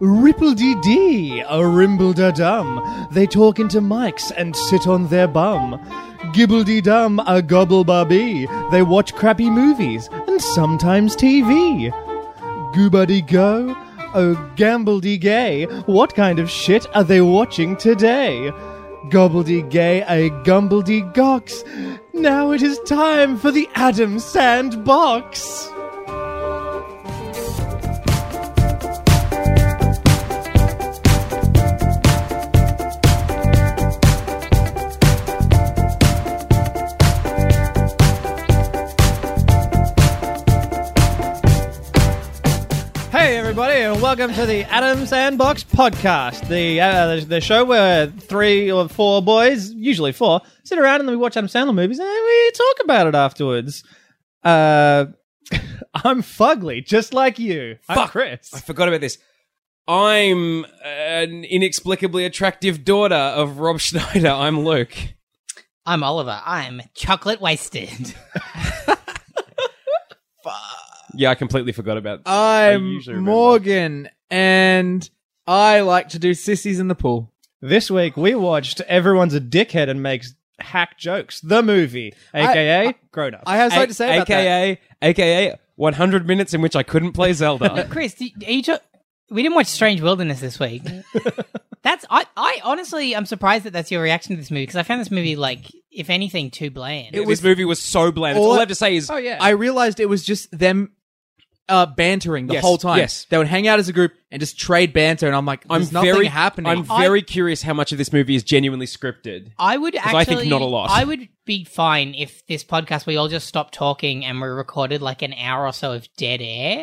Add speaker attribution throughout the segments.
Speaker 1: Ripple dee dee, a rimble da dum. They talk into mics and sit on their bum. Gibble dee dum, a gobble barbie. They watch crappy movies and sometimes TV. Goobuddy go, oh gamble dee gay. What kind of shit are they watching today? Gobble dee gay, a gumble dee gox. Now it is time for the Adam Sandbox.
Speaker 2: Hey, everybody, and welcome to the Adam Sandbox podcast, the, uh, the the show where three or four boys, usually four, sit around and we watch Adam Sandler movies and we talk about it afterwards. Uh, I'm fugly, just like you. I'm
Speaker 3: Fuck.
Speaker 2: Chris.
Speaker 3: I forgot about this. I'm an inexplicably attractive daughter of Rob Schneider. I'm Luke.
Speaker 4: I'm Oliver. I'm chocolate wasted.
Speaker 3: Yeah, I completely forgot about.
Speaker 5: I'm
Speaker 3: usually remember.
Speaker 5: Morgan, and I like to do sissies in the pool.
Speaker 2: This week we watched Everyone's a Dickhead and Makes Hack Jokes, the movie,
Speaker 5: I-
Speaker 2: aka Grown Ups.
Speaker 5: I have something to say about that.
Speaker 3: AKA, AKA, 100 minutes in which I couldn't play Zelda.
Speaker 4: Chris, do, are you cho- we didn't watch Strange Wilderness this week. that's I, I honestly am surprised that that's your reaction to this movie because I found this movie like if anything too bland.
Speaker 3: this movie was so bland. That's all,
Speaker 5: All-
Speaker 3: I have to say is,
Speaker 2: yeah.
Speaker 5: I realized it was just them uh, bantering the
Speaker 3: Yes,
Speaker 5: whole time.
Speaker 3: yes.
Speaker 5: They would hang out as a group and just trade banter, and I'm like,
Speaker 3: I'm
Speaker 5: there's nothing
Speaker 3: very
Speaker 5: happening.
Speaker 3: I'm very curious how much of this movie is genuinely scripted.
Speaker 4: I would
Speaker 3: 'Cause
Speaker 4: actually.
Speaker 3: I think not a lot.
Speaker 4: I would be fine if this podcast we all just stopped talking and we recorded like an hour or so of dead air.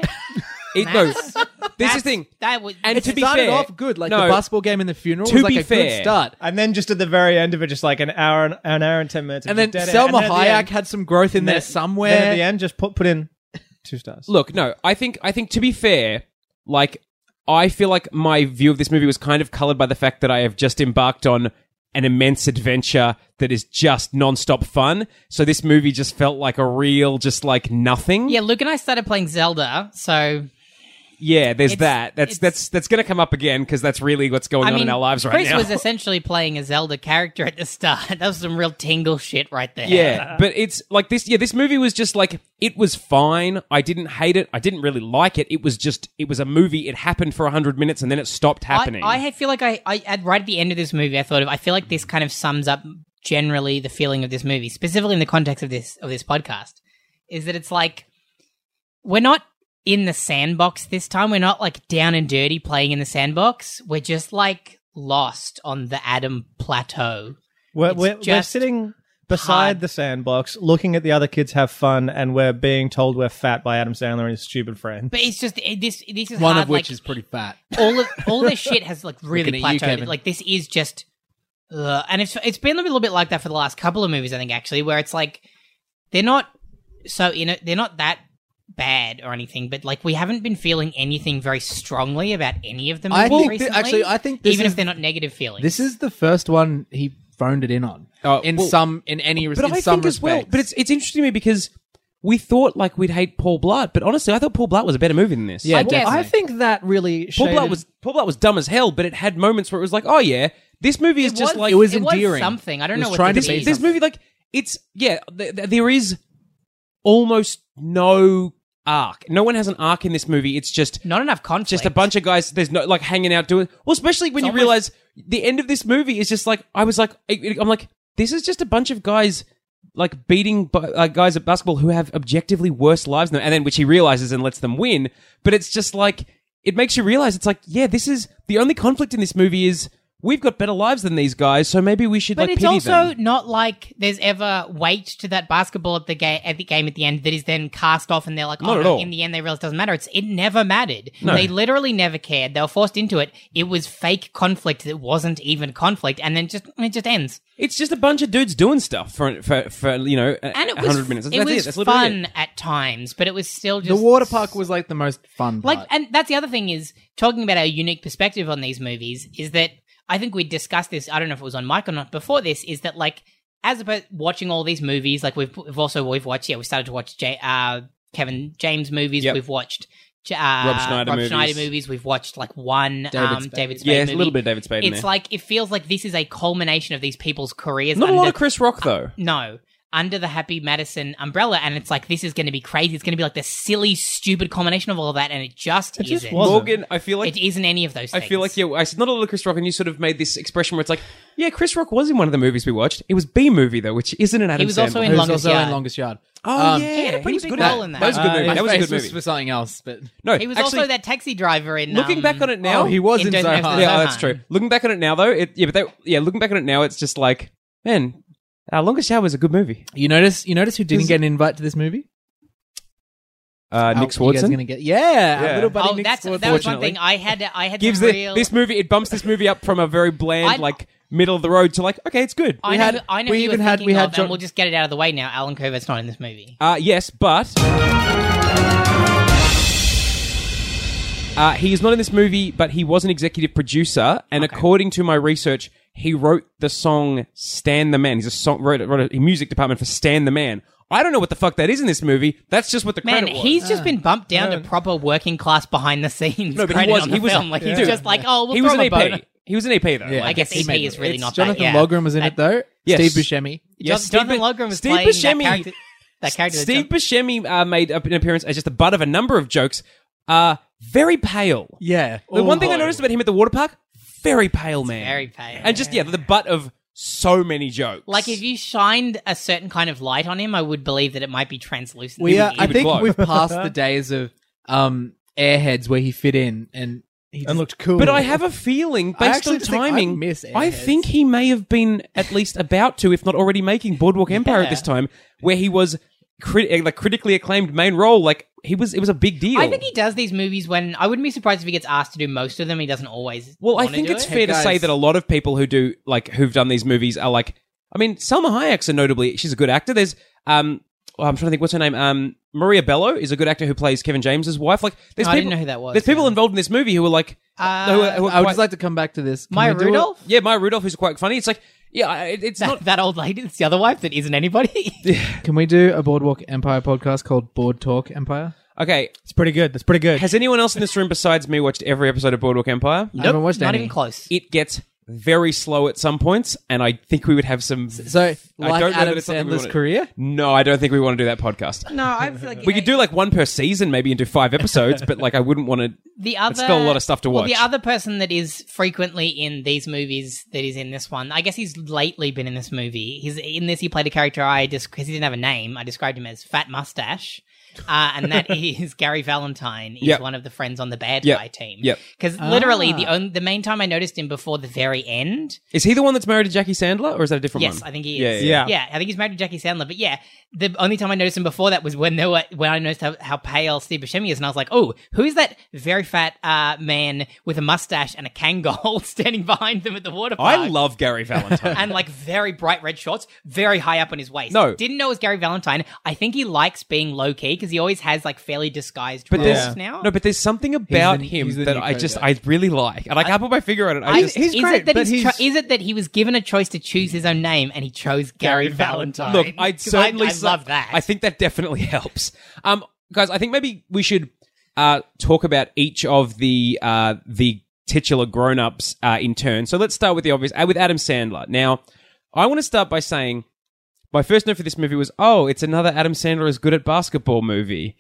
Speaker 3: It, no, this is the thing.
Speaker 4: That would.
Speaker 3: And
Speaker 5: it
Speaker 3: to be
Speaker 5: started
Speaker 3: fair,
Speaker 5: off good, like
Speaker 3: no,
Speaker 5: the basketball game and the funeral
Speaker 3: to
Speaker 5: was like
Speaker 3: be
Speaker 5: a
Speaker 3: fair,
Speaker 5: good start.
Speaker 2: and then just at the very end of it, just like an hour and an hour and ten minutes, of
Speaker 5: And then
Speaker 2: just dead air.
Speaker 5: Selma
Speaker 2: And then at the
Speaker 5: Hayek
Speaker 2: end-
Speaker 5: had some growth in there somewhere.
Speaker 2: Then at the end, just put put in two stars.
Speaker 3: Look, no, I think I think to be fair, like I feel like my view of this movie was kind of colored by the fact that I have just embarked on an immense adventure that is just nonstop fun. So this movie just felt like a real, just like nothing.
Speaker 4: yeah, Luke and I started playing Zelda, so
Speaker 3: Yeah, there's
Speaker 4: It's-
Speaker 3: that. That's
Speaker 4: it's-
Speaker 3: that's that's going to come up again because that's really what's going
Speaker 4: I
Speaker 3: on
Speaker 4: mean,
Speaker 3: in our lives right
Speaker 4: Chris
Speaker 3: now.
Speaker 4: was essentially playing a Zelda character at the start. that was some real tingle shit right there.
Speaker 3: yeah, but it's like this. Yeah, this movie was just like it was fine. I didn't hate it. I didn't really like it. It was just it was a movie. It happened for hundred minutes and then it stopped happening.
Speaker 4: I, I had- feel like I, I at right at the end of this movie, I thought of. I feel like this kind of sums up generally the feeling of this movie, specifically in the context of this of this podcast, is that it's like we're not in the sandbox this time. We're not like down and dirty playing in the sandbox. We're just like lost on the Adam Plateau.
Speaker 2: We're,
Speaker 4: It's
Speaker 2: we're, we're
Speaker 4: just
Speaker 2: sitting beside
Speaker 4: hard.
Speaker 2: the sandbox, looking at the other kids have fun, and we're being told we're fat by Adam Sandler and his stupid friend.
Speaker 4: But it's just it- this. This is
Speaker 5: one
Speaker 4: hard,
Speaker 5: of which
Speaker 4: like,
Speaker 5: is pretty fat.
Speaker 4: all of all this shit has like really
Speaker 5: Looking at you,
Speaker 4: plateaued.
Speaker 5: Kevin.
Speaker 4: like this is just, ugh. and it's it's been a little bit like that for the last couple of movies. I think actually, where it's like they're not so in it. They're not that bad or anything, but like we haven't been feeling anything very strongly about any of them.
Speaker 5: I
Speaker 4: movies
Speaker 5: think thi-
Speaker 4: recently,
Speaker 5: actually, I think this
Speaker 4: even
Speaker 5: is-
Speaker 4: if they're not negative feelings,
Speaker 5: This is the first one he phoned it in on.
Speaker 3: Oh,
Speaker 5: in
Speaker 3: well-
Speaker 5: some, in any, res-
Speaker 3: but
Speaker 5: in
Speaker 3: I
Speaker 5: some
Speaker 3: think as well.
Speaker 5: respects.
Speaker 3: But it's it's interesting to me because we thought like we'd hate Paul Blart, but honestly, I thought Paul Blart was a better movie than this.
Speaker 5: yeah,
Speaker 3: Like,
Speaker 5: definitely.
Speaker 2: I think that really
Speaker 3: Paul
Speaker 2: shaded,
Speaker 3: Blart was Paul Blart was dumb as hell, but it had moments where it was like, oh yeah, this movie is just
Speaker 4: was-
Speaker 3: like
Speaker 5: it was
Speaker 4: it was
Speaker 5: endearing.
Speaker 4: something. I don't
Speaker 5: It
Speaker 4: know
Speaker 5: was
Speaker 4: what
Speaker 5: trying to
Speaker 4: this
Speaker 5: be
Speaker 4: is.
Speaker 3: this movie like it's yeah th- th- there is almost no arc no one has an arc in this movie it's just
Speaker 4: Not enough conflict.
Speaker 3: just a bunch of guys there's no like hanging out doing well especially when
Speaker 4: It's
Speaker 3: you realize
Speaker 4: almost-
Speaker 3: the end of this movie is just like i was like I- i'm like this is just a bunch of guys like beating bu- uh, guys at basketball who have objectively worse lives than and then which he realizes and lets them win but it's just like it makes you realize it's like yeah this is the only conflict in this movie is we've got better lives than these guys so maybe we should
Speaker 4: But
Speaker 3: like
Speaker 4: it's
Speaker 3: pity
Speaker 4: also
Speaker 3: them.
Speaker 4: not like there's ever weight to that basketball at the game at the game at the end that is then cast off, and they're like,
Speaker 3: Not
Speaker 4: oh
Speaker 3: at
Speaker 4: no,
Speaker 3: all.
Speaker 4: in the end they realize it doesn't matter. It's it never mattered. They literally never cared. They were forced into it. It was fake conflict that wasn't even conflict, and then just it just ends.
Speaker 3: It's just a bunch of dudes doing stuff for for, for you know
Speaker 4: And it was
Speaker 3: hundred minutes.
Speaker 4: It
Speaker 3: That's
Speaker 4: was
Speaker 3: it. That's literally
Speaker 4: fun
Speaker 3: it.
Speaker 4: at times, but it was still just
Speaker 5: the water park was like the most fun.
Speaker 4: like
Speaker 5: part.
Speaker 4: and that's the other thing is talking about our unique perspective on these movies is that i think we discussed this i don't know if it was on mic or not before this is that like as about watching all these movies like we've, we've also we've watched yeah we started to watch J, uh, kevin james movies
Speaker 3: Yep.
Speaker 4: we've watched J- uh,
Speaker 3: Rob Schneider
Speaker 4: Rob
Speaker 3: movies.
Speaker 4: Schneider movies. We've watched like one David um,
Speaker 5: Spade.
Speaker 4: David Spade
Speaker 3: yeah, it's
Speaker 4: movie.
Speaker 3: a little bit of David Spade in
Speaker 4: It's
Speaker 3: there.
Speaker 4: like it feels like this is a culmination of these people's careers.
Speaker 3: Not a
Speaker 4: under,
Speaker 3: lot of Chris Rock though.
Speaker 4: No, under the Happy Madison umbrella, and it's like this is going to be crazy. It's going to be like the silly, stupid culmination of all of that, and it just
Speaker 2: It just
Speaker 4: isn't.
Speaker 2: wasn't.
Speaker 3: Morgan, I feel like
Speaker 4: it isn't any of those.
Speaker 3: I
Speaker 4: Things.
Speaker 3: feel like yeah, I said not a lot of Chris Rock, and you sort of made this expression where it's like, yeah, Chris Rock was in one of the movies we watched. It was B movie though, which isn't an Adam.
Speaker 4: He was also
Speaker 3: Sandler.
Speaker 4: in
Speaker 5: Who's
Speaker 4: Longest
Speaker 5: also
Speaker 4: Yard.
Speaker 5: in Longest Yard.
Speaker 3: Oh
Speaker 5: Um,
Speaker 3: yeah,
Speaker 4: he had a pretty
Speaker 3: was
Speaker 4: big
Speaker 3: good
Speaker 4: role
Speaker 3: at-
Speaker 4: in that.
Speaker 3: That was a good
Speaker 2: Uh,
Speaker 3: movie.
Speaker 2: his
Speaker 3: That was a
Speaker 5: Face
Speaker 3: good movie.
Speaker 5: was for something else, but
Speaker 3: no,
Speaker 4: he was
Speaker 3: actually,
Speaker 4: also that taxi driver in.
Speaker 3: looking
Speaker 4: um,
Speaker 3: back on it now,
Speaker 5: Oh, he was in
Speaker 4: Don't
Speaker 5: So
Speaker 4: Have to
Speaker 5: Hard.
Speaker 4: Know
Speaker 3: yeah,
Speaker 4: Zohan.
Speaker 3: that's true. Looking back on it now though, it, yeah, but they, yeah, looking back on it now, it's just like, man, uh, Longest Yard was a good movie.
Speaker 5: you notice you notice who didn't get an invite to this movie?
Speaker 3: Uh, Nick
Speaker 5: Oh, you guys are
Speaker 3: Swardson
Speaker 5: gonna get yeah, our
Speaker 3: Yeah.
Speaker 5: little buddy
Speaker 4: Oh,
Speaker 5: Nick
Speaker 4: that's
Speaker 5: Swardson.
Speaker 4: that was one
Speaker 3: Fortunately.
Speaker 4: thing I had. I had
Speaker 3: gives
Speaker 4: some
Speaker 3: the,
Speaker 4: real.
Speaker 3: this movie. It bumps this movie up from a very bland,
Speaker 4: I-
Speaker 3: like middle of the road to like, okay, it's good.
Speaker 4: I
Speaker 5: we
Speaker 4: know.
Speaker 5: had-
Speaker 4: I know.
Speaker 5: we
Speaker 4: who you
Speaker 5: even
Speaker 4: were
Speaker 5: had-
Speaker 4: thinking
Speaker 5: we had
Speaker 4: of,
Speaker 5: John-
Speaker 4: and we'll just get it out of the way now. Alan Covert's not in this movie.
Speaker 3: Uh, yes, but uh, he is not in this movie, but he was an executive producer, and according to my research, he wrote the song "Stand the Man." He's a song wrote, wrote a music department for "Stand the Man." I don't know what the fuck that is in this movie. That's just what the
Speaker 4: Man,
Speaker 3: credit was.
Speaker 4: he's just been bumped down to proper working class behind the scenes
Speaker 3: No, but he
Speaker 4: credit
Speaker 3: was-
Speaker 4: on
Speaker 3: he
Speaker 4: the
Speaker 3: was-
Speaker 4: film. Like he's
Speaker 3: dude,
Speaker 4: just like, oh, we'll
Speaker 3: he was
Speaker 4: throw
Speaker 3: an
Speaker 4: him a
Speaker 3: EP.
Speaker 4: bone.
Speaker 3: he was an EP though.
Speaker 5: Yeah.
Speaker 4: I
Speaker 3: Like,
Speaker 4: guess
Speaker 5: He
Speaker 4: EP
Speaker 5: made
Speaker 4: is really
Speaker 5: it's
Speaker 4: not
Speaker 5: Jonathan
Speaker 4: bad.
Speaker 5: Logrum was in it though.
Speaker 3: Yes.
Speaker 5: Steve Buscemi.
Speaker 4: Yeah.
Speaker 3: yes, Steve
Speaker 4: Jonathan
Speaker 3: Bu-
Speaker 4: Logrum was
Speaker 3: Steve
Speaker 4: playing
Speaker 3: Buscemi-
Speaker 4: that character. That character that
Speaker 3: Steve
Speaker 4: John-
Speaker 3: Buscemi uh, made up an appearance as just the butt of a number of jokes. Uh, very pale.
Speaker 5: Yeah.
Speaker 3: The one thing I noticed about him at the water park, very pale man.
Speaker 4: very pale.
Speaker 3: And just, yeah, the butt of so many jokes.
Speaker 4: like if you shined a certain kind of light on him, I would believe that it might be translucent.
Speaker 5: we are,
Speaker 4: He
Speaker 5: I
Speaker 4: would-
Speaker 5: think
Speaker 3: glow.
Speaker 5: we've passed the days of um, airheads where he fit in and he just,
Speaker 1: and looked cool.
Speaker 4: Uh,
Speaker 3: But I have a feeling, based
Speaker 5: actually
Speaker 3: on
Speaker 5: just think I
Speaker 3: timing,
Speaker 5: miss
Speaker 3: I
Speaker 5: Airheads.
Speaker 3: think he may have been at least about to, if not already making Boardwalk Empire at this time, where he was crit- like critically acclaimed main role. Like he was, it was a big deal.
Speaker 4: I think he does these movies when I wouldn't be surprised if he gets asked to do most of them. He doesn't always.
Speaker 3: Well, I
Speaker 4: wanna
Speaker 3: think
Speaker 4: do
Speaker 3: it's
Speaker 4: it.
Speaker 3: fair to say
Speaker 5: guys.
Speaker 3: that a lot of people who do like who've done these movies are like, I mean, Selma Hayek's a notably she's a good actor. There's um, oh, I'm trying to think what's her name. Um, Maria Bello is a good actor who plays Kevin James's wife. Like, there's
Speaker 4: No, Oh,
Speaker 3: people,
Speaker 4: I didn't know who that was,
Speaker 3: There's people
Speaker 4: yeah.
Speaker 3: involved in this movie who are like,
Speaker 4: Uh,
Speaker 3: who are- who are
Speaker 5: I
Speaker 3: quite-
Speaker 5: would just like to come back to this. Can
Speaker 4: Maya
Speaker 5: we do it?
Speaker 4: Rudolph,
Speaker 3: yeah, Maya Rudolph, who's quite funny. It's like, yeah, I- it, it's
Speaker 4: that,
Speaker 3: not.
Speaker 4: that old lady, that's the other wife that isn't anybody.
Speaker 5: Can we do a Boardwalk Empire podcast called Board Talk Empire?
Speaker 3: Okay,
Speaker 1: It's pretty good. That's pretty good.
Speaker 3: has anyone else in this room besides me watched every episode of Boardwalk Empire?
Speaker 5: I haven't watched
Speaker 4: not
Speaker 5: any.
Speaker 4: even close.
Speaker 3: It gets very slow at some points, and I think we would have some.
Speaker 5: So,
Speaker 3: I
Speaker 5: like
Speaker 3: don't know that
Speaker 5: Adam
Speaker 3: it's something we
Speaker 5: Sandler's
Speaker 3: wanna-
Speaker 5: career,
Speaker 3: No, I don't think we want to do that podcast.
Speaker 4: No, I feel like
Speaker 3: We could do like one per season, maybe, and do five episodes. but like, I wouldn't want to.
Speaker 4: The other,
Speaker 3: got a lot of stuff to
Speaker 4: well,
Speaker 3: watch.
Speaker 4: the other person that is frequently in these movies, that is in this one, I guess he's lately been in this movie. He's in this. He played a character I just because he didn't have a name. I described him as Fat Mustache, uh, and that is Gary Valentine. He's
Speaker 3: Yep.
Speaker 4: one of the friends on the bad
Speaker 3: Yep.
Speaker 4: guy team.
Speaker 3: Yep.
Speaker 4: Because literally the only the main time I noticed him before the very end.
Speaker 3: Is he the one that's married to Jackie Sandler, or is that a different one?
Speaker 4: Yes, I think he is.
Speaker 3: Yeah, yeah,
Speaker 1: yeah.
Speaker 4: I think he's married to Jackie Sandler. But yeah, the only time I noticed him before that was when there were when I noticed how, how pale Steve Buscemi is, and I was like, oh, who is that very fat uh, man with a mustache and a Kangol standing behind them at the water park?
Speaker 3: I love Gary Valentine.
Speaker 4: and like very bright red shorts, very high up on his waist.
Speaker 3: No.
Speaker 4: didn't know it was Gary Valentine. I think he likes being low key because he always has like fairly disguised
Speaker 3: But
Speaker 4: but
Speaker 3: there's
Speaker 4: roles now.
Speaker 3: no, but there's something about
Speaker 5: the-
Speaker 3: him
Speaker 5: he's the
Speaker 3: that
Speaker 5: new
Speaker 3: I just I
Speaker 5: Kodak.
Speaker 3: really like, and I can't put my finger on it. I,
Speaker 4: I-
Speaker 3: just,
Speaker 1: he's
Speaker 4: is
Speaker 1: great,
Speaker 4: it that
Speaker 1: but
Speaker 4: he's
Speaker 1: he's-
Speaker 4: cho- is it that he was given a choice to choose his own name and he chose Gary, Valentine?
Speaker 3: look, I'd
Speaker 4: 'Cause
Speaker 3: certainly
Speaker 4: I, I
Speaker 3: s-
Speaker 4: love that.
Speaker 3: I think that definitely helps. Um, guys, I think maybe we should uh talk about each of the uh the titular grown ups uh, in turn. So let's start with the obvious uh, with Adam Sandler. Now, I want to start by saying. My first note for this movie was, oh, it's another Adam Sandler is good at basketball movie.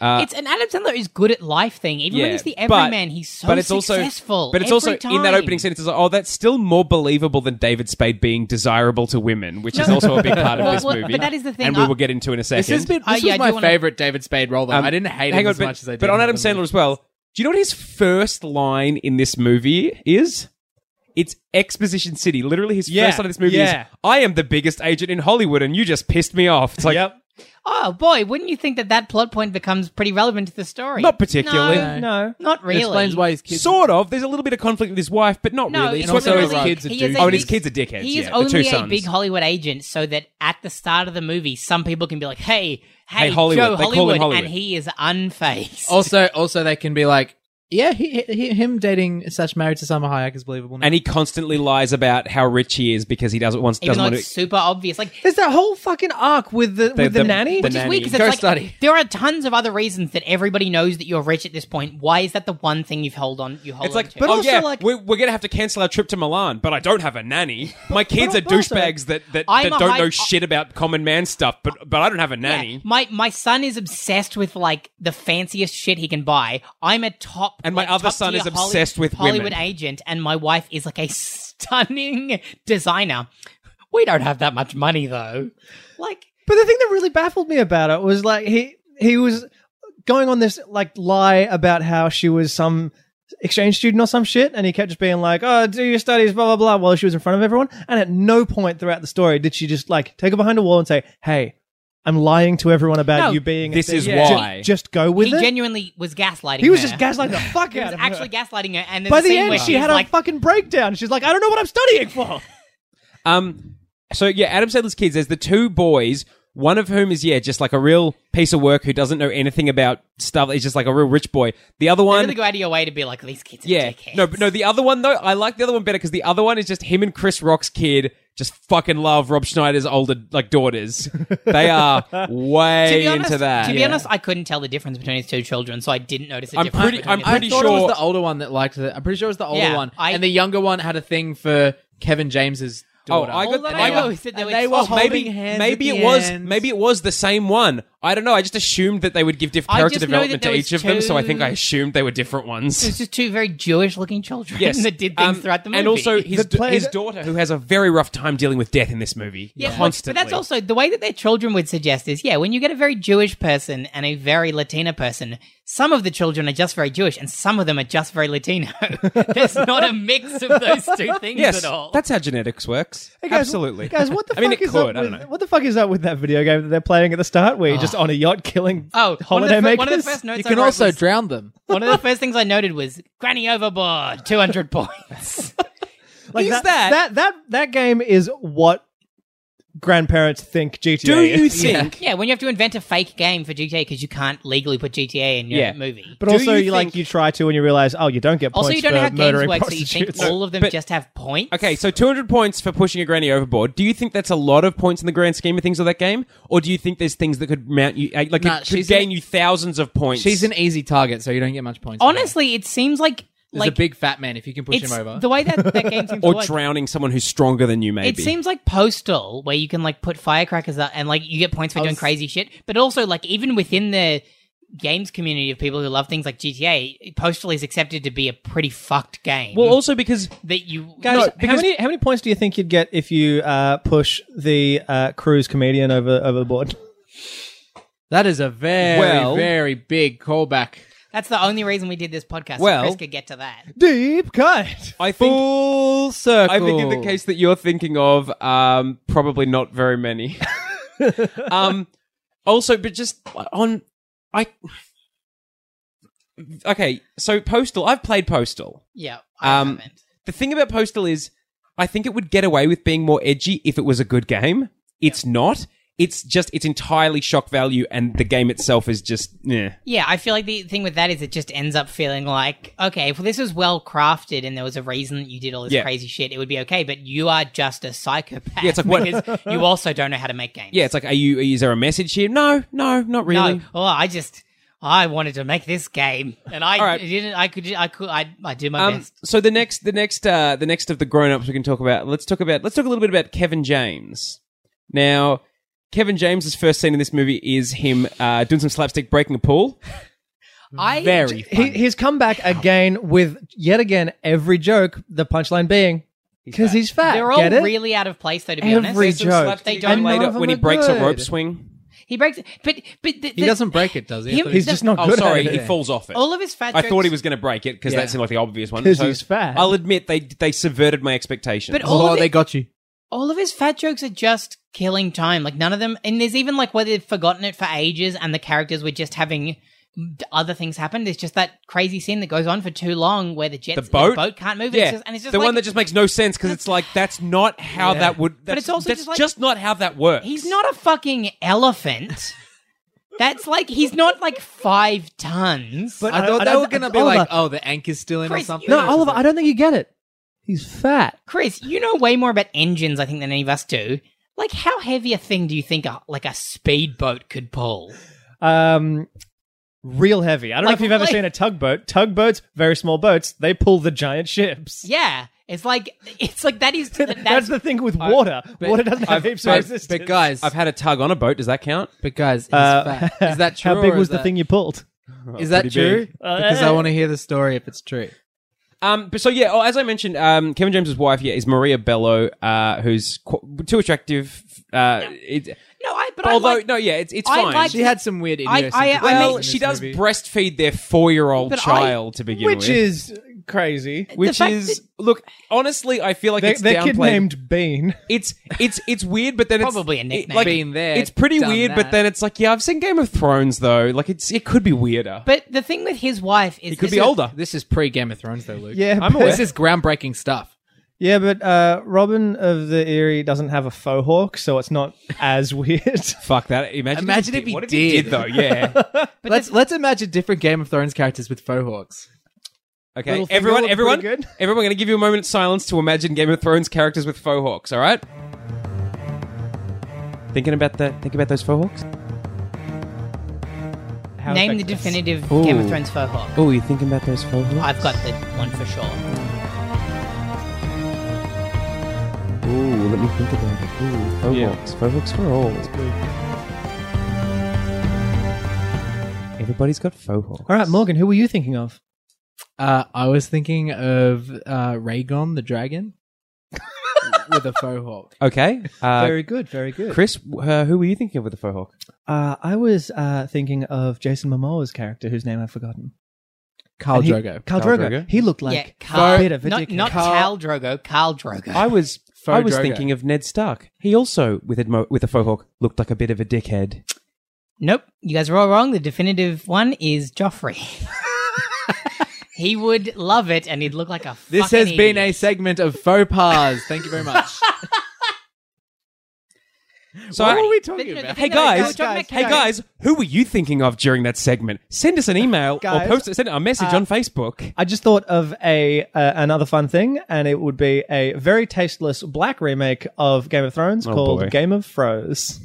Speaker 4: it's an Adam Sandler is good at life thing. Even when
Speaker 3: Uh, Yeah,
Speaker 4: he's the
Speaker 3: but-
Speaker 4: everyman, he's so successful.
Speaker 3: but it's
Speaker 4: every
Speaker 3: also in that
Speaker 4: time.
Speaker 3: opening sentence. It's like, oh, that's still more believable than David Spade being desirable to women, which is also a big part of
Speaker 4: Well,
Speaker 3: this
Speaker 4: well,
Speaker 3: movie.
Speaker 4: but that is the thing.
Speaker 3: and we
Speaker 4: I-
Speaker 3: will get into in a second. Oh,
Speaker 5: This has been this
Speaker 4: Uh, yeah, I do
Speaker 5: was my
Speaker 4: wanna-
Speaker 5: favorite David Spade role though.
Speaker 3: Um,
Speaker 5: I didn't hate
Speaker 3: hang
Speaker 5: him
Speaker 3: on,
Speaker 5: as
Speaker 3: but,
Speaker 5: much as I did.
Speaker 3: But on
Speaker 5: in
Speaker 3: Adam
Speaker 5: other
Speaker 3: Sandler
Speaker 5: movies.
Speaker 3: as well. Do you know what his first line in this movie is? It's Exposition City. Literally, his
Speaker 1: Yeah,
Speaker 3: first line of this movie
Speaker 1: yeah.
Speaker 3: is, "I am the biggest agent in Hollywood, and you just pissed me off." It's like,
Speaker 1: yep.
Speaker 4: Oh boy, wouldn't you think that that plot point becomes pretty relevant to the story?
Speaker 3: not particularly.
Speaker 4: No,
Speaker 1: No.
Speaker 4: not really.
Speaker 5: It explains why his kids.
Speaker 3: Sort of. There's a little bit of conflict with his wife, but not
Speaker 4: No,
Speaker 3: really.
Speaker 4: it's
Speaker 3: It's what-
Speaker 5: also his
Speaker 4: literally-
Speaker 5: kids are
Speaker 4: he is
Speaker 5: douches.
Speaker 4: a-
Speaker 5: Oh,
Speaker 3: and his
Speaker 4: he's-
Speaker 3: kids are dickheads,
Speaker 4: He is
Speaker 3: yeah, the
Speaker 4: only
Speaker 3: two
Speaker 4: a
Speaker 3: sons.
Speaker 4: big Hollywood agent, so that at the start of the movie, some people can be like, "Hey, hey,
Speaker 3: Hollywood. Oh,
Speaker 4: Joe
Speaker 3: They call him
Speaker 4: Hollywood,",
Speaker 3: Hollywood.
Speaker 4: and he is unfaced.
Speaker 5: Also, also they can be like, yeah, he, he, him dating slash married to Salma Hayek is believable. Now.
Speaker 3: And he constantly lies about how rich he is because he doesn't want
Speaker 4: Even
Speaker 3: doesn't
Speaker 4: though
Speaker 3: want
Speaker 4: it's
Speaker 3: to.
Speaker 4: super obvious, like
Speaker 1: There's that whole fucking arc with the, with the, nanny.
Speaker 3: the
Speaker 4: Which is
Speaker 3: nanny.
Speaker 4: weird because
Speaker 5: Go
Speaker 4: it's like
Speaker 5: study.
Speaker 4: there are tons of other reasons that everybody knows that you're rich at this point. Why is that the one thing you've held on? You hold
Speaker 3: It's
Speaker 4: on
Speaker 3: like,
Speaker 4: to?
Speaker 1: but
Speaker 3: oh
Speaker 1: also,
Speaker 3: yeah,
Speaker 1: like-
Speaker 3: we're, we're gonna have to cancel our trip to Milan, but I don't have a nanny. My kids
Speaker 1: but
Speaker 3: are
Speaker 1: also-
Speaker 3: douchebags that that,
Speaker 4: I'm
Speaker 3: that
Speaker 4: a
Speaker 3: don't
Speaker 4: high-
Speaker 3: know shit about common man stuff, but but I don't have a
Speaker 4: Yeah,
Speaker 3: nanny.
Speaker 4: my my son is obsessed with like the fanciest shit he can buy. I'm a top,
Speaker 3: And my
Speaker 4: like,
Speaker 3: other
Speaker 4: top
Speaker 3: son
Speaker 4: tier
Speaker 3: is obsessed with women.
Speaker 4: Hollywood agent, and my wife is like a stunning designer. We don't have that much money though. Like
Speaker 2: But the thing that really baffled me about it was like he he was going on this like lie about how she was some exchange student or some shit, and he kept just being like, "Oh, do your studies, blah blah blah," while she was in front of everyone. And at no point throughout the story did she just like take her behind a wall and say, "Hey, I'm lying to everyone about
Speaker 4: No.
Speaker 2: you being." a
Speaker 3: This
Speaker 2: thing."
Speaker 3: is
Speaker 2: Ju-
Speaker 3: why.
Speaker 2: just go with
Speaker 4: he
Speaker 2: it.
Speaker 4: genuinely was gaslighting.
Speaker 2: he was
Speaker 4: her.
Speaker 2: just gaslighting the fuck
Speaker 4: He was
Speaker 2: out of her.
Speaker 4: actually gaslighting her, and there's
Speaker 2: By
Speaker 4: a
Speaker 2: the
Speaker 4: scene
Speaker 2: end,
Speaker 4: where
Speaker 2: she
Speaker 4: she's
Speaker 2: had
Speaker 4: like,
Speaker 2: a fucking breakdown. She's like, "I don't know what I'm studying for."
Speaker 3: Um, so yeah, Adam Sandler's kids. There's the two boys. One of whom is yeah, just like a real piece of work who doesn't know anything about stuff. He's just like a real rich boy. The other
Speaker 4: "You
Speaker 3: one,
Speaker 4: really go out of your way to be like these kids are
Speaker 3: yeah,
Speaker 4: dickheads."
Speaker 3: no, but no. The other one though, I like the other one better because the other one is just him and Chris Rock's kid. Just fucking love Rob Schneider's older like daughters. They are way
Speaker 4: to be honest,
Speaker 3: into that.
Speaker 4: To be honest, I couldn't tell the difference between his two children, so I didn't notice a
Speaker 3: I'm
Speaker 4: difference.
Speaker 3: pretty-
Speaker 4: between
Speaker 3: I'm
Speaker 4: them.
Speaker 3: pretty
Speaker 5: I thought it
Speaker 3: sure-
Speaker 5: was the older one that liked it. I'm pretty sure it was the older
Speaker 4: Yeah,
Speaker 5: one,
Speaker 4: I-
Speaker 5: and the younger one had a thing for Kevin James's daughter.
Speaker 3: Oh, I got-
Speaker 4: All that
Speaker 3: I
Speaker 4: I
Speaker 3: got-
Speaker 4: know is that they
Speaker 5: and
Speaker 4: were
Speaker 5: they were
Speaker 4: twelve.
Speaker 5: holding
Speaker 3: Oh, maybe
Speaker 5: hands
Speaker 3: maybe
Speaker 5: at
Speaker 3: it
Speaker 5: the
Speaker 3: was
Speaker 5: end.
Speaker 3: maybe it was the same one. I don't know. I just assumed that they would give diff-
Speaker 4: I
Speaker 3: character
Speaker 4: just know
Speaker 3: development
Speaker 4: that there
Speaker 3: to
Speaker 4: was
Speaker 3: each of them, so I think
Speaker 4: two-
Speaker 3: I assumed they were different ones.
Speaker 4: It was just two very Jewish-looking children
Speaker 3: yes,
Speaker 4: that did things
Speaker 3: um,
Speaker 4: throughout the movie.
Speaker 3: and also his
Speaker 2: That played-
Speaker 3: his daughter who has a very rough time dealing with death in this movie.
Speaker 4: yeah, but-
Speaker 3: constantly.
Speaker 4: but that's also the way that their children would suggest is yeah, when you get a very Jewish person and a very Latina person, some of the children are just very Jewish and some of them are just very Latino. There's not a mix of those two things
Speaker 3: yes.
Speaker 4: at all.
Speaker 3: That's how genetics works.
Speaker 2: Hey, guys,
Speaker 3: Absolutely,
Speaker 2: guys. What the
Speaker 3: I mean,
Speaker 2: fuck
Speaker 3: it
Speaker 2: is
Speaker 3: could.
Speaker 2: up
Speaker 3: I don't
Speaker 2: with-
Speaker 3: know.
Speaker 2: What the fuck is up with that video game that they're playing at the start, where you're just on a yacht killing
Speaker 4: Oh, one of,
Speaker 2: holiday
Speaker 4: the, fir- one of the
Speaker 2: makers?
Speaker 4: first notes
Speaker 5: you
Speaker 4: I
Speaker 5: can
Speaker 4: wrote
Speaker 5: also
Speaker 4: was-
Speaker 5: drown them.
Speaker 4: one of the first things I noted was Granny overboard, two hundred points.
Speaker 2: Like
Speaker 3: Is
Speaker 2: that,
Speaker 3: that-
Speaker 2: that that that game is what grandparents think GTA
Speaker 3: Do you
Speaker 2: is.
Speaker 3: think?
Speaker 4: Yeah, when you have to invent a fake game for GTA because you can't legally put GTA in your
Speaker 3: Yeah.
Speaker 4: movie.
Speaker 2: But
Speaker 3: Do
Speaker 2: also,
Speaker 3: you
Speaker 2: you like
Speaker 3: think-
Speaker 2: you try to, and you realize, oh, you don't get points
Speaker 4: also, you don't
Speaker 2: for
Speaker 4: know how games
Speaker 2: murdering
Speaker 4: work, so you think
Speaker 2: prostitutes.
Speaker 4: all of them
Speaker 3: But-
Speaker 4: just have points.
Speaker 3: Okay, so 200 points for pushing a granny overboard. Do you think that's a lot of points in the grand scheme of things of that game, or do you think there's things that could mount you, uh, like
Speaker 5: Nah,
Speaker 3: could, could
Speaker 5: she's
Speaker 3: gain
Speaker 5: an-
Speaker 3: you thousands of points?
Speaker 5: She's an easy target, so you don't get much points. for that.
Speaker 4: Honestly, it seems like
Speaker 5: there's
Speaker 4: like
Speaker 5: a big fat man if you can push
Speaker 4: it's
Speaker 5: him over.
Speaker 4: the way that that game seems to
Speaker 3: or
Speaker 4: work.
Speaker 3: drowning someone who's stronger than you, maybe.
Speaker 4: It seems like Postal, where you can like put firecrackers up and like you get points for
Speaker 3: Oh,
Speaker 4: doing crazy shit. But also, like even within the games community of people who love things like GTA, Postal is accepted to be a pretty fucked game.
Speaker 3: well, also because
Speaker 4: that you
Speaker 2: Guys,
Speaker 4: No,
Speaker 2: how many how many points do you think you'd get if you uh, push the uh, cruise comedian over overboard?
Speaker 5: that is a very
Speaker 3: Well-
Speaker 5: very big callback.
Speaker 4: that's the only reason we did this podcast.
Speaker 3: Well-
Speaker 4: Well, Chris could get to that.
Speaker 2: Deep cut.
Speaker 3: I think
Speaker 5: Full circle.
Speaker 3: I think in the case that you're thinking of, um, probably not very many. um, also, but just on, I. Okay, so Postal. I've played Postal.
Speaker 4: Yeah, I
Speaker 3: Um,
Speaker 4: haven't.
Speaker 3: The thing about Postal is, I think it would get away with being more edgy if it was a good game. It's not. It's just it's entirely shock value, and the game itself is just yeah.
Speaker 4: Yeah, I feel like the thing with that is it just ends up feeling like, okay, if this was well crafted and there was a reason that you did all this
Speaker 3: Yeah.
Speaker 4: crazy shit, it would be okay, but you are just a psychopath.
Speaker 3: Yeah, it's like, what-
Speaker 4: Because you also don't know how to make games.
Speaker 3: Yeah, it's like, are you? Is there a message here? No, no, not
Speaker 4: No,
Speaker 3: really.
Speaker 4: oh, I just, I wanted to make this game and I
Speaker 3: All right.
Speaker 4: didn't, I could, I could, I, I did my
Speaker 3: Um,
Speaker 4: best.
Speaker 3: so the next, the next, uh, the next of the grown-ups we can talk about. Let's talk about. Let's talk a little bit about Kevin James. Now, Kevin James's first scene in this movie is him uh, doing some slapstick, breaking a pool.
Speaker 4: I,
Speaker 5: Very
Speaker 2: He,
Speaker 5: funny.
Speaker 2: he's come back again with yet again every joke. The punchline being because he's fat.
Speaker 4: they're
Speaker 2: Get
Speaker 4: all
Speaker 2: it?
Speaker 4: really out of place though, to be
Speaker 2: every
Speaker 4: honest.
Speaker 3: Some
Speaker 2: joke.
Speaker 3: slapstick
Speaker 4: They don't-
Speaker 3: later
Speaker 2: none of them
Speaker 3: when he
Speaker 2: are
Speaker 3: breaks a
Speaker 2: good.
Speaker 3: rope swing.
Speaker 4: He breaks, but, but, the,
Speaker 5: He doesn't break it, does he? I
Speaker 4: Him-
Speaker 5: thought
Speaker 2: He's
Speaker 4: the-
Speaker 2: just not
Speaker 3: Oh,
Speaker 2: good.
Speaker 3: sorry,
Speaker 2: at
Speaker 3: he
Speaker 2: it.
Speaker 3: falls off it.
Speaker 4: all of his fat
Speaker 3: I thought he
Speaker 4: jokes-
Speaker 3: was going to break it because
Speaker 5: Yeah.
Speaker 3: that seemed like the obvious one.
Speaker 2: 'Cause
Speaker 3: So
Speaker 2: he's fat.
Speaker 3: I'll admit they they subverted my expectation.
Speaker 4: But all
Speaker 5: Oh,
Speaker 4: of it-
Speaker 5: they got you.
Speaker 4: all of his fat jokes are just killing time. Like none of them, and there's even like where they've forgotten it for ages, and the characters were just having d- other things happen. There's just that crazy scene that goes on for too long where the jet,
Speaker 3: The boat?
Speaker 4: can't move.
Speaker 3: yeah,
Speaker 4: It's just, and it's just
Speaker 3: the
Speaker 4: like,
Speaker 3: one that just makes no sense because it's like that's not how that would. That's,
Speaker 4: it's also
Speaker 3: that's
Speaker 4: just like-
Speaker 3: not how that works.
Speaker 4: he's not a fucking elephant. That's like he's not like five tons.
Speaker 5: I
Speaker 1: I-
Speaker 5: thought
Speaker 1: I
Speaker 5: they
Speaker 1: don't-
Speaker 5: were gonna be
Speaker 1: Oliver-
Speaker 5: like, oh, the anchor's still in or
Speaker 4: Chris,
Speaker 5: something.
Speaker 1: No,
Speaker 5: Or
Speaker 1: Oliver,
Speaker 5: something.
Speaker 1: I don't think you get it. He's fat.
Speaker 4: Chris, you know way more about engines, I think, than any of us do. Like, how heavy a thing do you think a, like a speedboat could pull?
Speaker 2: Um, real heavy. I don't know
Speaker 4: Like-
Speaker 2: if you've ever
Speaker 4: like-
Speaker 2: seen a tugboat. Tugboats, very small boats, they pull the giant ships.
Speaker 4: Yeah, it's like it's like that is that's,
Speaker 2: That's, the thing with water.
Speaker 5: but-
Speaker 2: water doesn't have
Speaker 3: I've-
Speaker 2: heaps of
Speaker 3: but-
Speaker 2: resistance.
Speaker 5: But guys,
Speaker 3: I've had a tug on a boat. Does that count?
Speaker 5: but guys, he's
Speaker 2: Uh,
Speaker 5: fat. Is that true?
Speaker 2: How big
Speaker 5: or
Speaker 2: was
Speaker 5: is
Speaker 2: the
Speaker 5: that-
Speaker 2: thing you pulled?
Speaker 5: Is that
Speaker 3: Pretty
Speaker 5: true?
Speaker 3: big.
Speaker 5: Because I want to hear the story if it's true.
Speaker 3: Um, but so yeah, oh, as I mentioned, um, Kevin James's wife yeah is Maria Bello, uh, who's qu- too attractive. Uh, it,
Speaker 4: no, I but
Speaker 3: although
Speaker 4: I like,
Speaker 3: no, yeah, it's it's
Speaker 4: I
Speaker 3: fine.
Speaker 4: like-
Speaker 5: She had some weird
Speaker 4: I-
Speaker 5: idiosyncrasies.
Speaker 4: I
Speaker 3: well,
Speaker 4: mean-
Speaker 3: she does breastfeed their four-year-old
Speaker 4: But I-
Speaker 3: child to begin
Speaker 2: Which
Speaker 3: with,
Speaker 2: is crazy.
Speaker 3: which
Speaker 4: fact
Speaker 3: is look honestly, I feel like
Speaker 2: Their,
Speaker 3: it's
Speaker 2: their kid
Speaker 3: downplayed.
Speaker 2: named Bean.
Speaker 3: it's it's it's weird, but then it's
Speaker 4: Probably a
Speaker 3: it-
Speaker 4: nickname.
Speaker 3: like,
Speaker 5: Been there,
Speaker 3: It's pretty
Speaker 5: done
Speaker 3: weird,
Speaker 5: that.
Speaker 3: but then it's like yeah, I've seen Game of Thrones though. Like it's it could be weirder.
Speaker 4: but the thing with his wife is
Speaker 3: it could
Speaker 4: this
Speaker 3: be
Speaker 4: is-
Speaker 3: older.
Speaker 5: This is pre Game of Thrones, though, Luke.
Speaker 2: Yeah,
Speaker 3: I'm
Speaker 2: but-
Speaker 3: aware.
Speaker 5: This is groundbreaking stuff.
Speaker 2: Yeah, but uh, Robin of the Erie doesn't have a faux hawk, so it's not as weird.
Speaker 3: Fuck that! Imagine,
Speaker 5: Imagine if
Speaker 3: if
Speaker 5: he
Speaker 3: he, what
Speaker 5: did.
Speaker 3: though. Yeah.
Speaker 5: let's let's imagine different Game of Thrones characters with faux hawks.
Speaker 3: Okay,
Speaker 2: Little finger
Speaker 3: everyone,
Speaker 2: looked
Speaker 3: everyone,
Speaker 2: pretty good.
Speaker 3: everyone, going to give you a moment of silence to imagine Game of Thrones characters with faux hawks. All right. Thinking about that. Think about those faux hawks.
Speaker 2: How
Speaker 4: Name the
Speaker 2: effective.
Speaker 4: definitive
Speaker 3: Ooh.
Speaker 4: Game of Thrones faux hawk.
Speaker 3: Oh, you thinking about those faux hawks?
Speaker 4: I've got the one for sure.
Speaker 3: Ooh, let me think about it. Ooh, faux hawks. Faux hawks for all. Everybody's got faux hawks.
Speaker 2: All right, Morgan, who were you thinking of?
Speaker 5: Uh, I was thinking of uh, Rhaegon the dragon with a faux hawk.
Speaker 3: Okay. Uh,
Speaker 2: very good, very good.
Speaker 3: Chris, uh, who were you thinking of with the faux hawk?
Speaker 2: Uh, I was uh, thinking of Jason Momoa's character, whose name I've forgotten.
Speaker 5: Khal
Speaker 2: And he-
Speaker 5: Drogo.
Speaker 2: Khal
Speaker 3: Khal
Speaker 2: Drogo.
Speaker 3: Drogo.
Speaker 2: He looked
Speaker 4: yeah,
Speaker 2: like
Speaker 4: Carl,
Speaker 2: a bit of a
Speaker 4: not
Speaker 2: dickhead.
Speaker 4: not Cal Drogo, Carl Drogo.
Speaker 3: I was.
Speaker 5: Faux
Speaker 3: I was
Speaker 5: Drogo.
Speaker 3: thinking of Ned Stark. He also, with a, mo- with a faux hawk, looked like a bit of a dickhead.
Speaker 4: Nope, you guys are all wrong. The definitive one is Joffrey. he would love it, and he'd look like a.
Speaker 5: This
Speaker 4: fucking
Speaker 5: has been a
Speaker 4: idiot.
Speaker 5: segment of faux pas. Thank you very much.
Speaker 3: So
Speaker 5: what were we
Speaker 4: But,
Speaker 5: talking
Speaker 4: no, the
Speaker 5: about?
Speaker 4: thing
Speaker 3: Hey,
Speaker 4: that I-
Speaker 3: guys.
Speaker 4: we're talking about
Speaker 3: Hey
Speaker 4: characters.
Speaker 3: guys, who were you thinking of during that segment? Send us an email
Speaker 2: Guys,
Speaker 3: or post send a message on Facebook.
Speaker 2: I just thought of a uh, another fun thing, and it would be a very tasteless black remake of Game of Thrones
Speaker 3: Oh,
Speaker 2: called
Speaker 3: boy.
Speaker 2: Game of Froze.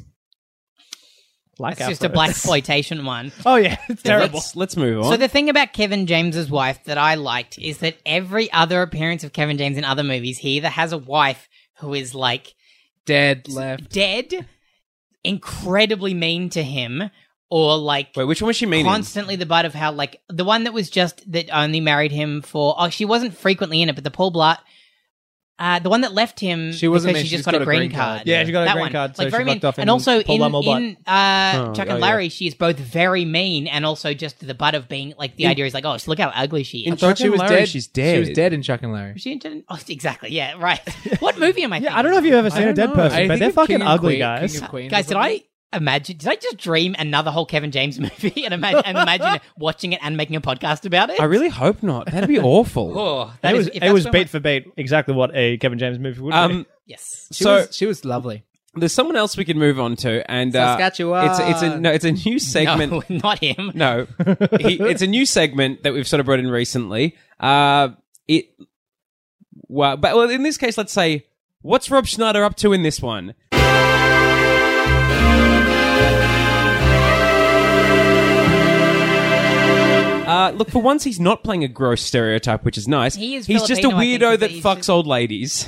Speaker 2: Like
Speaker 4: It's
Speaker 2: our
Speaker 4: just a
Speaker 2: Froze.
Speaker 4: black exploitation one.
Speaker 2: Oh yeah, it's terrible.
Speaker 3: Let's, let's move on.
Speaker 4: So the thing about Kevin James's wife that I liked is that every other appearance of Kevin James in other movies, he either has a wife who is like
Speaker 5: Dead left.
Speaker 4: dead, incredibly mean to him, or like
Speaker 3: Wait, which one was she meaning?
Speaker 4: constantly the butt of how like the one that was just that only married him for oh she wasn't frequently in it, but the Paul Blart. Uh, the one that left him
Speaker 5: She wasn't
Speaker 4: because
Speaker 5: mean,
Speaker 4: she just got, a green card.
Speaker 2: Yeah, she got a
Speaker 4: That
Speaker 2: green
Speaker 4: one.
Speaker 2: card, so
Speaker 4: like very
Speaker 2: she
Speaker 4: mean.
Speaker 2: fucked off
Speaker 4: and
Speaker 2: and
Speaker 4: also
Speaker 2: Paul
Speaker 4: in,
Speaker 2: Lamar Blatt.
Speaker 4: in uh,
Speaker 3: Oh,
Speaker 4: Chuck
Speaker 3: oh,
Speaker 4: and
Speaker 3: yeah.
Speaker 4: Larry, she is both very mean and also just the butt of being like the idea is like oh look how ugly she
Speaker 3: In
Speaker 4: is.
Speaker 5: I thought
Speaker 3: Chuck
Speaker 5: she
Speaker 3: and
Speaker 5: was
Speaker 3: Larry,
Speaker 5: dead.
Speaker 3: she's
Speaker 5: She was
Speaker 3: dead.
Speaker 5: dead in Chuck and Larry.
Speaker 4: Was she in- oh, exactly. Yeah, right. what movie am I?
Speaker 2: yeah, I don't know if you've ever seen a
Speaker 3: don't
Speaker 2: dead
Speaker 3: know.
Speaker 2: person,
Speaker 5: I
Speaker 2: but
Speaker 5: think
Speaker 2: they're
Speaker 5: of King
Speaker 2: fucking
Speaker 5: and
Speaker 2: ugly,
Speaker 5: Queen-
Speaker 2: guys.
Speaker 5: King of Queens or
Speaker 4: guys did
Speaker 5: something.
Speaker 4: i imagine did i just dream another whole kevin james movie and imagine, and imagine watching it and making a podcast about it
Speaker 3: I really hope not. That'd be awful.
Speaker 4: oh,
Speaker 2: It
Speaker 4: that is-
Speaker 2: was
Speaker 4: if
Speaker 2: it
Speaker 4: that's
Speaker 2: was
Speaker 4: where
Speaker 2: beat
Speaker 4: my-
Speaker 2: for beat exactly what a Kevin James movie would be.
Speaker 3: Um,
Speaker 4: yes
Speaker 5: She
Speaker 3: so
Speaker 5: was, she was lovely.
Speaker 3: there's someone else we can move on to, and uh,
Speaker 5: Saskatchewan.
Speaker 3: It's a, it's a no, it's a new segment.
Speaker 4: no, not him
Speaker 3: No, he, it's a new segment that we've sort of brought in recently. Uh, it well, but well, in this case, let's say what's Rob Schneider up to in this one? Uh, look, for once, he's not playing a gross stereotype, which is nice.
Speaker 4: He is
Speaker 3: he's just a
Speaker 4: Filipino, I think,
Speaker 3: weirdo
Speaker 4: but
Speaker 3: that
Speaker 4: he's
Speaker 3: fucks
Speaker 4: just-
Speaker 3: old ladies.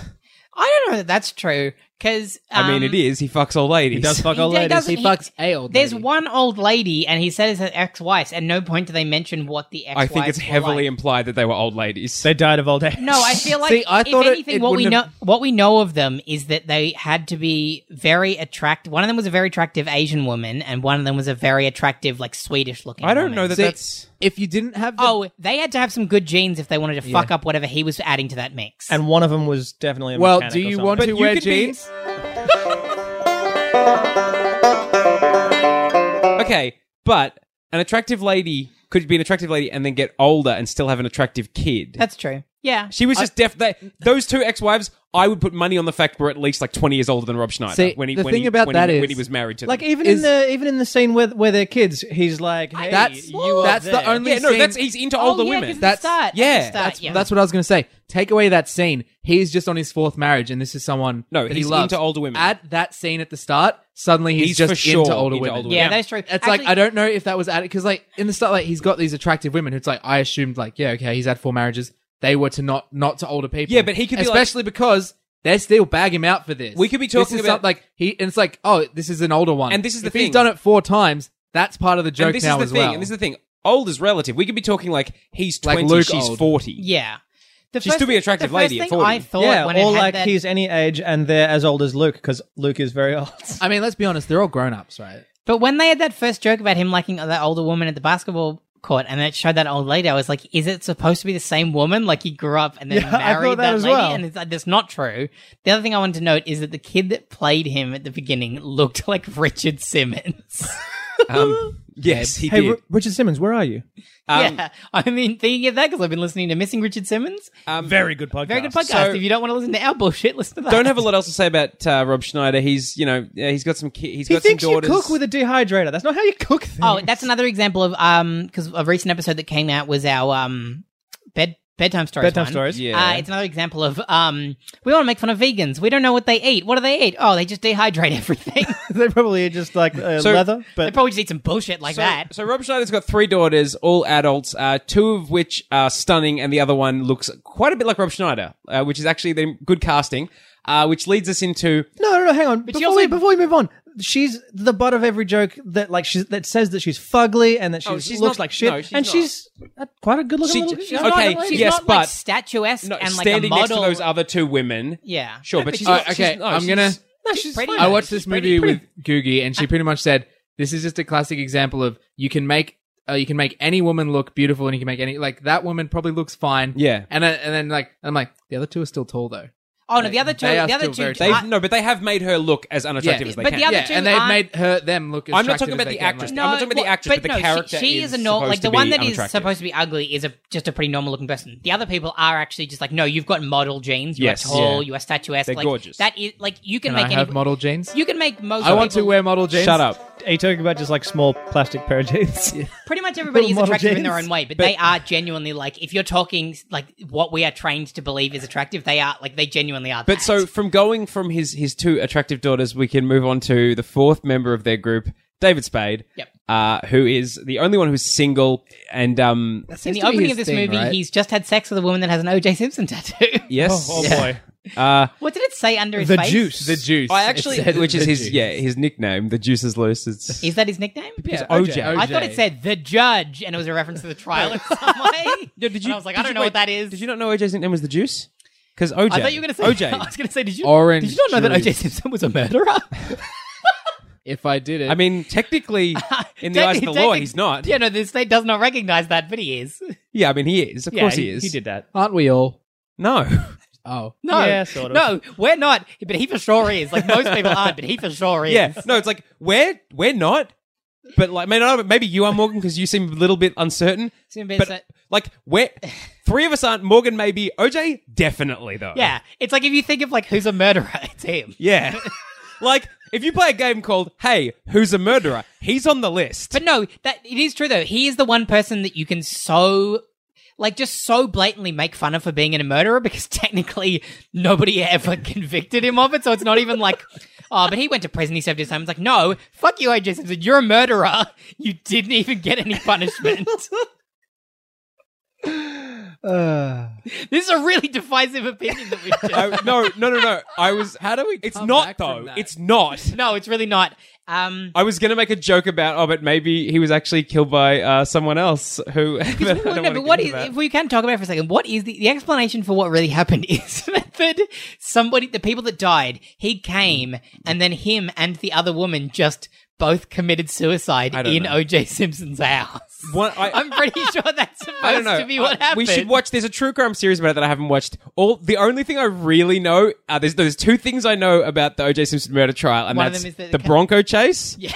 Speaker 4: i don't know that that's true because
Speaker 3: I mean,
Speaker 4: Um,
Speaker 3: it is. He fucks old ladies.
Speaker 2: he does fuck
Speaker 4: he
Speaker 2: old ladies.
Speaker 4: doesn't-
Speaker 5: He fucks a old
Speaker 4: there's
Speaker 5: lady.
Speaker 4: one old lady and he says it's ex-wife and no point do they mention what the ex
Speaker 3: I think it's heavily implied that they were old ladies.
Speaker 2: They died of old age.
Speaker 4: No, I feel like
Speaker 5: See, I
Speaker 4: if
Speaker 5: thought it-
Speaker 4: anything,
Speaker 5: it
Speaker 4: what we
Speaker 5: wouldn't
Speaker 4: know
Speaker 5: have-
Speaker 4: what we know of them is that they had to be very attractive. One of them was a very attractive Asian woman, and one of them was a very attractive, like Swedish looking.
Speaker 3: I don't know that
Speaker 5: See,
Speaker 3: that's.
Speaker 5: If you didn't have the
Speaker 4: Oh, they had to have some good genes if they wanted to fuck up whatever he was adding to that mix.
Speaker 2: and one of them was definitely a
Speaker 5: Well,
Speaker 2: mechanic
Speaker 5: do
Speaker 2: or
Speaker 5: you
Speaker 2: something.
Speaker 5: want
Speaker 3: But
Speaker 5: to
Speaker 3: you
Speaker 5: wear
Speaker 3: could be-
Speaker 5: jeans? Oh.
Speaker 3: Okay, but an attractive lady could be an attractive lady and then get older and still have an attractive kid.
Speaker 4: that's true. Yeah.
Speaker 3: She was just deaf. They, those two ex-wives, I would put money on the fact were at least like twenty years older than Rob Schneider
Speaker 5: See,
Speaker 3: when he
Speaker 5: the
Speaker 3: when
Speaker 5: thing
Speaker 3: he,
Speaker 5: about
Speaker 3: when
Speaker 5: that
Speaker 3: he,
Speaker 5: is,
Speaker 3: when he was married to
Speaker 2: Like
Speaker 3: them.
Speaker 2: even in
Speaker 5: Is-
Speaker 2: the even in the scene where where they're kids, he's like, hey,
Speaker 5: That's-
Speaker 2: you are
Speaker 5: that's the
Speaker 2: there.
Speaker 5: only-
Speaker 3: yeah, no,
Speaker 5: scene-
Speaker 3: that's he's into older
Speaker 4: oh, yeah, 'cause
Speaker 3: women.
Speaker 4: at the
Speaker 5: That's-
Speaker 4: start, at the
Speaker 3: yeah,
Speaker 4: start,
Speaker 5: That's
Speaker 4: yeah.
Speaker 5: that's what I was going to say. Take away that scene. He's just on his fourth marriage, and this is someone
Speaker 3: No,
Speaker 5: that
Speaker 3: he's
Speaker 5: he loves.
Speaker 3: into older women.
Speaker 5: At that scene at the start, suddenly he's,
Speaker 3: He's
Speaker 5: just
Speaker 3: for sure
Speaker 5: into older
Speaker 3: into
Speaker 5: women.
Speaker 3: older
Speaker 4: yeah,
Speaker 3: Yeah.
Speaker 4: that's true.
Speaker 5: It's like I don't know if that was at because like in the start, like he's got these attractive women. who It's like I assumed like yeah, okay, he's had four marriages. They were to not not to older people.
Speaker 3: Yeah, but he could be like-
Speaker 5: especially because they still bag him out for this.
Speaker 3: We could be
Speaker 5: This
Speaker 3: talking
Speaker 5: is
Speaker 3: about-
Speaker 5: some- like he and it's like oh, this is an older one.
Speaker 3: And this is the
Speaker 5: if
Speaker 3: thing.
Speaker 5: he's done it four times. That's part of the joke
Speaker 3: and this
Speaker 5: now
Speaker 3: is the
Speaker 5: as
Speaker 3: thing.
Speaker 5: well.
Speaker 3: And this is the thing. Old is relative. We could be talking like he's
Speaker 5: Like
Speaker 3: twenty,
Speaker 5: Luke
Speaker 3: she's
Speaker 5: old.
Speaker 3: forty.
Speaker 4: Yeah. The
Speaker 3: She'd still be an attractive
Speaker 4: the first
Speaker 3: lady at
Speaker 4: thing
Speaker 3: 40.
Speaker 4: I thought
Speaker 2: yeah,
Speaker 4: when it
Speaker 2: or
Speaker 4: had
Speaker 2: like
Speaker 4: that,
Speaker 2: he's any age and they're as old as Luke because Luke is very old.
Speaker 5: I mean, let's be honest. They're all grown ups, right?
Speaker 4: But when they had that first joke about him liking that older woman at the basketball court, and it showed that old lady, I was like, "Is it supposed to be the same woman? Like he grew up and then
Speaker 2: Yeah, I
Speaker 4: married
Speaker 2: thought that as
Speaker 4: lady?"
Speaker 2: well.
Speaker 4: And it's, like, that's not true. The other thing I wanted to note is that the kid that played him at the beginning looked like Richard Simmons.
Speaker 3: Um, yes, he
Speaker 2: hey,
Speaker 3: did.
Speaker 2: R- Richard Simmons, where are you?
Speaker 3: Um,
Speaker 4: yeah, I mean, thinking of that because I've been listening to Missing Richard Simmons.
Speaker 2: Very good podcast.
Speaker 4: Very good podcast. if you don't want to listen to our bullshit, listen to that.
Speaker 3: Don't have a lot else to say about uh, Rob Schneider. He's you know uh, he's got some ki- he's
Speaker 2: He
Speaker 3: got
Speaker 2: thinks
Speaker 3: some
Speaker 2: you
Speaker 3: daughters.
Speaker 2: cook with a dehydrator. That's not how you cook things.
Speaker 4: Oh, that's another example of um because a recent episode that came out was our um bed bedtime stories.
Speaker 2: Bedtime
Speaker 4: one.
Speaker 2: stories.
Speaker 3: Yeah.
Speaker 4: Uh, it's another example of um we want to make fun of vegans. We don't know what they eat. What do they eat? Oh, they just dehydrate everything.
Speaker 2: they probably are just like uh,
Speaker 3: So-
Speaker 2: leather,
Speaker 4: they
Speaker 2: but
Speaker 4: probably just eat some bullshit like
Speaker 3: so,
Speaker 4: that.
Speaker 3: so Rob Schneider's got three daughters, all adults, uh, two of which are stunning, and the other one looks quite a bit like Rob Schneider, uh, which is actually the good casting. Uh, which leads us into
Speaker 2: no, no, no. Hang on.
Speaker 4: she
Speaker 2: Before, we,
Speaker 4: also-
Speaker 2: before we move on, she's the butt of every joke that like she's that says that she's fugly and that she
Speaker 3: Oh, she's
Speaker 2: looks
Speaker 3: not-
Speaker 2: like shit,
Speaker 3: no, she's
Speaker 2: and
Speaker 3: not.
Speaker 2: she's uh, quite a good looking
Speaker 3: She-
Speaker 2: little. girl.
Speaker 3: she's
Speaker 2: a
Speaker 3: okay,
Speaker 2: good lady.
Speaker 4: she's
Speaker 3: yes,
Speaker 4: not like
Speaker 3: but-
Speaker 4: statuesque
Speaker 3: no,
Speaker 4: and like a
Speaker 3: standing
Speaker 4: model.
Speaker 3: next to those other two women.
Speaker 4: yeah,
Speaker 3: Sure,
Speaker 4: No,
Speaker 3: but she's
Speaker 5: All
Speaker 3: not-
Speaker 5: right, okay,
Speaker 3: she's- no,
Speaker 5: I'm
Speaker 3: she's-
Speaker 5: gonna.
Speaker 2: No, she's
Speaker 4: pretty
Speaker 2: fine.
Speaker 4: nice.
Speaker 5: I watched this
Speaker 4: She's pretty
Speaker 5: movie with Googie, and she pretty much said, "This is just a classic example of you can make uh, you can make any woman look beautiful, and you can make any like that woman probably looks fine."
Speaker 3: Yeah.
Speaker 5: and then, and then like I'm like the other two are still tall though.
Speaker 4: Oh no, the other two,
Speaker 5: They
Speaker 4: the
Speaker 5: are
Speaker 4: other
Speaker 5: still
Speaker 4: two,
Speaker 5: very-
Speaker 3: They've,
Speaker 4: uh,
Speaker 3: no, but they have made her look as unattractive
Speaker 5: Yeah.
Speaker 3: as they
Speaker 4: But
Speaker 3: can.
Speaker 4: the other
Speaker 5: yeah,
Speaker 4: two
Speaker 5: and they've
Speaker 4: aren't-
Speaker 5: made her them look. As
Speaker 3: I'm not talking
Speaker 5: attractive
Speaker 3: about
Speaker 5: as
Speaker 3: the
Speaker 5: they can,
Speaker 3: actress.
Speaker 5: like-
Speaker 3: I'm not talking about the
Speaker 4: well,
Speaker 3: actress, but the
Speaker 4: no, she-
Speaker 3: character
Speaker 4: She,
Speaker 3: is
Speaker 4: a normal,
Speaker 3: supposed
Speaker 4: like the
Speaker 3: to be
Speaker 4: one that is
Speaker 3: unattractive.
Speaker 4: supposed to be ugly is a, just a pretty normal looking person. The other people are actually just like, no, you've got model genes. You
Speaker 3: Yes.
Speaker 4: are tall.
Speaker 3: Yeah.
Speaker 4: You are statuesque.
Speaker 3: They're
Speaker 4: like,
Speaker 3: gorgeous.
Speaker 4: That is like you can,
Speaker 5: Can
Speaker 4: make
Speaker 5: I
Speaker 4: any.
Speaker 5: have model jeans?
Speaker 4: you can make most.
Speaker 5: I want to
Speaker 4: people-
Speaker 5: wear model jeans.
Speaker 3: Shut up.
Speaker 2: Are you talking about just like small plastic pair of jeans?
Speaker 4: Pretty much everybody
Speaker 2: Little
Speaker 4: is
Speaker 2: model
Speaker 4: attractive in their
Speaker 2: jeans.
Speaker 4: own way, but, they are genuinely like if you're talking like what we are trained to believe is attractive, they are like they genuinely are.
Speaker 3: But
Speaker 4: that.
Speaker 3: so from going from his his two attractive daughters, we can move on to the fourth member of their group, David Spade.
Speaker 4: Yep.
Speaker 3: Uh, who is the only one who's single and um
Speaker 4: in the opening of this movie, he's just had sex with a woman that has an O.J. Simpson tattoo.
Speaker 3: yes.
Speaker 2: Oh boy.
Speaker 4: what did it say under his
Speaker 2: The
Speaker 4: face?
Speaker 2: juice.
Speaker 5: the juice.
Speaker 3: I actually
Speaker 5: It said
Speaker 3: which is
Speaker 5: the
Speaker 3: his
Speaker 5: juice.
Speaker 3: yeah, his nickname, the juice is loose. It's
Speaker 4: Is that his nickname?
Speaker 3: it's
Speaker 2: OJ.
Speaker 3: OJ.
Speaker 4: I thought it
Speaker 5: OJ.
Speaker 4: said the judge, and it was a reference to the trial in some way.
Speaker 3: Yeah, did
Speaker 4: And
Speaker 3: you-
Speaker 4: I was like,
Speaker 3: did
Speaker 4: I don't
Speaker 3: you-
Speaker 4: know
Speaker 3: wait,
Speaker 4: what that is.
Speaker 3: Did you not know OJ's nickname was the juice? Because OJ
Speaker 4: I thought you were going to say. Oh.
Speaker 3: OJ.
Speaker 4: I was going to say, did you?
Speaker 5: Orange
Speaker 4: Did you not know that O.J.
Speaker 5: juice.
Speaker 4: Simpson was a murderer?
Speaker 5: If I did it,
Speaker 3: I mean, technically, in the eyes of the law, he's not.
Speaker 4: Yeah, no, the state does not recognize that, but he is.
Speaker 3: Yeah, I mean, he is. Of
Speaker 2: Yeah,
Speaker 3: course, he,
Speaker 2: he,
Speaker 3: is.
Speaker 2: He did that.
Speaker 5: aren't we all?
Speaker 3: No,
Speaker 5: Oh,
Speaker 4: No,
Speaker 2: Yeah, sort of.
Speaker 4: no, we're not. But he for sure is. Like most people aren't, but he for sure is.
Speaker 3: yeah, no. It's like we're we're not, but like maybe, not, maybe you are Morgan because you seem a little bit uncertain.
Speaker 4: Seem a bit
Speaker 3: but
Speaker 4: uncer-
Speaker 3: like we're three of us aren't. Morgan maybe. OJ definitely though.
Speaker 4: Yeah, it's like if you think of like who's a murderer, it's him.
Speaker 3: yeah. like if you play a game called Hey, who's a murderer? He's on the list.
Speaker 4: But no, that it is true though. He is the one person that you can so like just so blatantly make fun of for being a murderer because technically nobody ever convicted him of it. So it's not even like oh, but he went to prison, he served his time. It's like, no, fuck you, AJ Simpson, you're a murderer. You didn't even get any punishment. this is a really divisive opinion that we've just
Speaker 3: I, no, no, no, no. I was.
Speaker 5: How do we
Speaker 3: It's
Speaker 5: come
Speaker 3: not
Speaker 5: back from
Speaker 3: though.
Speaker 5: that?
Speaker 3: It's not.
Speaker 4: No, it's really not. Um
Speaker 3: I was gonna make a joke about oh, but maybe he was actually killed by uh, someone else who. but I don't
Speaker 4: Well, no,
Speaker 3: wanna
Speaker 4: but
Speaker 3: get
Speaker 4: what
Speaker 3: into
Speaker 4: is
Speaker 3: that.
Speaker 4: if we can talk about it for a second? What is the, the explanation for what really happened? Is that somebody, the people that died, he came, and then him and the other woman just both committed suicide
Speaker 3: I don't
Speaker 4: in
Speaker 3: know.
Speaker 4: OJ Simpson's house.
Speaker 3: One- I-
Speaker 4: I'm pretty sure that's supposed
Speaker 3: I don't know.
Speaker 4: to be what
Speaker 3: I-
Speaker 4: happened.
Speaker 3: we should watch. There's a true crime series about it that I haven't watched. All the only thing I really know uh, there's there's two things I know about the O.J. Simpson murder trial, and
Speaker 4: One of
Speaker 3: that's
Speaker 4: them is that
Speaker 3: the
Speaker 4: it ca-
Speaker 3: Bronco chase
Speaker 4: Yeah.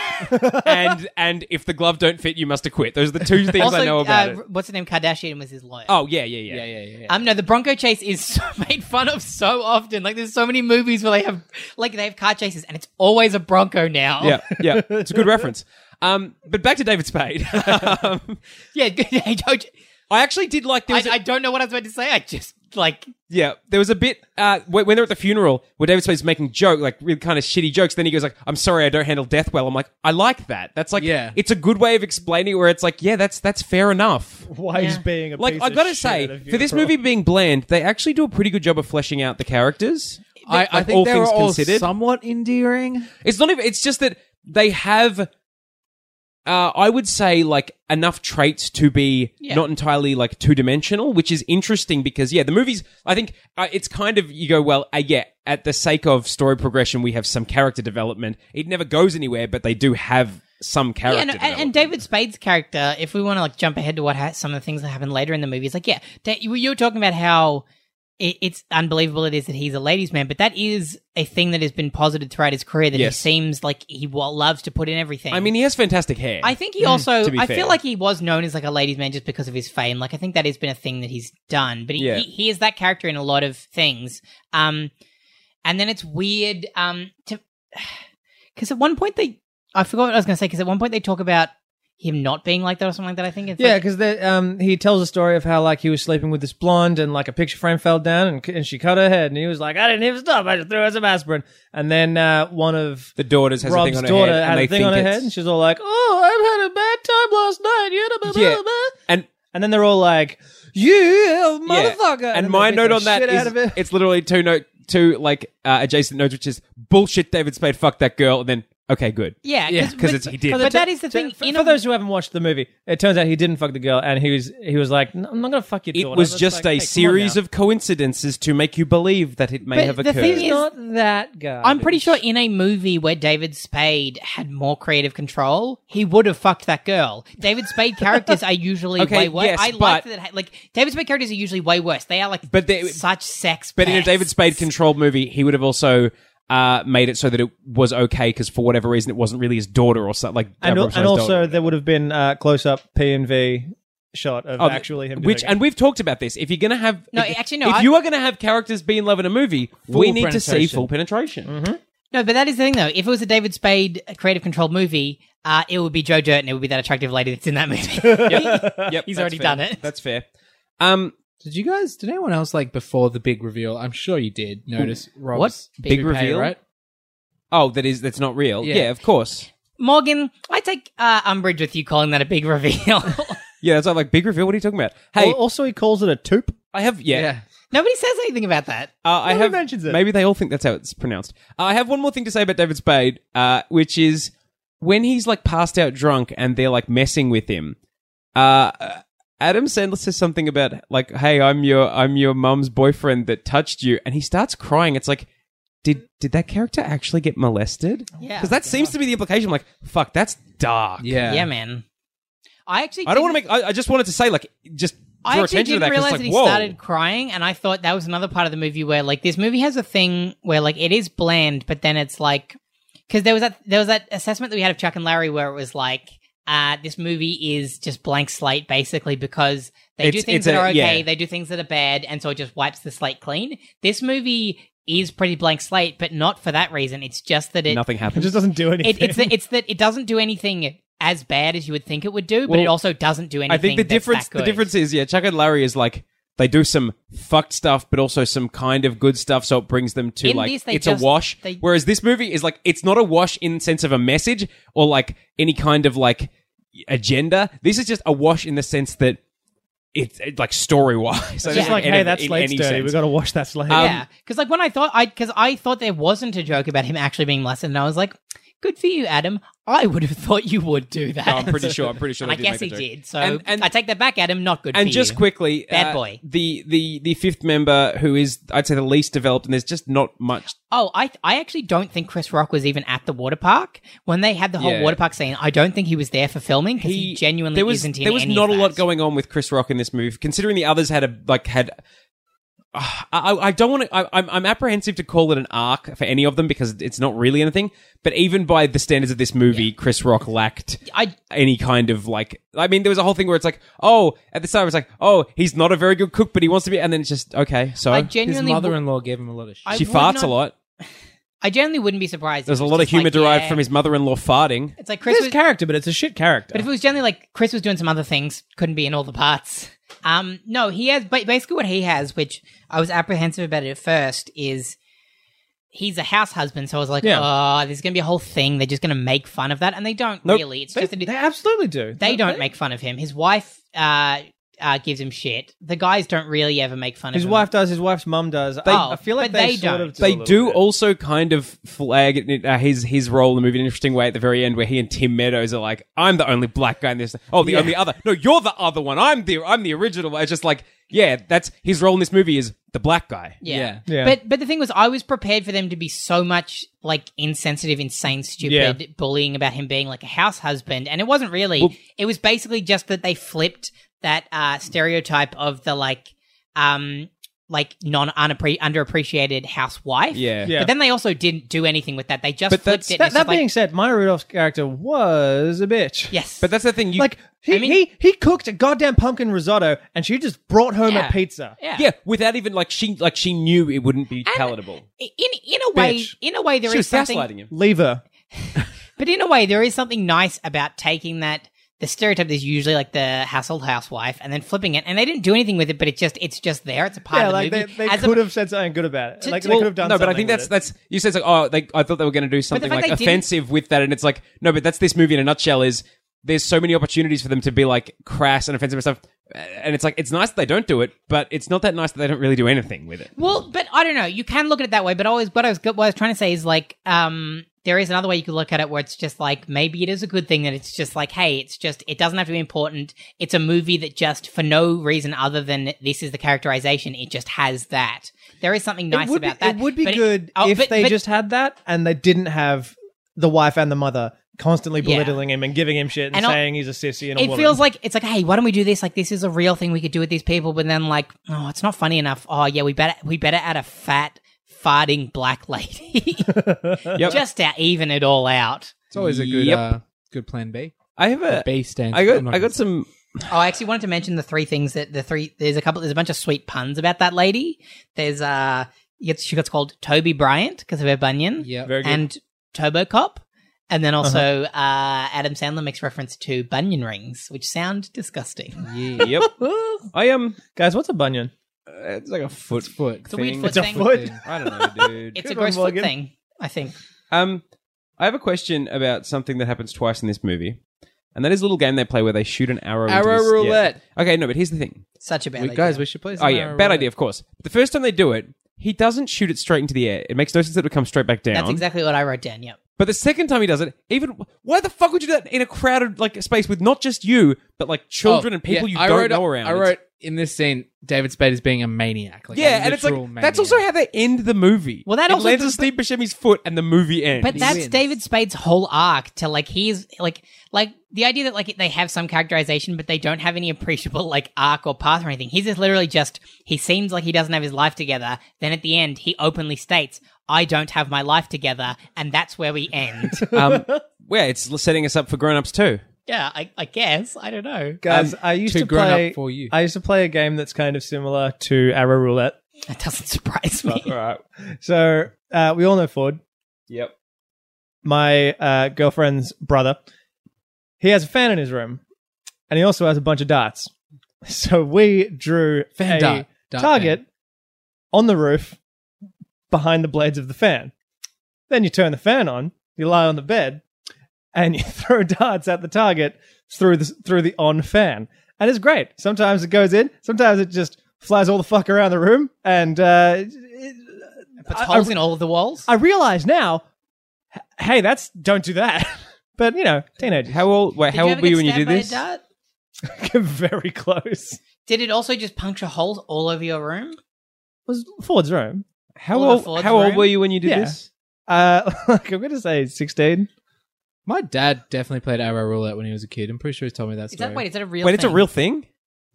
Speaker 3: and and if the glove don't fit, you must acquit. Those are the two things
Speaker 4: also,
Speaker 3: I know about
Speaker 4: uh,
Speaker 3: it.
Speaker 4: r- what's the name? Kardashian was his lawyer.
Speaker 3: Oh yeah, yeah, yeah,
Speaker 5: yeah, yeah.
Speaker 4: Um, no, the Bronco chase is so made fun of so often. Like, there's so many movies where they have, like, they have car chases, and it's always a Bronco now.
Speaker 5: Oh.
Speaker 3: yeah, yeah. It's a good reference. Um, but back to David Spade. um,
Speaker 4: yeah. good- I don't,
Speaker 3: I actually did like. There
Speaker 4: I,
Speaker 3: was a-
Speaker 4: I don't know what I was about to say. I just like,
Speaker 3: Yeah, there was a bit uh, when when they're at the funeral where David Spade's making joke, like really kind of shitty jokes. Then he goes like, "I'm sorry, I don't handle death well." I'm like, I like that. That's like,
Speaker 5: Yeah.
Speaker 3: it's a good way of explaining it where it's like, yeah, that's that's fair enough.
Speaker 1: Why he's
Speaker 4: Yeah.
Speaker 1: being a
Speaker 3: Like
Speaker 1: piece
Speaker 3: I
Speaker 1: of
Speaker 3: gotta
Speaker 1: shit
Speaker 3: say,
Speaker 1: at a
Speaker 3: for this
Speaker 1: funeral.
Speaker 3: movie being bland, they actually do a pretty good job of fleshing out the characters.
Speaker 5: I, I
Speaker 3: Like,
Speaker 5: think
Speaker 3: all
Speaker 5: they
Speaker 3: things
Speaker 5: were all
Speaker 3: considered.
Speaker 5: somewhat endearing.
Speaker 3: It's not even. It's just that they have. Uh, I would say like enough traits to be
Speaker 4: Yeah.
Speaker 3: not entirely like two dimensional, which is interesting because yeah, the movies. I think uh, it's kind of you go well, uh, yeah. At the sake of story progression, we have some character development. It never goes anywhere, but they do have some character.
Speaker 4: yeah, no, and, and
Speaker 3: development.
Speaker 4: David Spade's character. If we want to like jump ahead to what ha- some of the things that happen later in the movie, it's like, yeah, da- you you were talking about how it, it's unbelievable it is that he's a ladies' man, but that is a thing that has been posited throughout his career that
Speaker 3: Yes.
Speaker 4: he seems like he wa- loves to put in everything.
Speaker 3: I mean, he has fantastic hair.
Speaker 4: I think he also.
Speaker 3: Mm, to be
Speaker 4: I
Speaker 3: fair.
Speaker 4: feel like he was known as like a ladies' man just because of his fame. Like I think that has been a thing that he's done. But he,
Speaker 3: Yeah.
Speaker 4: he, he is that character in a lot of things. Um, and then it's weird. Um, to because at one point they, I forgot what I was going to say. Because at one point they talk about him not being like that or something like that. I think. It's
Speaker 2: Yeah,
Speaker 4: like-
Speaker 2: because um, he tells a story of how like he was sleeping with this blonde and like a picture frame fell down and, and she cut her head and he was like, I didn't even stop. I just threw her some aspirin. And then uh, one of
Speaker 3: the daughters has a
Speaker 2: Rob's
Speaker 3: thing on her
Speaker 2: daughter
Speaker 3: head, and
Speaker 2: had
Speaker 3: they
Speaker 2: a thing
Speaker 3: think
Speaker 2: on her
Speaker 3: it's-
Speaker 2: head and she's all like, oh, I've had a bad time last night. You know, blah, blah,
Speaker 3: Yeah.
Speaker 2: blah, blah.
Speaker 3: and
Speaker 2: And then they're all like, you
Speaker 3: Yeah.
Speaker 2: motherfucker.
Speaker 3: And
Speaker 2: then
Speaker 3: my
Speaker 2: they beat
Speaker 3: note
Speaker 2: the
Speaker 3: on that
Speaker 2: shit
Speaker 3: is
Speaker 2: out of it.
Speaker 3: it's literally two note two like uh, adjacent notes, which is bullshit. David Spade, fuck that girl, and then okay, good.
Speaker 4: yeah,
Speaker 5: Yeah,
Speaker 4: but-
Speaker 3: Because it's he did.
Speaker 4: But that is the
Speaker 2: So,
Speaker 4: thing.
Speaker 2: For,
Speaker 4: in
Speaker 2: for
Speaker 4: a-
Speaker 2: those who haven't watched the movie, it turns out he didn't fuck the girl, and he was he was like, "No, "I'm not gonna fuck your
Speaker 3: it
Speaker 2: daughter."
Speaker 3: was
Speaker 2: It's
Speaker 3: just
Speaker 2: like,
Speaker 3: a
Speaker 2: "Hey, come on
Speaker 3: series
Speaker 2: now."
Speaker 3: of coincidences to make you believe that it may
Speaker 4: But
Speaker 3: have
Speaker 4: the
Speaker 3: occurred.
Speaker 4: thing
Speaker 2: He's
Speaker 4: is-
Speaker 2: not that guy.
Speaker 4: I'm pretty sure in a movie where David Spade had more creative control, he would have fucked that girl. David Spade characters are usually
Speaker 3: Okay,
Speaker 4: way worse.
Speaker 3: yes,
Speaker 4: I
Speaker 3: but-
Speaker 4: like that. Like David Spade characters are usually way worse. They are like
Speaker 3: But they-
Speaker 4: such sex.
Speaker 3: but in a
Speaker 4: pests.
Speaker 3: David Spade controlled movie, he would have also. Uh, made it so that it was okay because for whatever reason it wasn't really his daughter or something like
Speaker 2: And, al-
Speaker 3: uh, Rob
Speaker 2: and
Speaker 3: Schneider's
Speaker 2: also,
Speaker 3: daughter.
Speaker 2: there would have been uh, close up P and V shot of
Speaker 3: Oh,
Speaker 2: actually him.
Speaker 3: which
Speaker 2: doing it.
Speaker 3: and we've talked about this if you're gonna have
Speaker 4: No,
Speaker 3: if,
Speaker 4: actually, no,
Speaker 3: if
Speaker 4: I-
Speaker 3: you are gonna have characters be in love in a movie we
Speaker 5: Full
Speaker 3: need to see
Speaker 5: penetration.
Speaker 3: full penetration
Speaker 2: Mm-hmm.
Speaker 4: no, but that is the thing though. If it was a David Spade uh, creative controlled movie, uh, it would be Joe Dirt and it would be that attractive lady that's in that movie.
Speaker 3: yep
Speaker 4: He's
Speaker 3: that's
Speaker 4: already
Speaker 3: fair.
Speaker 4: done it.
Speaker 3: that's fair um
Speaker 5: Did you guys? Did anyone else like before the big reveal? I'm sure you did notice Rob's
Speaker 3: What? Big
Speaker 5: toupee,
Speaker 3: reveal?
Speaker 5: right?
Speaker 3: Oh, that is that's not real. Yeah,
Speaker 5: Yeah.
Speaker 3: of course.
Speaker 4: Morgan, I take uh, umbrage with you calling that a big reveal.
Speaker 3: Yeah, that's not like big reveal. What are you talking about? Hey,
Speaker 2: Al- also he calls it a toop.
Speaker 3: I have yeah.
Speaker 5: Yeah.
Speaker 4: Nobody says anything about that.
Speaker 3: Uh, I
Speaker 2: Nobody
Speaker 3: have
Speaker 2: mentions it.
Speaker 3: maybe they all think that's how it's pronounced. Uh, I have one more thing to say about David Spade, uh, which is when he's like passed out drunk and they're like messing with him. Uh, Adam Sandler says something about like, "Hey, I'm your I'm your mum's boyfriend that touched you," and he starts crying. It's like. Did, did that character actually get molested?
Speaker 4: Yeah.
Speaker 3: because that seems to be the implication. I'm like, fuck, that's dark.
Speaker 5: Yeah.
Speaker 4: yeah, man. I actually
Speaker 3: I don't want to
Speaker 4: didn't-
Speaker 3: make. I, I just wanted to say, like, just
Speaker 4: I
Speaker 3: draw
Speaker 4: actually
Speaker 3: attention to
Speaker 4: didn't
Speaker 3: that. 'cause
Speaker 4: realize
Speaker 3: it's like,
Speaker 4: that he
Speaker 3: whoa.
Speaker 4: started crying, and I thought that was another part of the movie where, like, this movie has a thing where, like, it is bland, but then it's like, because there was that there was that assessment that we had of Chuck and Larry where it was like, uh, this movie is just blank slate basically because they do
Speaker 3: It's-
Speaker 4: things
Speaker 3: it's
Speaker 4: that
Speaker 3: a-
Speaker 4: are okay,
Speaker 3: yeah.
Speaker 4: they do things that are bad, and so it just wipes the slate clean. This movie is pretty blank slate, but not for that reason. It's just that it
Speaker 3: Nothing
Speaker 2: It
Speaker 3: happened.
Speaker 2: just doesn't do anything.
Speaker 4: it, it's that it's that it doesn't do anything as bad as you would think it would do, but
Speaker 3: Well,
Speaker 4: it also doesn't do anything.
Speaker 3: I think the
Speaker 4: that's that
Speaker 3: difference. The
Speaker 4: good.
Speaker 3: difference is, yeah, Chuck and Larry is like they do some fucked stuff, but also some kind of good stuff. So it brings them to
Speaker 4: In
Speaker 3: like
Speaker 4: this, they
Speaker 3: it's
Speaker 4: just-
Speaker 3: a wash.
Speaker 4: they-
Speaker 3: Whereas this movie is like it's not a wash in sense of a message or like any kind of like agenda. This is just a wash in the sense that. It's, it's like story wise, so
Speaker 2: It's
Speaker 3: it
Speaker 2: just
Speaker 3: doesn't
Speaker 2: like,
Speaker 3: end
Speaker 2: hey,
Speaker 3: in-
Speaker 2: that
Speaker 3: in
Speaker 2: slate's
Speaker 3: any
Speaker 2: dirty.
Speaker 3: sense.
Speaker 2: We got to wash
Speaker 3: Um,
Speaker 2: that slate.
Speaker 4: yeah, because like when I thought I because I thought there wasn't a joke about him actually being molested, and I was like, Good for you, Adam. I would have thought you would do that.
Speaker 3: No, I'm pretty sure. I'm pretty sure.
Speaker 4: And
Speaker 3: they
Speaker 4: I
Speaker 3: did
Speaker 4: guess he
Speaker 3: make a joke.
Speaker 4: did. So
Speaker 3: And- and-
Speaker 4: I take that back, Adam. Not good.
Speaker 3: And
Speaker 4: for
Speaker 3: just
Speaker 4: you.
Speaker 3: quickly,
Speaker 4: Bad
Speaker 3: uh,
Speaker 4: boy.
Speaker 3: the the the fifth member who is I'd say the least developed, and there's just not much.
Speaker 4: Oh, I I actually don't think Chris Rock was even at the water park when they had the whole
Speaker 3: Yeah.
Speaker 4: water park scene. I don't think he was there for filming because he, genuinely
Speaker 3: there was
Speaker 4: isn't. In
Speaker 3: there was
Speaker 4: any
Speaker 3: not
Speaker 4: of
Speaker 3: a lot
Speaker 4: those.
Speaker 3: going on with Chris Rock in this movie, considering the others had a like had. Ah, I, I don't want to. I'm, I'm apprehensive to call it an arc for any of them because it's not really anything. But even by the standards of this movie, Chris Rock lacked
Speaker 4: I
Speaker 3: any kind of like. I mean, there was a whole thing where it's like, oh, at the start, it's like, oh, he's not a very good cook, but he wants to be, and then it's just okay. So
Speaker 4: I
Speaker 5: His
Speaker 4: genuinely wou-
Speaker 5: mother-in-law gave him a lot of shit.
Speaker 4: I
Speaker 3: she
Speaker 4: would
Speaker 3: farts
Speaker 4: not-
Speaker 3: a lot.
Speaker 4: I generally wouldn't be surprised. if
Speaker 3: There's
Speaker 4: it
Speaker 3: a
Speaker 4: was
Speaker 3: lot of
Speaker 4: just
Speaker 3: humor
Speaker 4: like,
Speaker 3: derived
Speaker 4: yeah.
Speaker 3: from his mother-in-law farting.
Speaker 4: It's like Chris
Speaker 2: There's
Speaker 4: was,
Speaker 2: character, but it's a shit character.
Speaker 4: But if it was generally like Chris was doing some other things, couldn't be in all the parts. Um, no, he has ba- basically what he has, which I was apprehensive about it at first, is he's a house husband. So I was like,
Speaker 2: Yeah.
Speaker 4: oh, there's going to be a whole thing. They're just going to make fun of that, and they don't
Speaker 3: Nope.
Speaker 4: really. It's
Speaker 2: they,
Speaker 4: just that it-
Speaker 2: they absolutely do.
Speaker 4: they don't make fun of him. His wife uh, uh, gives him shit. The guys don't really ever make fun
Speaker 2: His
Speaker 4: of him.
Speaker 2: wife does. His wife's mum does. I, I feel like
Speaker 4: Oh, but
Speaker 2: they,
Speaker 4: they
Speaker 2: sort
Speaker 4: don't.
Speaker 2: of do a
Speaker 3: they
Speaker 2: little
Speaker 3: do
Speaker 2: bit.
Speaker 3: also kind of flag it- uh, his his role in the movie in an interesting way at the very end, where he and Tim Meadows are like, "I'm the only black guy in this." Oh, the only other. No, you're the other one. I'm the I'm the original. one." It's just like, yeah, that's his role in this movie is the black guy.
Speaker 4: Yeah.
Speaker 2: Yeah. Yeah.
Speaker 4: But but the thing was I was prepared for them to be so much like insensitive, insane, stupid, bullying about him being like a house husband. And it wasn't really. it was basically just that they flipped that uh stereotype of the like um like non unappre- underappreciated housewife.
Speaker 3: Yeah.
Speaker 2: Yeah.
Speaker 4: But then they also didn't do anything with that. They just
Speaker 3: But
Speaker 4: flipped
Speaker 3: that's-
Speaker 4: it. and
Speaker 2: That,
Speaker 4: it's just
Speaker 2: that being
Speaker 4: like,
Speaker 2: said, Maya Rudolph's character was a bitch.
Speaker 4: yes.
Speaker 3: But that's the thing. You,
Speaker 2: Like he,
Speaker 4: I mean-
Speaker 2: he he cooked a goddamn pumpkin risotto, and she just brought home
Speaker 4: Yeah.
Speaker 2: a pizza.
Speaker 4: yeah.
Speaker 3: yeah, without even like she like she knew it wouldn't be palatable.
Speaker 4: In in a way,
Speaker 2: Bitch.
Speaker 4: in a way, there is
Speaker 3: She was
Speaker 4: something.
Speaker 3: gaslighting him.
Speaker 2: Leave her.
Speaker 4: But in a way, there is something nice about taking that the stereotype is usually like the household housewife, and then flipping it. And they didn't do anything with it, but it just it's just there. It's a part
Speaker 2: Yeah,
Speaker 4: of the
Speaker 2: like they,
Speaker 4: movie.
Speaker 2: they
Speaker 4: As a-
Speaker 2: could have said something good about it.
Speaker 4: To-
Speaker 2: like
Speaker 4: to-
Speaker 2: they
Speaker 4: Well,
Speaker 2: could have done.
Speaker 3: No, but I think
Speaker 2: something
Speaker 3: that's
Speaker 2: with it.
Speaker 3: that's you said it's like oh they, I thought they were going to do something
Speaker 4: fact
Speaker 3: like
Speaker 4: they didn't-
Speaker 3: offensive with that, and it's like no, but that's this movie in a nutshell. Is there's so many opportunities for them to be like crass and offensive and stuff, and it's like it's nice that they don't do it, but it's not that nice that they don't really do anything with it.
Speaker 4: well, but I don't know. You can look at it that way, but always what I was what I was trying to say is like um there is another way you could look at it where it's just like maybe it is a good thing that it's just like hey, it's just it doesn't have to be important. It's a movie that just for no reason other than this is the characterization, it just has that. There is something nice
Speaker 2: it would
Speaker 4: about
Speaker 2: be,
Speaker 4: that.
Speaker 2: It would be
Speaker 4: but it-
Speaker 2: good
Speaker 4: oh,
Speaker 2: if
Speaker 4: but-
Speaker 2: they
Speaker 4: but-
Speaker 2: just had that and they didn't have the wife and the mother constantly
Speaker 4: Yeah.
Speaker 2: belittling him and giving him shit and,
Speaker 4: And I'll-
Speaker 2: saying he's a sissy and a
Speaker 4: it
Speaker 2: woman.
Speaker 4: feels like it's like hey why don't we do this like this is a real thing we could do with these people but then like oh it's not funny enough oh yeah we better we better add a fat farting black lady just to even it all out
Speaker 5: It's always a good,
Speaker 3: Yep.
Speaker 5: uh, good plan B.
Speaker 3: I have a
Speaker 5: B stands.
Speaker 3: I
Speaker 5: I'm
Speaker 3: got
Speaker 5: not
Speaker 3: I
Speaker 5: gonna
Speaker 3: got some
Speaker 4: oh i actually wanted to mention the three things that the three there's a couple there's a bunch of sweet puns about that lady there's uh gets she gets called toby bryant because of her bunion
Speaker 5: Yeah.
Speaker 2: Very good. Uh-huh.
Speaker 4: and turbocop and then also uh adam sandler makes reference to bunion rings which sound disgusting
Speaker 3: yep. I am. Um,
Speaker 2: Guys, what's a bunion?
Speaker 3: it's like a foot
Speaker 5: foot.
Speaker 4: a weird
Speaker 3: thing.
Speaker 4: foot It's a thing.
Speaker 2: foot.
Speaker 3: I don't know, dude.
Speaker 4: it's
Speaker 2: Good
Speaker 4: a
Speaker 2: one,
Speaker 4: gross foot
Speaker 2: Morgan.
Speaker 4: thing i think
Speaker 3: Um, I have a question about something that happens twice in this movie, and that is a little game they play where they shoot an arrow. into
Speaker 5: Arrow
Speaker 3: this- yeah.
Speaker 5: roulette.
Speaker 3: Okay, no, but here's the thing.
Speaker 4: Such a bad
Speaker 5: We,
Speaker 4: idea.
Speaker 5: guys, we should play. some
Speaker 3: oh yeah,
Speaker 5: arrow
Speaker 3: bad
Speaker 5: roulette.
Speaker 3: idea, of course. But the first time they do it, he doesn't shoot it straight into the air. It makes no sense that it would come straight back down.
Speaker 4: That's exactly what I wrote down. Yep.
Speaker 3: But the second time he does it, even why the fuck would you do that in a crowded like space with not just you, but like children
Speaker 5: Oh,
Speaker 3: and people
Speaker 5: yeah,
Speaker 3: you
Speaker 5: I
Speaker 3: don't
Speaker 5: wrote-
Speaker 3: know around?
Speaker 5: I
Speaker 3: It's-
Speaker 5: wrote in this scene, David Spade is being a maniac. Like, a
Speaker 3: yeah, and it's like
Speaker 5: literal
Speaker 3: that's
Speaker 5: maniac.
Speaker 3: also how they end the movie.
Speaker 4: Well, that
Speaker 3: it
Speaker 4: also-
Speaker 3: lands on Steve Buscemi's foot, and the movie ends.
Speaker 4: But that's
Speaker 5: wins.
Speaker 4: David Spade's whole arc to like he's like like the idea that like they have some characterization but they don't have any appreciable like arc or path or anything. He's just literally just he seems like he doesn't have his life together. Then at the end he openly states, "I don't have my life together," and that's where we end.
Speaker 3: um, yeah, it's setting us up for grown-ups too.
Speaker 4: yeah, I, I guess I don't know.
Speaker 2: Guys,
Speaker 3: Um,
Speaker 2: I used
Speaker 5: too
Speaker 2: to
Speaker 5: grown
Speaker 2: play
Speaker 5: up for you.
Speaker 2: I used to play a game that's kind of similar to arrow roulette.
Speaker 4: That doesn't surprise
Speaker 2: All
Speaker 4: me.
Speaker 2: right. So uh, we all know Ford.
Speaker 3: Yep.
Speaker 2: my uh, girlfriend's brother. He has a fan in his room, and he also has a bunch of darts. So we drew
Speaker 5: Fan
Speaker 2: a
Speaker 5: dart. Dart
Speaker 2: target on the roof behind the blades of the fan. Then you turn the fan on, you lie on the bed, and you throw darts at the target through the through the on fan. And it's great. Sometimes it goes in, sometimes it just flies all the fuck around the room, and uh,
Speaker 4: Puts holes in all of the walls.
Speaker 2: I realize now hey, that's don't do that. But you know, teenagers
Speaker 3: How old? Wait,
Speaker 4: Did
Speaker 3: how old
Speaker 4: ever
Speaker 3: were you
Speaker 4: get
Speaker 3: when you
Speaker 4: stabbed
Speaker 3: did
Speaker 4: by a
Speaker 3: this?
Speaker 4: dart?
Speaker 2: very close.
Speaker 4: Did it also just puncture holes all over your room?
Speaker 2: Was Ford's room?
Speaker 3: How
Speaker 4: Oliver
Speaker 3: old?
Speaker 4: Ford's
Speaker 3: How old
Speaker 4: room?
Speaker 3: were you when you did
Speaker 2: Yeah.
Speaker 3: this?
Speaker 2: Uh, like I'm gonna say sixteen.
Speaker 5: My dad definitely played arrow roulette when he was a kid. I'm pretty sure he's told me that
Speaker 4: Is
Speaker 5: story.
Speaker 4: that wait? Is that a real?
Speaker 3: Wait, it's a
Speaker 4: thing?
Speaker 3: real thing.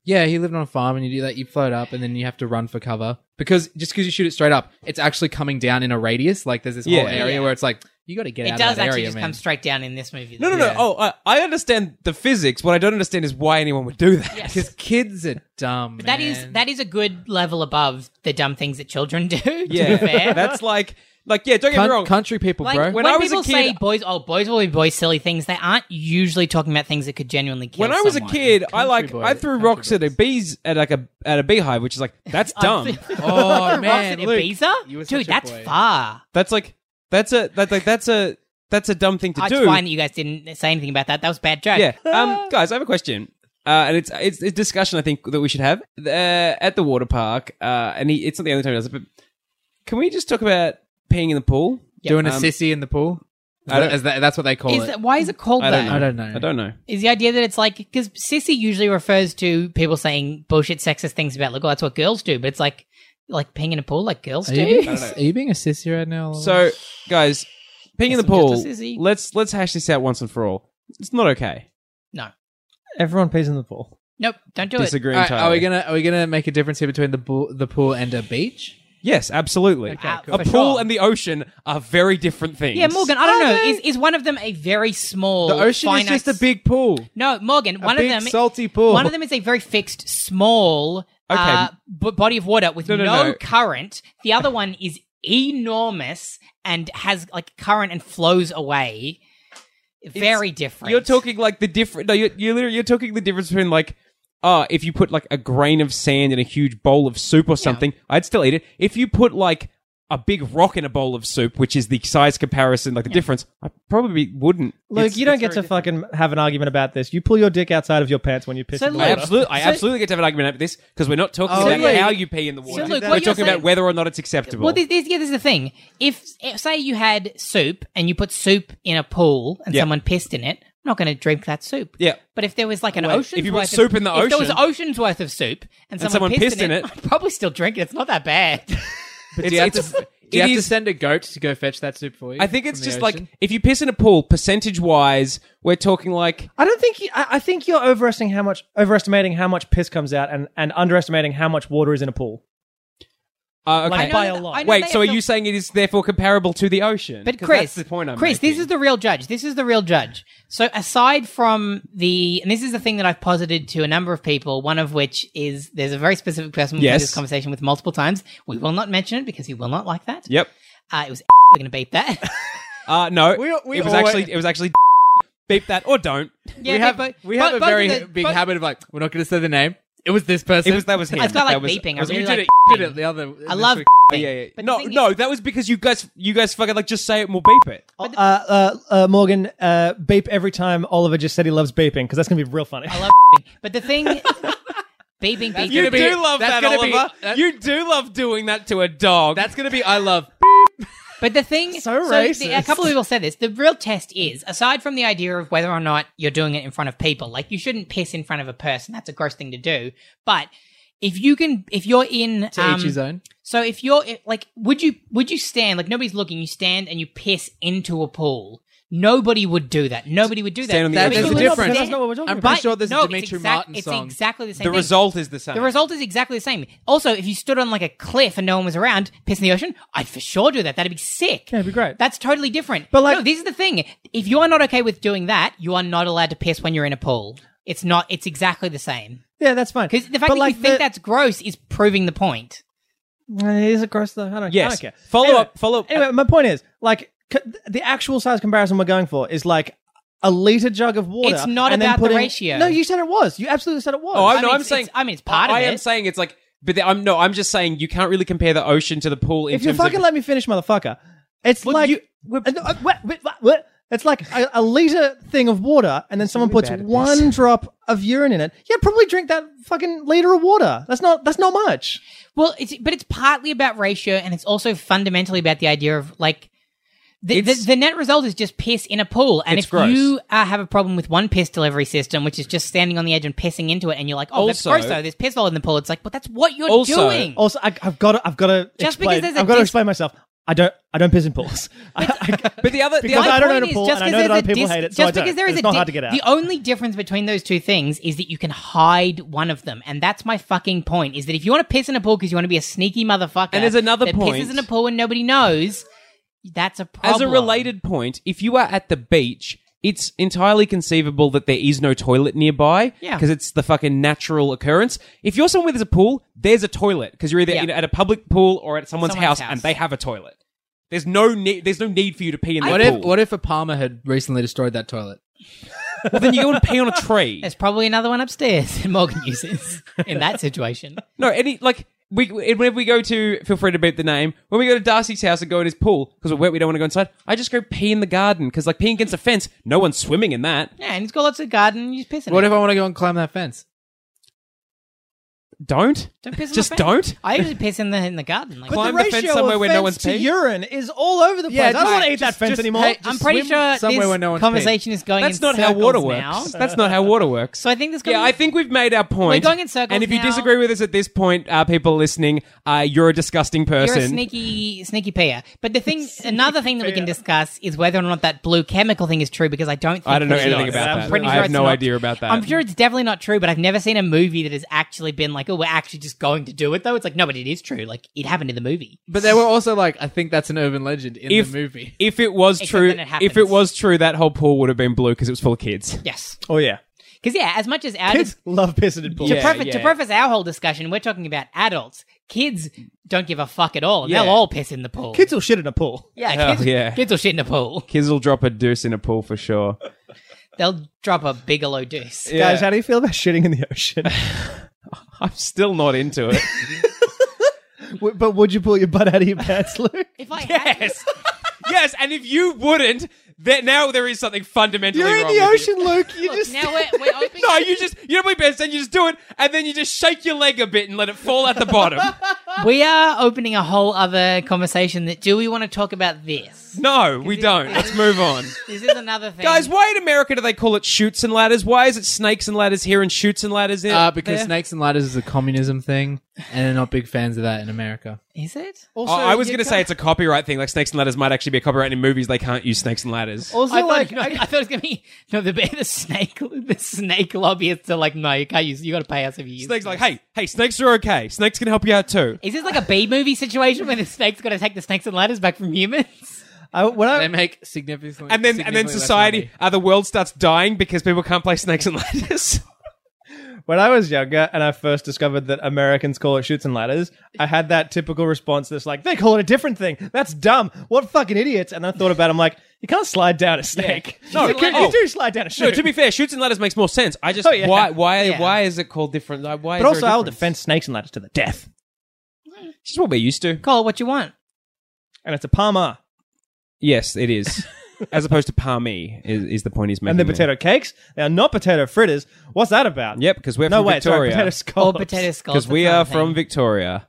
Speaker 5: yeah, he lived on a farm, and you do that. You float up, and then you have to run for cover because just because you shoot it straight up, it's actually coming down in a radius. Like there's this
Speaker 3: Yeah.
Speaker 5: whole area
Speaker 4: Yeah.
Speaker 5: where it's like you got to get
Speaker 4: It
Speaker 5: out
Speaker 4: does
Speaker 5: of that
Speaker 4: actually
Speaker 5: area,
Speaker 4: just
Speaker 5: man.
Speaker 4: come straight down in this movie.
Speaker 3: No, no,
Speaker 5: Yeah.
Speaker 3: no. Oh, I, I understand the physics. What I don't understand is why anyone would do that.
Speaker 4: Yes.
Speaker 5: Because kids are dumb.
Speaker 4: But that is
Speaker 5: man.
Speaker 4: that is a good level above the dumb things that children do. To
Speaker 3: Yeah,
Speaker 4: be fair.
Speaker 3: that's like, like, yeah. Don't get
Speaker 5: Cunt-
Speaker 3: me wrong.
Speaker 5: country people,
Speaker 4: like
Speaker 5: bro.
Speaker 4: when,
Speaker 3: I was a
Speaker 4: people
Speaker 3: kid-
Speaker 4: say boys, oh, boys will be boys, silly things. They aren't usually talking about things that could genuinely kill.
Speaker 3: when I was a
Speaker 4: someone.
Speaker 3: kid, I like
Speaker 5: boy-
Speaker 3: I threw
Speaker 5: country
Speaker 3: rocks at a bees at like a at a beehive, which is like that's dumb.
Speaker 5: oh man,
Speaker 4: Ross at
Speaker 5: look.
Speaker 4: Ibiza?
Speaker 5: you were
Speaker 4: dude,
Speaker 5: such a
Speaker 4: that's
Speaker 5: boy.
Speaker 4: far.
Speaker 3: that's like that's a that's like that's a that's a dumb thing to
Speaker 4: It's
Speaker 3: do.
Speaker 4: fine that you guys didn't say anything about that. That was a bad joke.
Speaker 3: Yeah, um, guys, I have a question. Uh, and it's it's a discussion I think that we should have uh, at the water park. Uh, and he, it's not the only time he does it, but can we just talk about peeing in the pool?
Speaker 5: doing a
Speaker 3: Um,
Speaker 5: sissy in the pool. Is
Speaker 3: I don't-
Speaker 5: that- is that- that's what they call
Speaker 4: Is
Speaker 5: it.
Speaker 4: that, why is it called
Speaker 3: I don't know.
Speaker 5: I
Speaker 4: that?
Speaker 5: don't know.
Speaker 3: I don't know.
Speaker 4: Is the idea that it's like because sissy usually refers to people saying bullshit sexist things about look, oh, that's what girls do, but it's like like peeing in a pool like girls
Speaker 5: Are
Speaker 4: do.
Speaker 5: you, being, are you being a sissy right now?
Speaker 3: So, guys, peeing in the
Speaker 4: Guess I'm
Speaker 3: pool.
Speaker 4: just a sissy.
Speaker 3: Let's let's hash this out once and for all. It's not okay.
Speaker 4: No,
Speaker 2: Everyone pees in the pool.
Speaker 4: nope, don't do it.
Speaker 3: Disagree
Speaker 5: All right,
Speaker 3: entirely.
Speaker 5: are we gonna are we gonna make a difference here between the pool, the pool and a beach?
Speaker 3: Yes, absolutely.
Speaker 4: Ah, cool.
Speaker 3: A
Speaker 4: for
Speaker 3: pool
Speaker 4: sure.
Speaker 3: and the ocean are very different things.
Speaker 4: Yeah, Morgan, I don't know. Is is one of them a very small?
Speaker 5: The ocean
Speaker 4: finite...
Speaker 5: is just a big pool.
Speaker 4: No, Morgan. one
Speaker 5: big
Speaker 4: of them,
Speaker 5: salty pool.
Speaker 4: One of them is a very fixed, small uh, b- body of water with
Speaker 3: No,
Speaker 4: no,
Speaker 3: no, no.
Speaker 4: current. The other one is enormous and has like current and flows away. Very different.
Speaker 3: You're talking like the different. No, you're, you're literally you're talking the difference between like, ah, if you put like a grain of sand in a huge bowl of soup or something, I'd still eat it. If you put like a big rock in a bowl of soup, which is the size comparison, like the difference, I probably wouldn't.
Speaker 2: Luke,
Speaker 3: It's-
Speaker 2: you don't get to fucking have an argument about this. You pull your dick outside of your pants when you piss
Speaker 4: So
Speaker 2: in the
Speaker 4: Luke-
Speaker 3: I
Speaker 2: water.
Speaker 3: absolutely, I
Speaker 4: So- Oh,
Speaker 3: absolutely get to have an argument about this because we're not talking
Speaker 5: So
Speaker 3: about
Speaker 5: Luke-
Speaker 3: how you pee in the water.
Speaker 4: Luke,
Speaker 3: we're
Speaker 4: what you're
Speaker 3: talking about
Speaker 4: saying-
Speaker 3: whether or not it's acceptable.
Speaker 4: Well, this, this, yeah, this is the thing. If, if say you had soup and you put soup in a pool and
Speaker 3: Yeah.
Speaker 4: someone pissed in it, I'm not going to drink that soup.
Speaker 3: yeah,
Speaker 4: But if there was like an
Speaker 3: Well,
Speaker 4: ocean's
Speaker 3: if you put
Speaker 4: worth
Speaker 3: soup
Speaker 4: of,
Speaker 3: in the
Speaker 4: if there was
Speaker 3: ocean-
Speaker 4: oceans worth of soup and someone,
Speaker 3: someone
Speaker 4: pissed, in, it, I'd probably still drink it. It's not that bad.
Speaker 5: But
Speaker 3: It's-
Speaker 5: do you, have
Speaker 3: it's-
Speaker 5: to, do
Speaker 3: it
Speaker 5: you have to
Speaker 3: is-
Speaker 5: send a goat to go fetch that soup for you?
Speaker 3: I think it's
Speaker 5: from the
Speaker 3: just
Speaker 5: ocean?
Speaker 3: like if you piss in a pool, percentage wise, we're talking like
Speaker 2: I don't think you, I, I think you're overestimating how much overestimating how much piss comes out and, and underestimating how much water is in a pool.
Speaker 3: uh, okay.
Speaker 2: Like,
Speaker 4: I
Speaker 2: by a
Speaker 4: know-
Speaker 2: lot.
Speaker 4: I know
Speaker 3: Wait,
Speaker 4: they
Speaker 3: so are
Speaker 4: have to-
Speaker 3: you saying it is therefore comparable to the ocean?
Speaker 4: But
Speaker 3: 'Cause
Speaker 4: Chris,
Speaker 3: that's the point I'm
Speaker 4: Chris, this
Speaker 3: making.
Speaker 4: is the real judge. This is the real judge. So aside from the, and this is the thing that I've posited to a number of people, one of which is there's a very specific person we've
Speaker 3: Yes.
Speaker 4: had this conversation with multiple times. We will not mention it because he will not like that.
Speaker 3: Yep.
Speaker 4: Uh, it was we're going to beat that.
Speaker 3: Uh, no,
Speaker 5: We- we
Speaker 3: it was
Speaker 5: always-
Speaker 3: actually it was actually beep that or don't.
Speaker 4: yeah,
Speaker 5: we have
Speaker 4: but-
Speaker 5: we
Speaker 4: but
Speaker 5: have
Speaker 4: both
Speaker 5: a
Speaker 4: of
Speaker 5: very
Speaker 4: the-
Speaker 5: big
Speaker 4: both-
Speaker 5: habit of like we're not going to say the name. It was this person.
Speaker 3: It was that was him.
Speaker 4: I just got, like,
Speaker 3: That was-
Speaker 4: beeping. I
Speaker 3: was-
Speaker 5: You
Speaker 4: really
Speaker 5: did
Speaker 4: like
Speaker 5: it. You did it. The other.
Speaker 4: I
Speaker 5: this
Speaker 4: love.
Speaker 5: week.
Speaker 3: Oh, yeah, yeah.
Speaker 4: But the
Speaker 3: no,
Speaker 4: thing
Speaker 3: no, that was because you guys you guys fucking like just say it and we'll beep it.
Speaker 2: Uh, uh, uh, Morgan, uh, beep every time Oliver just said he loves beeping because that's gonna be real funny.
Speaker 4: I love. But the thing, beeping, beeping.
Speaker 3: You
Speaker 5: gonna be-
Speaker 3: do love
Speaker 5: that's
Speaker 3: that,
Speaker 5: gonna be-
Speaker 3: Oliver.
Speaker 5: that-
Speaker 3: you do love doing that to a dog.
Speaker 5: That's going to be I love.
Speaker 4: But the thing,
Speaker 2: So
Speaker 4: the- a
Speaker 2: racist.
Speaker 4: couple of people said this. The real test is, aside from the idea of whether or not you're doing it in front of people, like you shouldn't piss in front of a person. That's a gross thing to do. But if you can, if you're in,
Speaker 5: To
Speaker 4: um,
Speaker 5: each his own.
Speaker 4: so if you're if- like, would you would you stand like nobody's looking? You stand and you piss into a pool. Nobody would do that. Nobody would do that.
Speaker 3: Stand on the
Speaker 4: But
Speaker 3: edge of
Speaker 4: you
Speaker 3: the
Speaker 4: would
Speaker 5: pool.
Speaker 4: not
Speaker 5: That's
Speaker 4: stand.
Speaker 2: not what we're talking
Speaker 5: I'm
Speaker 2: about.
Speaker 5: pretty
Speaker 4: But-
Speaker 5: sure there's
Speaker 4: no,
Speaker 5: a
Speaker 4: it's
Speaker 5: Dimitri
Speaker 4: exact-
Speaker 5: Martin
Speaker 4: it's
Speaker 5: song.
Speaker 4: exactly the same.
Speaker 3: the
Speaker 4: thing.
Speaker 3: result is the same.
Speaker 4: The result is exactly the same. Also, if you stood on like a cliff and no one was around, piss in the ocean, I'd for sure do that. That'd be sick. Yeah,
Speaker 2: it'd be great.
Speaker 4: That's totally different.
Speaker 2: But,
Speaker 4: But
Speaker 2: like-
Speaker 4: like, no, this is the thing: if you are not okay with doing that, you are not allowed to piss when you're in a pool. It's not. It's exactly the same.
Speaker 2: yeah, that's fine.
Speaker 4: Because the fact
Speaker 2: But,
Speaker 4: that
Speaker 2: like,
Speaker 4: you think
Speaker 2: the-
Speaker 4: that's gross is proving the point.
Speaker 2: Is it gross though? I don't, I
Speaker 3: Yes.
Speaker 2: don't care.
Speaker 3: Follow
Speaker 2: Anyway-
Speaker 3: up- follow up-
Speaker 2: Anyway, my point is like c- the actual size comparison we're going for is like a liter jug of water.
Speaker 4: It's not
Speaker 2: and then
Speaker 4: about the
Speaker 2: putting-
Speaker 4: ratio.
Speaker 2: No, you said it was. You absolutely said it was.
Speaker 3: Oh, I'm,
Speaker 4: I
Speaker 3: no,
Speaker 4: mean,
Speaker 3: I'm
Speaker 4: it's-
Speaker 3: saying.
Speaker 4: it's- I mean, it's part of
Speaker 3: I am
Speaker 4: it.
Speaker 3: saying it's like, but the, I'm no, I'm just saying you can't really compare the ocean to the pool in
Speaker 2: if you
Speaker 3: terms
Speaker 2: fucking
Speaker 3: of.
Speaker 2: let me finish, motherfucker, it's
Speaker 3: Well,
Speaker 2: like
Speaker 3: you-
Speaker 2: Uh, no, uh, what, what, what, what? It's like a, a liter thing of water, and then someone puts
Speaker 3: bad at
Speaker 2: one drop of urine in it. Yeah, probably drink that fucking liter of water. That's not. That's not much.
Speaker 4: Well, it's but it's partly about ratio, and it's also fundamentally about the idea of like The, the,
Speaker 3: It's-
Speaker 4: the net result is just piss in a pool, and
Speaker 3: It's
Speaker 4: if
Speaker 3: gross.
Speaker 4: you uh, have a problem with one piss delivery system, which is just standing on the edge and pissing into it, and you're like, "Oh,
Speaker 3: Also-
Speaker 4: that's gross though. There's piss all in the pool." It's like, "But that's what you're
Speaker 3: Also-
Speaker 4: doing."
Speaker 1: Also, I, I've got to, I've got to
Speaker 4: Just because
Speaker 1: explain.
Speaker 4: there's a
Speaker 1: I've got to
Speaker 4: dis-
Speaker 1: explain myself. I don't, I don't piss in pools. I, I,
Speaker 3: But the other, the
Speaker 1: Because
Speaker 3: other
Speaker 1: I don't
Speaker 4: point
Speaker 1: own a
Speaker 4: is,
Speaker 1: pool, and
Speaker 4: just
Speaker 1: I
Speaker 4: 'cause
Speaker 1: know that
Speaker 4: there's
Speaker 1: other
Speaker 4: a
Speaker 1: people
Speaker 4: dis-
Speaker 1: hate it, so
Speaker 4: Just
Speaker 1: I don't.
Speaker 4: because there is
Speaker 1: It's
Speaker 4: a
Speaker 1: not
Speaker 4: di-
Speaker 1: hard to get out.
Speaker 4: The only difference between those two things is that you can hide one of them, and that's my fucking point. Is that if you want to piss in a pool because you want to be a sneaky motherfucker,
Speaker 3: And there's another
Speaker 4: that
Speaker 3: point.
Speaker 4: pisses in a pool and nobody knows, that's a problem.
Speaker 3: As a related point, if you are at the beach, it's entirely conceivable that there is no toilet nearby.
Speaker 4: Yeah.
Speaker 3: Because it's the fucking natural occurrence. If you're somewhere there's a pool, there's a toilet. Because you're either
Speaker 4: Yeah.
Speaker 3: in, at a public pool or at someone's,
Speaker 4: Someone's
Speaker 3: house,
Speaker 4: house.
Speaker 3: and they have a toilet. There's no need. There's no need for you to pee in the
Speaker 5: What
Speaker 3: pool.
Speaker 5: if what if a Palmer had recently destroyed that toilet?
Speaker 3: well, then you go and pee on a tree.
Speaker 4: there's probably another one upstairs that Morgan uses in that situation.
Speaker 3: No, any like we whenever we go to feel free to beat the name when we go to Darcy's house and go in his pool because we're wet, we don't want to go inside. I just go pee in the garden because like peeing against a fence, no one's swimming in that.
Speaker 4: Yeah, and he's got lots of garden. You just piss in
Speaker 5: What
Speaker 4: it.
Speaker 5: if I want to go and climb that fence?
Speaker 3: Don't,
Speaker 4: Don't piss in the
Speaker 3: just
Speaker 4: fence.
Speaker 3: don't.
Speaker 4: I usually piss in the in the garden. Like,
Speaker 3: But Climb
Speaker 1: the
Speaker 3: the fence
Speaker 1: ratio
Speaker 3: somewhere
Speaker 1: of
Speaker 3: where no
Speaker 1: fence
Speaker 3: one's
Speaker 1: to
Speaker 3: peeing.
Speaker 1: urine is all over the place.
Speaker 5: Yeah,
Speaker 1: I don't
Speaker 5: just-
Speaker 1: want to eat that
Speaker 5: just-
Speaker 1: fence
Speaker 5: just-
Speaker 1: anymore.
Speaker 5: hey,
Speaker 4: I'm
Speaker 5: just
Speaker 4: pretty
Speaker 5: swim
Speaker 4: sure
Speaker 5: somewhere
Speaker 4: this
Speaker 5: where no one's
Speaker 4: conversation is going.
Speaker 3: That's
Speaker 4: in
Speaker 3: not how water
Speaker 4: circles now.
Speaker 3: works. That's not how water works.
Speaker 4: So I think this.
Speaker 3: yeah, I think we've made our point.
Speaker 4: going in circles
Speaker 3: And if you
Speaker 4: now.
Speaker 3: disagree with us at this point, uh, people listening, uh, you're a disgusting person.
Speaker 4: You're a sneaky, sneaky peer. But the thing, another thing that we can
Speaker 1: peer.
Speaker 4: discuss is whether or not that blue chemical thing is true because I don't. Think
Speaker 3: I don't know
Speaker 4: that it
Speaker 3: anything
Speaker 4: is.
Speaker 3: about
Speaker 1: that.
Speaker 4: I'm pretty
Speaker 1: I
Speaker 4: sure
Speaker 1: have
Speaker 4: it's
Speaker 3: no
Speaker 4: not-
Speaker 3: idea about that.
Speaker 4: I'm sure it's definitely not true, but I've never seen a movie that has actually been like, oh, we're actually just going to do it though. It's like, no, but it is true. Like it happened in the movie.
Speaker 5: But they were also like, I think that's an urban legend in
Speaker 3: If-
Speaker 5: the movie.
Speaker 3: if it was
Speaker 4: Except
Speaker 3: true,
Speaker 4: when it happens.
Speaker 3: if it was true, that whole pool would have been blue because it was full of kids.
Speaker 4: Yes,
Speaker 1: oh yeah,
Speaker 4: because yeah, as much as our
Speaker 1: kids love pissing in pools.
Speaker 4: to,
Speaker 3: Yeah,
Speaker 4: preface, to
Speaker 3: yeah.
Speaker 4: preface our whole discussion, we're talking about adults. Kids don't give a fuck at all. and
Speaker 3: Yeah.
Speaker 4: They'll all piss in the pool.
Speaker 1: Kids will shit in a pool.
Speaker 4: yeah,
Speaker 3: Hell
Speaker 4: kids,
Speaker 3: yeah.
Speaker 4: kids will shit in the pool.
Speaker 3: Kids will drop a deuce in a pool for sure.
Speaker 4: They'll drop a Bigelow deuce.
Speaker 3: Yeah.
Speaker 1: Guys, how do you feel about shitting in the ocean?
Speaker 3: I'm still not into it.
Speaker 1: W- but would you pull your butt out of your pants, Luke?
Speaker 4: If I had,
Speaker 3: yes, yes, and if you wouldn't, that now there is something fundamentally
Speaker 1: You're in
Speaker 3: wrong
Speaker 1: the
Speaker 3: with you.
Speaker 1: ocean, Luke. You just
Speaker 4: now we're, we're opening.
Speaker 3: No, you just you know my best, and you just do it, and then you just shake your leg a bit and let it fall at the bottom.
Speaker 4: We are opening a whole other conversation. That do we want to talk about this?
Speaker 3: No, we don't. Let's move on,
Speaker 4: This is another thing,
Speaker 3: guys. Why in America do they call it shoots and ladders? Why is it snakes and ladders here and shoots and ladders in?
Speaker 5: Uh, because
Speaker 3: there?
Speaker 5: snakes and ladders is a communism thing, and they're not big fans of that in America.
Speaker 4: Is it?
Speaker 1: Also,
Speaker 3: Oh, I was
Speaker 1: you
Speaker 3: going to say
Speaker 1: can't-
Speaker 3: it's a copyright thing. Like snakes and ladders might actually be a copyright in movies. They can't use snakes and ladders.
Speaker 1: Also,
Speaker 4: I
Speaker 1: like,
Speaker 4: thought, no, I, thought it was gonna be no the the snake the snake lobbyists are like no you can't use you got to pay us if you use
Speaker 3: Snakes like, hey, hey, snakes are okay. Snakes can help you out too.
Speaker 4: Is this like a B movie situation where the snake's got to take the snakes and ladders back from humans?
Speaker 1: I, when I,
Speaker 5: They make significant
Speaker 3: and then and then
Speaker 5: significantly less
Speaker 3: society
Speaker 5: money.
Speaker 3: uh, the world starts dying because people can't play snakes and ladders
Speaker 1: When I was younger and I first discovered that Americans call it shoots and ladders, I had that typical response that's like, they call it a different thing. That's dumb. What fucking idiots. And I thought about it, I'm like, you can't slide down a snake.
Speaker 3: No,
Speaker 1: you, can,
Speaker 3: oh.
Speaker 1: you do slide down a shoot.
Speaker 3: no to be fair shoots and ladders makes more sense i just
Speaker 1: Oh, yeah.
Speaker 3: why why
Speaker 4: Yeah.
Speaker 3: why is it called different like, why
Speaker 1: but
Speaker 3: is
Speaker 1: also,
Speaker 3: there a
Speaker 1: I'll
Speaker 3: difference?
Speaker 1: defend snakes and ladders to the death.
Speaker 3: It's just what we're used to
Speaker 4: Call it what you want.
Speaker 1: And it's a uh, palmer.
Speaker 3: yes it is as opposed to palmy is, is the point he's making
Speaker 1: And the
Speaker 3: there.
Speaker 1: potato cakes, they are not potato fritters. What's that about?
Speaker 3: yep because we're
Speaker 1: No,
Speaker 3: from
Speaker 1: wait, sorry,
Speaker 3: victoria
Speaker 1: potato
Speaker 4: Or
Speaker 1: scallops.
Speaker 4: potato skulls.
Speaker 3: because we
Speaker 4: that's
Speaker 3: are
Speaker 4: another
Speaker 3: from
Speaker 4: thing.
Speaker 3: Victoria.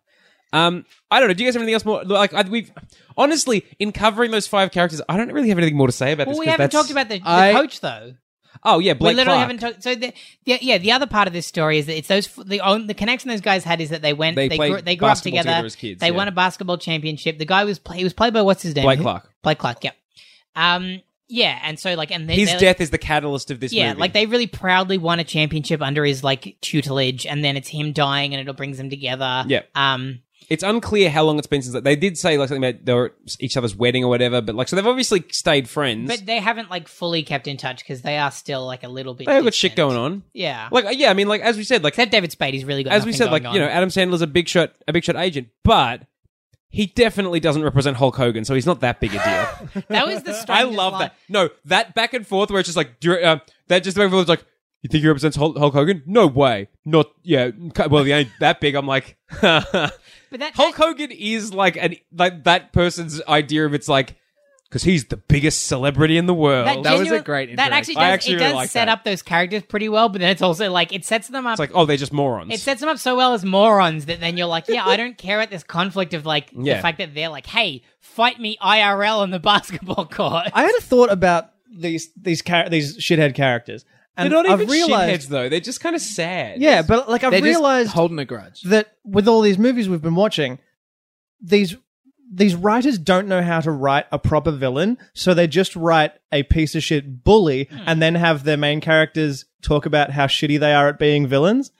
Speaker 3: Um, I don't know. Do you guys have anything else more? Like I, we've honestly, in covering those five characters, I don't really have anything more to say about
Speaker 4: Well,
Speaker 3: this.
Speaker 4: we
Speaker 3: 'cause
Speaker 4: haven't
Speaker 3: that's-
Speaker 4: talked about the, the
Speaker 5: I-
Speaker 4: coach though.
Speaker 3: Oh yeah, Blake
Speaker 4: we literally
Speaker 3: Clark.
Speaker 4: haven't talked. So the, the yeah, the other part of this story is that it's those the on, the connection those guys had is that they went
Speaker 3: They
Speaker 4: they
Speaker 3: played
Speaker 4: grew, they grew up
Speaker 3: basketball
Speaker 4: together.
Speaker 3: together as kids,
Speaker 4: they
Speaker 3: yeah.
Speaker 4: won a basketball championship. The guy was play, he was played by what's his name?
Speaker 3: Blake Clark.
Speaker 4: Blake Clark. Yep. Um. Yeah. And so like and they,
Speaker 3: His
Speaker 4: they,
Speaker 3: death is the catalyst of this.
Speaker 4: Yeah,
Speaker 3: movie.
Speaker 4: like they really proudly won a championship under his like tutelage, and then it's him dying, and it all brings them together.
Speaker 3: Yeah.
Speaker 4: Um.
Speaker 3: It's unclear how long it's been since they did say like something about they were at each other's wedding or whatever, but like so they've obviously stayed friends.
Speaker 4: But they haven't like fully kept in touch because they are still like a little bit.
Speaker 3: they have got shit
Speaker 4: distant.
Speaker 3: going on.
Speaker 4: Yeah.
Speaker 3: Like uh, yeah, I mean like as we said, like
Speaker 4: Except David Spadey's really got.
Speaker 3: as we
Speaker 4: nothing
Speaker 3: said, like
Speaker 4: going
Speaker 3: you
Speaker 4: on.
Speaker 3: know Adam Sandler's a big shot, a big shot agent, but he definitely doesn't represent Hulk Hogan, so he's not that big a deal.
Speaker 4: that was the.
Speaker 3: I
Speaker 4: strangest
Speaker 3: love
Speaker 4: line.
Speaker 3: that. No, that back and forth where it's just like dir- um, that. Just everyone's like, "You think he represents Hulk, Hulk Hogan? No way. Not yeah. c- Well, he ain't that big." I'm like, Hulk
Speaker 4: But that
Speaker 3: Hogan is like an like that person's idea of it's like because he's the biggest celebrity in the world.
Speaker 5: That was a
Speaker 4: genuine-
Speaker 5: great
Speaker 4: That
Speaker 5: interaction.
Speaker 4: actually does,
Speaker 3: I actually
Speaker 4: it
Speaker 3: really
Speaker 4: does
Speaker 3: like
Speaker 4: set
Speaker 3: that.
Speaker 4: up those characters pretty well, but then it's also like it sets them up.
Speaker 3: it's like, oh, they're just morons.
Speaker 4: it sets them up so well as morons that then you're like, yeah, I don't care about this conflict of like
Speaker 3: Yeah.
Speaker 4: the fact that they're like, hey, fight me IRL on the basketball court.
Speaker 2: I had a thought about these these char- these shithead characters,
Speaker 3: they're
Speaker 2: and
Speaker 3: not
Speaker 2: I've
Speaker 3: even
Speaker 2: realized,
Speaker 3: shitheads though. They're just kind of sad.
Speaker 2: yeah, but like I've
Speaker 5: They're just
Speaker 2: realized
Speaker 5: holding a grudge.
Speaker 2: that with all these movies we've been watching, these these writers don't know how to write a proper villain, so they just write a piece of shit bully and then have their main characters talk about how shitty they are at being villains.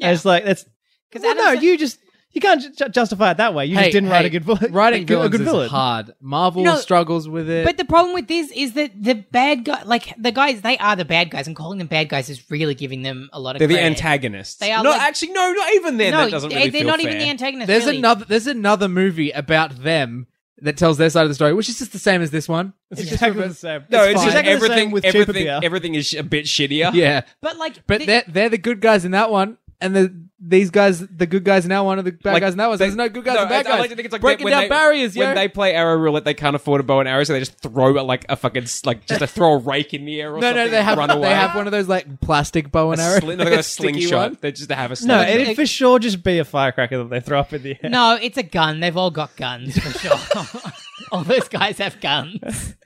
Speaker 2: And it's like that's because well,
Speaker 4: Adam
Speaker 2: no,
Speaker 4: said-
Speaker 2: you just you can't ju- ju- justify it that way. You
Speaker 5: Hey,
Speaker 2: just didn't write
Speaker 5: hey,
Speaker 2: a good villain.
Speaker 5: Writing
Speaker 2: a good, a
Speaker 5: villains
Speaker 2: good
Speaker 5: is
Speaker 2: villain.
Speaker 5: hard. Marvel
Speaker 4: No,
Speaker 5: struggles with it.
Speaker 4: But the problem with this is that the bad guy, like the guys, they are the bad guys, and calling them bad guys is really giving them a lot of.
Speaker 3: they're the
Speaker 4: credit.
Speaker 3: antagonists.
Speaker 4: They are
Speaker 3: No,
Speaker 4: like-
Speaker 3: actually, no, not even then.
Speaker 4: No, eh,
Speaker 3: that doesn't really
Speaker 4: they're
Speaker 3: feel
Speaker 4: not
Speaker 3: fair.
Speaker 4: even the antagonists.
Speaker 5: there's
Speaker 4: really.
Speaker 5: another there's another movie about them that tells their side of the story, which is just the same as this one.
Speaker 2: It's exactly the same.
Speaker 3: No, it's,
Speaker 2: fine.
Speaker 3: just
Speaker 2: Exactly the same
Speaker 3: everything.
Speaker 2: with cheaper
Speaker 3: everything,
Speaker 2: beer.
Speaker 3: everything is sh- a bit shittier.
Speaker 5: Yeah,
Speaker 4: But like,
Speaker 5: but
Speaker 4: the-
Speaker 5: they're they're the good guys in that one, and the these guys, the good guys in that one, are the bad
Speaker 3: Like,
Speaker 5: guys in that one.
Speaker 3: they-
Speaker 5: There's no good guys
Speaker 3: No,
Speaker 5: and bad
Speaker 3: I- I
Speaker 5: guys.
Speaker 3: like to think it's like
Speaker 5: breaking
Speaker 3: when
Speaker 5: down
Speaker 3: they-
Speaker 5: barriers.
Speaker 3: When
Speaker 5: yo.
Speaker 3: they play arrow roulette, they can't afford a bow and arrow, so they just throw a, like a fucking s- like just a throw a rake in the air. Or
Speaker 5: no,
Speaker 3: something
Speaker 5: no, they
Speaker 3: and
Speaker 5: have
Speaker 3: run away.
Speaker 5: they have one of those like plastic bow
Speaker 3: a
Speaker 5: and arrow.
Speaker 3: sli- no, they got a
Speaker 5: sticky
Speaker 3: slingshot.
Speaker 5: one.
Speaker 3: They just have
Speaker 2: No,
Speaker 3: a slingshot.
Speaker 2: it'd for sure just be a firecracker that they throw up in the air.
Speaker 4: no, it's a gun. They've all got guns for sure. all those guys have guns.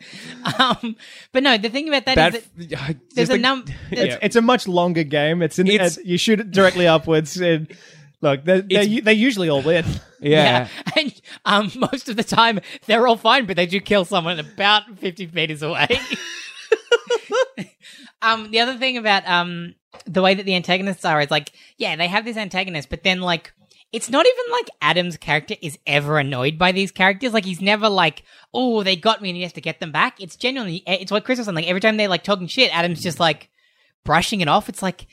Speaker 4: Um, but no, the thing about that is
Speaker 3: Bad,
Speaker 4: that
Speaker 3: just
Speaker 4: there's a
Speaker 3: like-
Speaker 4: num.
Speaker 2: It's, it's a much longer game. It's, in,
Speaker 3: It's-
Speaker 2: you shoot it directly upwards. And look, they they
Speaker 3: It's-
Speaker 2: u- they usually all win.
Speaker 3: Yeah.
Speaker 4: and um, most of the time they're all fine, but they do kill someone about fifty meters away. um, the other thing about um the way that the antagonists are is like, yeah, they have this antagonist, but then like. It's not even like Adam's character is ever annoyed by these characters. Like he's never like, "Oh, they got me," and he has to get them back. It's genuinely, eh, it's what Chris was saying. Like every time they're like talking shit, Adam's just like brushing it off. It's like,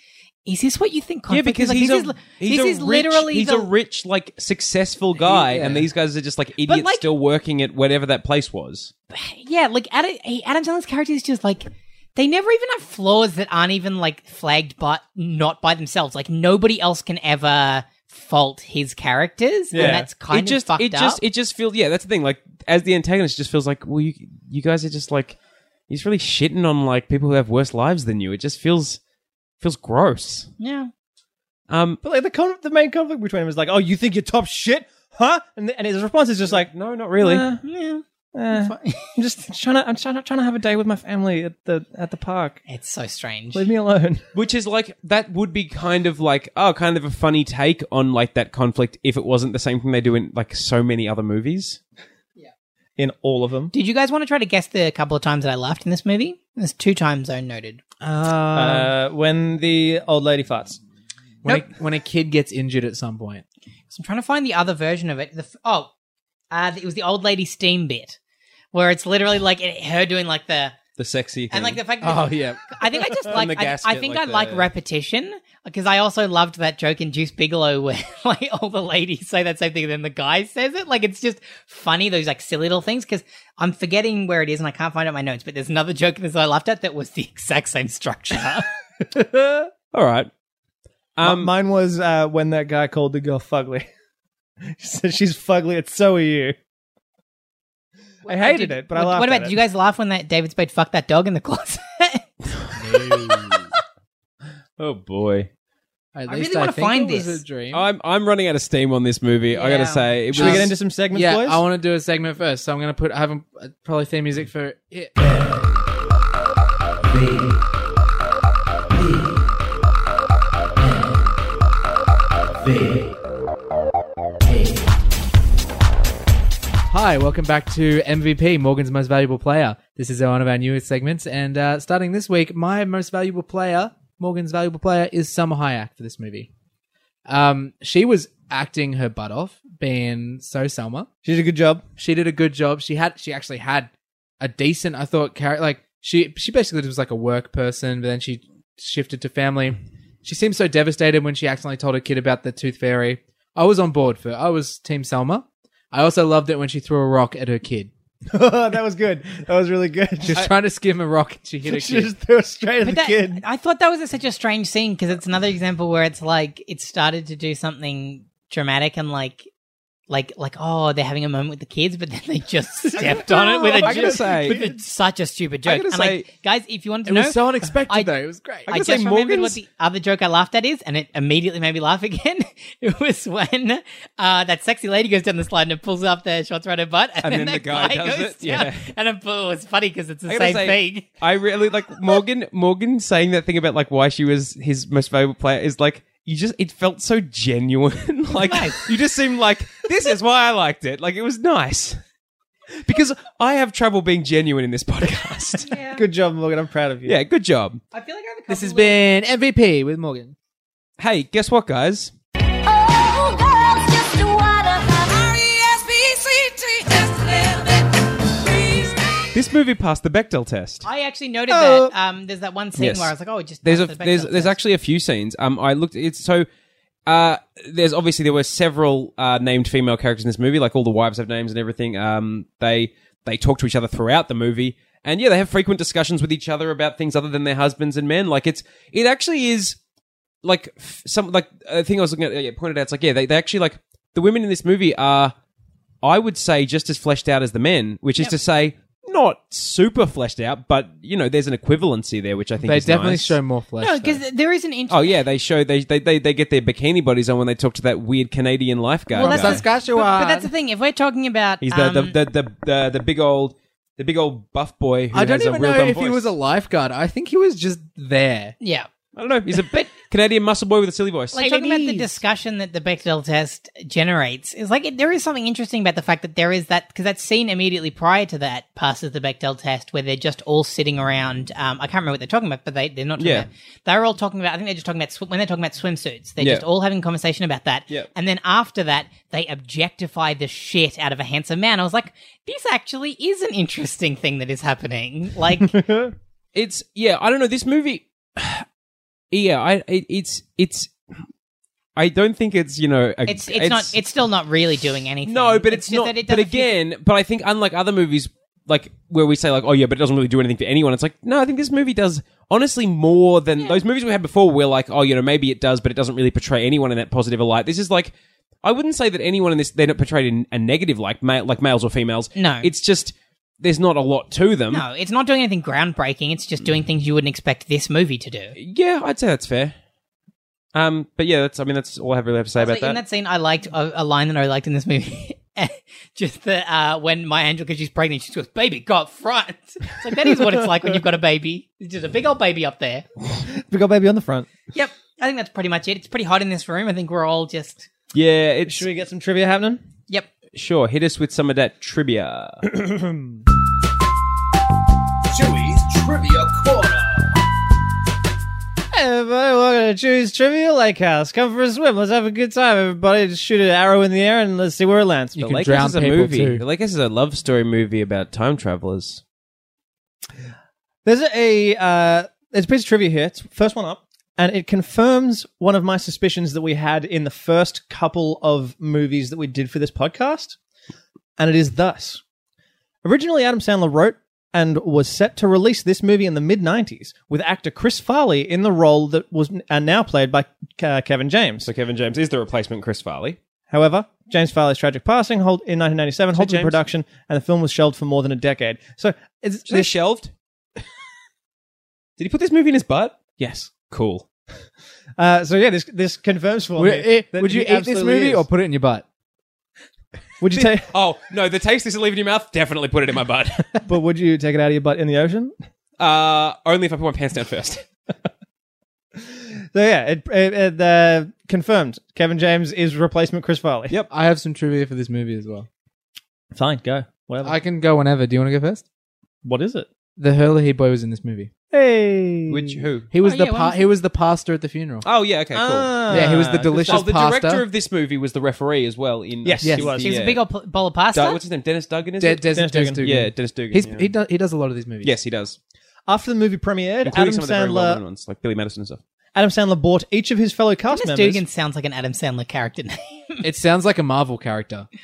Speaker 4: is this what you think?
Speaker 3: Yeah,
Speaker 4: conflict is?
Speaker 3: because
Speaker 4: like,
Speaker 3: he's, a,
Speaker 4: this is,
Speaker 3: he's
Speaker 4: this
Speaker 3: a
Speaker 4: is
Speaker 3: rich,
Speaker 4: literally
Speaker 3: he's
Speaker 4: the,
Speaker 3: a rich, like successful guy, and these guys are just like idiots
Speaker 4: like-
Speaker 3: still working at whatever that place was.
Speaker 4: yeah, like Adam, he- Adam Sandler's character is just like they never even have flaws that aren't even like flagged, but not by themselves. Like nobody else can ever fault his characters,
Speaker 2: Yeah.
Speaker 4: and that's kind
Speaker 3: it just,
Speaker 4: of fucked
Speaker 3: it
Speaker 4: up.
Speaker 3: just, it just feels. Yeah, that's the thing. Like as the antagonist, it just feels like well, you, you guys are just like he's really shitting on like people who have worse lives than you. It just feels feels gross.
Speaker 4: yeah,
Speaker 3: Um,
Speaker 2: But like the con- the main conflict between them is like, oh, you think you're top shit, huh? And th- and his response is just like,
Speaker 3: no, not really.
Speaker 2: "Uh,
Speaker 4: yeah,
Speaker 2: uh, I'm just trying to I'm trying, trying to have a day with my family at the at the park.
Speaker 4: it's so strange.
Speaker 2: Leave me alone.
Speaker 3: Which is like that would be kind of like oh, kind of a funny take on like that conflict if it wasn't the same thing they do in like so many other movies.
Speaker 2: In all of them.
Speaker 4: Did you guys want to try to guess the couple of times that I laughed in this movie? There's two times I noted.
Speaker 2: uh, when the old lady farts.
Speaker 5: When, a, when a kid gets injured at some point,
Speaker 4: So I'm trying to find the other version of it. The f- oh, uh, it was the old lady steam bit, where it's literally like it, her doing like the
Speaker 3: The sexy thing.
Speaker 4: and like the fact that
Speaker 5: oh yeah,
Speaker 4: I think I just like.
Speaker 3: the
Speaker 4: I, I
Speaker 3: gasket,
Speaker 4: think
Speaker 3: like
Speaker 4: I like
Speaker 3: the-
Speaker 4: repetition because I also loved that joke in Juice Bigelow where like all the ladies say that same thing and then the guy says it. Like it's just funny those like silly little things because I'm forgetting where it is and I can't find it in my notes. But there's another joke in this that I laughed at that was the exact same structure.
Speaker 3: All right. Um,
Speaker 2: M- mine was uh, when that guy called the girl fugly. she said she's fugly. It's so are you. I hated it, but I
Speaker 4: what,
Speaker 2: laughed.
Speaker 4: What about
Speaker 2: at
Speaker 4: did
Speaker 2: it.
Speaker 4: you guys laugh when that David Spade fucked that dog in the closet?
Speaker 3: oh boy,
Speaker 5: at least
Speaker 4: really wanna
Speaker 5: think
Speaker 4: find
Speaker 5: it was
Speaker 4: this.
Speaker 5: a dream.
Speaker 3: I'm I'm running out of steam on this movie. I
Speaker 4: Yeah.
Speaker 3: gotta say, it
Speaker 2: Should we
Speaker 3: was-
Speaker 2: get into some segments,
Speaker 5: yeah,
Speaker 2: boys?
Speaker 5: I want to do a segment first, so I'm gonna put I haven't uh, probably theme music for it. Hi, welcome back to MVP, Morgan's Most Valuable Player. This is one of our newest segments, and uh, starting this week, my most valuable player, Morgan's valuable player, is Summer Hayek for this movie. Um, she was acting her butt off, being so Selma.
Speaker 2: she did a good job.
Speaker 5: She did a good job. She had she actually had a decent, I thought, character. Like she she basically was like a work person, but then she shifted to family. She seemed so devastated when she accidentally told her kid about the tooth fairy. I was on board for. I was Team Selma. I also loved it when she threw a rock at her kid.
Speaker 2: that was good. That was really good.
Speaker 5: She was trying to skim a rock and she hit her
Speaker 2: she
Speaker 5: kid.
Speaker 2: just threw it straight at the
Speaker 4: But that-
Speaker 2: kid.
Speaker 4: I thought that was a, such a strange scene because it's another example where it's like it started to do something dramatic and like like like oh they're having a moment with the kids, but then they just stepped on it with a
Speaker 3: I gotta
Speaker 4: ju-
Speaker 3: say-
Speaker 4: with a- such a stupid joke.
Speaker 3: gotta
Speaker 4: I'm
Speaker 3: say-
Speaker 4: like, guys, if you wanted to
Speaker 5: It
Speaker 4: know,
Speaker 5: was so unexpected
Speaker 4: I-
Speaker 5: though. It was great.
Speaker 4: I
Speaker 3: gotta
Speaker 4: just
Speaker 3: say,
Speaker 4: remembered
Speaker 3: Morgan's-
Speaker 4: what the other joke I laughed at is, and it immediately made me laugh again. it was when uh, that sexy lady goes down the slide and it pulls up the shots right her butt, and,
Speaker 3: And
Speaker 4: then,
Speaker 3: then
Speaker 4: that
Speaker 3: the guy does
Speaker 4: goes
Speaker 3: it,
Speaker 4: down.
Speaker 3: yeah.
Speaker 4: And it was funny because it's the
Speaker 3: I gotta
Speaker 4: same
Speaker 3: say,
Speaker 4: thing.
Speaker 3: I really like Morgan. Morgan saying that thing about like why she was his most favorite player is like you just it felt so genuine. like
Speaker 4: Nice.
Speaker 3: you just seemed like this is why I liked it. Like it was nice because I have trouble being genuine in this podcast. yeah.
Speaker 2: Good job, Morgan. I'm proud of you.
Speaker 3: good job.
Speaker 4: I feel like I have a
Speaker 5: This has been MVP with Morgan.
Speaker 3: Hey, guess what, guys?
Speaker 6: Oh, girls, just wanna have R-E-S-P-C-T, just a little bit. Please,
Speaker 3: This movie passed the Bechdel test.
Speaker 4: I actually noted
Speaker 2: Oh.
Speaker 4: that um, there's that one scene
Speaker 3: Yes.
Speaker 4: where I was like, oh, it just
Speaker 3: there's a
Speaker 4: that's the
Speaker 3: there's
Speaker 4: Bechdel
Speaker 3: there's
Speaker 4: test.
Speaker 3: actually a few scenes. Um, I looked. It's so. Uh, there's obviously there were several uh, named female characters in this movie. Like all the wives have names and everything. Um, they they talk to each other throughout the movie, and yeah, they have frequent discussions with each other about things other than their husbands and men. Like it's it actually is like f- some like a thing I was looking at. Yeah, pointed out. It's like yeah, they they actually like the women in this movie are I would say just as fleshed out as the men, which is to say. Not super fleshed out, but you know, there's an equivalency there, which I think
Speaker 5: They
Speaker 3: is
Speaker 5: definitely
Speaker 3: nice.
Speaker 5: show more flesh.
Speaker 4: no
Speaker 5: though.
Speaker 4: because there is an interesting.
Speaker 3: Oh yeah, they show they they, they they get their bikini bodies on when they talk to that weird Canadian lifeguard.
Speaker 4: Well, that's
Speaker 3: guy.
Speaker 4: the- but, but that's the thing. If we're talking about,
Speaker 3: He's the,
Speaker 4: um,
Speaker 3: the, the, the the the big old the big old buff boy who
Speaker 5: I don't
Speaker 3: has a
Speaker 5: even
Speaker 3: real
Speaker 5: know
Speaker 3: dumb
Speaker 5: if
Speaker 3: voice.
Speaker 5: he was a lifeguard. I think he was just there.
Speaker 4: yeah,
Speaker 3: I don't know. He's a bit Canadian muscle boy with a silly voice.
Speaker 4: like talking about the discussion that the Bechdel test generates is like it, there is something interesting about the fact that there is that because that scene immediately prior to that passes the Bechdel test where they're just all sitting around. Um, I can't remember what they're talking about, but they they're not. Talking
Speaker 3: Yeah.
Speaker 4: about, they're all talking about. I think they're just talking about sw- when they're talking about swimsuits. They're
Speaker 3: Yeah.
Speaker 4: just all having a conversation about that.
Speaker 3: Yeah.
Speaker 4: And then after that, they objectify the shit out of a handsome man. I was like, this actually is an interesting thing that is happening. Like,
Speaker 3: it's yeah. I don't know. This movie, yeah. I it, it's it's. I don't think it's you know. A,
Speaker 4: it's it's, not. It's still not really doing anything.
Speaker 3: No, but it's,
Speaker 4: just
Speaker 3: not.
Speaker 4: that it
Speaker 3: but
Speaker 4: doesn't feel-
Speaker 3: again, but I think unlike other movies, like where we say like, oh yeah, but it doesn't really do anything for anyone. It's like no, I think this movie does honestly more than those movies we had before. Where like, oh, you know, maybe it does, but it doesn't really portray anyone in that positive a light. This is like, I wouldn't say that anyone in this they're not portrayed in a negative like ma- like males or females.
Speaker 4: No.
Speaker 3: it's just there's not a lot to them.
Speaker 4: No, it's not doing anything groundbreaking. It's just
Speaker 3: Mm.
Speaker 4: doing things you wouldn't expect this movie to do.
Speaker 3: Yeah, I'd say that's fair. Um, but yeah, that's I mean that's all I have really have to say about
Speaker 4: So in
Speaker 3: that.
Speaker 4: that scene, I liked a, a line that I liked in this movie. just the, uh, when my angel, because she's pregnant, she goes, "Baby, got front." It's like that is what it's like when you've got a baby. It's just a big old baby up there.
Speaker 2: We got baby on the front.
Speaker 4: Yep, I think that's pretty much it. It's pretty hot in this room. I think we're all just
Speaker 3: yeah, it's
Speaker 2: Should we get some trivia happening?
Speaker 4: yep.
Speaker 3: sure. Hit us with some of that trivia.
Speaker 7: Chewy's Trivia Corner.
Speaker 2: Hey everybody, welcome to Chewy's Trivia Lake House. Come for a swim. Let's have a good time, everybody. Just shoot an arrow in the air and let's see where it lands.
Speaker 5: You
Speaker 3: The
Speaker 5: can
Speaker 3: Lake
Speaker 5: drown
Speaker 3: House is a
Speaker 5: people,
Speaker 3: movie.
Speaker 5: too.
Speaker 3: The Lake House is a love story movie about time travelers.
Speaker 2: There's a uh, there's a piece of trivia here. It's first one up, and it confirms one of my suspicions that we had in the first couple of movies that we did for this podcast, and it is thus: originally, Adam Sandler wrote and was set to release this movie in the mid '90s with actor Chris Farley in the role that was uh, now played by uh, Kevin James.
Speaker 3: So Kevin James is the replacement Chris Farley.
Speaker 2: However, James Farley's tragic passing hold, in 1997 halted
Speaker 3: James.
Speaker 2: production, and the film was shelved for more than a decade. So, it's,
Speaker 3: Is this shelved? Did he put this movie in his butt?
Speaker 2: yes.
Speaker 3: Cool.
Speaker 2: Uh, so yeah, this this confirms for
Speaker 5: Would,
Speaker 2: me.
Speaker 5: eh,
Speaker 2: that
Speaker 5: would you
Speaker 2: he
Speaker 5: eat this
Speaker 2: absolutely
Speaker 5: movie
Speaker 2: is.
Speaker 5: or put it in your butt?
Speaker 2: would you take?
Speaker 3: Oh no, the taste this will leave in your mouth. Definitely put it in my butt.
Speaker 2: but would you take it out of your butt in the ocean?
Speaker 3: Uh, only if I put my pants down first.
Speaker 2: So yeah, it, it, it, uh, confirmed. Kevin James is replacement Chris Farley.
Speaker 3: Yep.
Speaker 5: I have some trivia for this movie as well.
Speaker 2: Fine, go. Whatever.
Speaker 5: I can go whenever. Do you want to go first?
Speaker 2: what is it?
Speaker 5: The Hurley boy was in this movie.
Speaker 2: Hey,
Speaker 3: Which who?
Speaker 5: He was
Speaker 4: Oh,
Speaker 5: the
Speaker 4: yeah,
Speaker 5: pa-
Speaker 4: when-
Speaker 5: he was the pastor at the funeral.
Speaker 3: Oh yeah, okay, cool.
Speaker 5: yeah, he was the delicious
Speaker 3: oh, the
Speaker 5: pastor.
Speaker 3: director of this movie was the referee as well. In
Speaker 2: Yes,
Speaker 5: Yes.
Speaker 2: he was.
Speaker 4: She was
Speaker 3: Yeah.
Speaker 4: a big old pl- bowl of pasta.
Speaker 3: Du- what's his name? Dennis Duggan is
Speaker 5: De-
Speaker 3: it?
Speaker 5: Des-
Speaker 2: Dennis
Speaker 5: Des
Speaker 2: Dugan.
Speaker 5: Dugan.
Speaker 3: yeah, Dennis Dugan.
Speaker 5: He's,
Speaker 3: yeah.
Speaker 5: He, does, he does a lot of these movies.
Speaker 3: yes, he does,
Speaker 2: After the movie premiered,
Speaker 3: including
Speaker 2: Adam
Speaker 3: some of the very well-known
Speaker 2: Sandler
Speaker 3: ones like Billy Madison and stuff.
Speaker 2: Adam Sandler bought each of his fellow cast
Speaker 4: Dennis
Speaker 2: members.
Speaker 4: Dugan sounds like an Adam Sandler character name.
Speaker 5: It sounds like a Marvel character.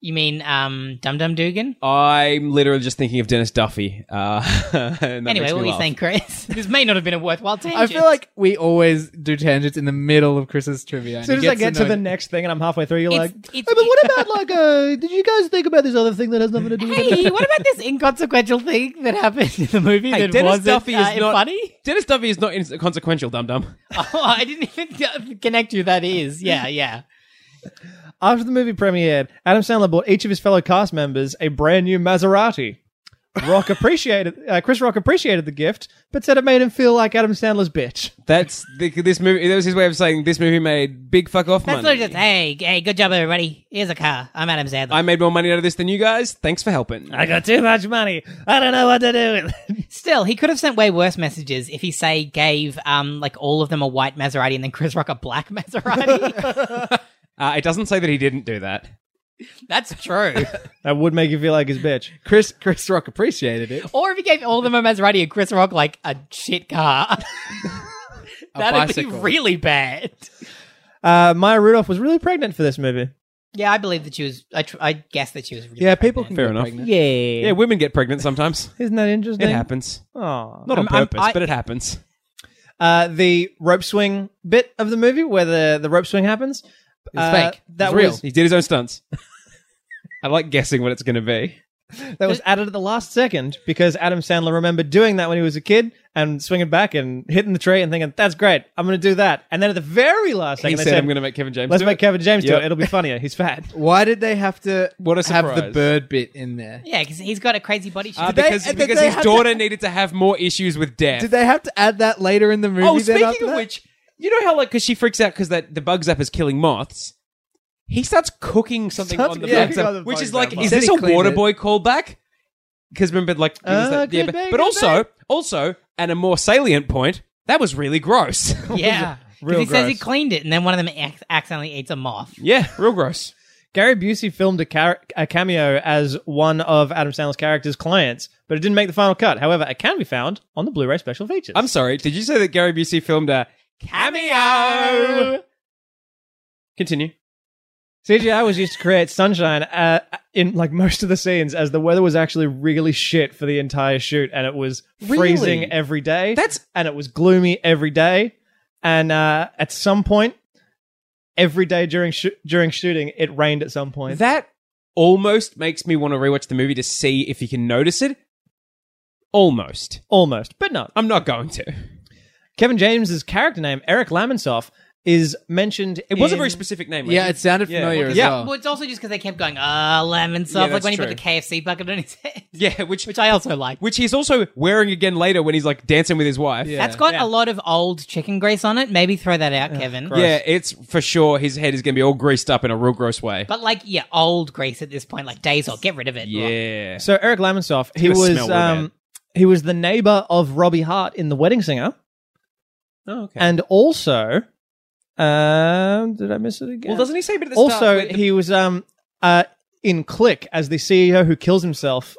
Speaker 4: You mean um, Dum Dum Dugan?
Speaker 3: I'm literally just thinking of Dennis Duffy. Uh,
Speaker 4: anyway, what were you saying, Chris? this may not have been a worthwhile tangent.
Speaker 5: I feel like we always do tangents in the middle of Chris's trivia. and
Speaker 2: As soon
Speaker 5: he
Speaker 2: as I
Speaker 5: gets
Speaker 2: get to the
Speaker 5: annoyed.
Speaker 2: next thing and I'm halfway through, you're
Speaker 4: It's-
Speaker 2: like,
Speaker 4: it's-
Speaker 2: "Hey, but what about like, uh, did you guys think about this other thing that has nothing to do with it?
Speaker 4: Hey, what about this inconsequential thing that happened in the movie
Speaker 3: Hey,
Speaker 4: that
Speaker 3: Dennis
Speaker 4: wasn't
Speaker 3: Duffy is
Speaker 4: uh,
Speaker 3: not-
Speaker 4: funny?
Speaker 3: Dennis Duffy is not inconsequential, dum dum.
Speaker 4: Oh, I didn't even connect who that is. Yeah, yeah.
Speaker 2: After the movie premiered, Adam Sandler bought each of his fellow cast members a brand new Maserati. Rock appreciated uh, Chris Rock appreciated the gift, but said it made him feel like Adam Sandler's bitch.
Speaker 3: That's the, this movie. That was his way of saying this movie made big fuck off
Speaker 4: That's
Speaker 3: money.
Speaker 4: literally just, hey, hey, good job, everybody. Here's a car. I'm Adam Sandler.
Speaker 3: I made more money out of this than you guys. Thanks for helping.
Speaker 2: I got too much money. I don't know what to do with it.
Speaker 4: Still, he could have sent way worse messages if he, say, gave um like all of them a white Maserati and then Chris Rock a black Maserati.
Speaker 3: Uh, it doesn't say that he didn't do that.
Speaker 4: That's true.
Speaker 2: That would make you feel like his bitch.
Speaker 5: Chris Chris Rock appreciated it.
Speaker 4: or if he gave all of them a Maserati and Chris Rock like a shit car.
Speaker 5: A
Speaker 4: That'd be
Speaker 5: bicycle.
Speaker 4: really bad.
Speaker 2: Uh, Maya Rudolph was really pregnant for this movie.
Speaker 4: Yeah, I believe that she was. I, tr- I guess that she was. Really
Speaker 5: yeah, people can
Speaker 3: Fair
Speaker 5: get
Speaker 3: enough.
Speaker 5: pregnant.
Speaker 2: Yeah,
Speaker 3: Yeah, women get pregnant sometimes.
Speaker 2: isn't that interesting?
Speaker 3: It happens.
Speaker 2: Aw.
Speaker 3: Not on
Speaker 4: I'm- I'm-
Speaker 3: purpose,
Speaker 4: I-
Speaker 3: but it happens.
Speaker 2: Uh, the rope swing bit of the movie where the, the rope swing happens. uh,
Speaker 5: fake.
Speaker 2: That
Speaker 5: It's real.
Speaker 2: was
Speaker 3: He did his own stunts. I like guessing what it's going to be.
Speaker 2: that was added at the last second because Adam Sandler remembered doing that when he was a kid and swinging back and hitting the tree and thinking that's great, I'm going to do that. And then at the very last
Speaker 3: He
Speaker 2: second, they
Speaker 3: said,
Speaker 2: said,
Speaker 3: "I'm going to make Kevin James."
Speaker 2: "Let's
Speaker 3: do
Speaker 2: make
Speaker 3: it.
Speaker 2: Kevin James do
Speaker 3: Yep.
Speaker 2: it. It'll be funnier. He's fat."
Speaker 5: Why did they have to
Speaker 3: What a
Speaker 5: have the
Speaker 3: surprise.
Speaker 5: bird bit in there?
Speaker 4: Yeah, because he's got a crazy body shape.
Speaker 3: Uh,
Speaker 5: they-
Speaker 3: because
Speaker 5: did
Speaker 3: because
Speaker 5: they
Speaker 3: his
Speaker 5: have
Speaker 3: daughter needed to have more issues with death.
Speaker 5: Did they have to add that later in the movie?
Speaker 3: oh,
Speaker 5: then
Speaker 3: speaking
Speaker 5: after
Speaker 3: of
Speaker 5: that?
Speaker 3: which, you know how like because she freaks out because that the bug zap is killing moths. He starts cooking something
Speaker 2: Starts
Speaker 3: on the
Speaker 2: cooking
Speaker 3: bug zap,
Speaker 2: on the
Speaker 3: which
Speaker 2: bug
Speaker 3: is
Speaker 2: zap
Speaker 3: like,
Speaker 2: moth.
Speaker 3: is
Speaker 5: Said
Speaker 3: this
Speaker 5: he
Speaker 3: a
Speaker 5: cleaned
Speaker 3: water
Speaker 5: it.
Speaker 3: boy callback? Because remember, like, it was
Speaker 2: Ah,
Speaker 3: that- yeah,
Speaker 2: good
Speaker 3: but,
Speaker 2: bag,
Speaker 3: but
Speaker 2: good
Speaker 3: also, also, and a more salient point, that was really gross.
Speaker 4: yeah, 'Cause
Speaker 2: Real
Speaker 4: he says he
Speaker 2: gross.
Speaker 4: cleaned it, and then one of them ac- accidentally eats a moth.
Speaker 3: yeah, real gross.
Speaker 2: Gary Busey filmed a, car- a cameo as one of Adam Sandler's character's clients, but it didn't make the final cut. However, it can be found on the Blu-ray special features.
Speaker 3: I'm sorry. Did you say that Gary Busey filmed a cameo? Continue.
Speaker 2: CGI was used to create sunshine uh, in like most of the scenes, as the weather was actually really shit for the entire shoot, and it was freezing
Speaker 3: Really?
Speaker 2: every day.
Speaker 3: That's
Speaker 2: and it was gloomy every day. And uh, at some point, every day during shoo- during shooting, it rained at some point.
Speaker 3: That almost makes me want to rewatch the movie to see if you can notice it. Almost.
Speaker 2: Almost, but not.
Speaker 3: I'm not going to.
Speaker 2: Kevin James's character name, Eric Lamonsoff, is mentioned.
Speaker 3: It was a
Speaker 2: in-
Speaker 3: very specific name. Like,
Speaker 5: Yeah,
Speaker 3: you-
Speaker 5: it sounded
Speaker 3: Yeah.
Speaker 5: familiar as
Speaker 2: Yeah.
Speaker 5: well.
Speaker 4: Well, it's also just because they kept going, ah, lemon stuff. like
Speaker 3: that's
Speaker 4: when he put
Speaker 3: true.
Speaker 4: the KFC bucket on his head,
Speaker 3: yeah, which
Speaker 4: which I also like.
Speaker 3: which he's also wearing again later when he's like dancing with his wife.
Speaker 5: Yeah.
Speaker 4: That's got a lot of old chicken grease on it. Maybe throw that out, Kevin.
Speaker 3: Yeah, it's for sure his head is going to be all greased up in a real gross way.
Speaker 4: But like, yeah, old grease at this point, like days old. Get rid of it.
Speaker 3: yeah.
Speaker 2: So Eric Lamonsoff, he
Speaker 3: gonna
Speaker 2: was
Speaker 3: smell real
Speaker 2: um, he was the neighbor of Robbie Hart in The Wedding Singer,
Speaker 3: Oh, okay.
Speaker 2: and also, um, did I miss it again?
Speaker 3: well, doesn't he say a bit at the start?
Speaker 2: also,
Speaker 3: where the-
Speaker 2: he was um, uh, in Click as the CEO who kills himself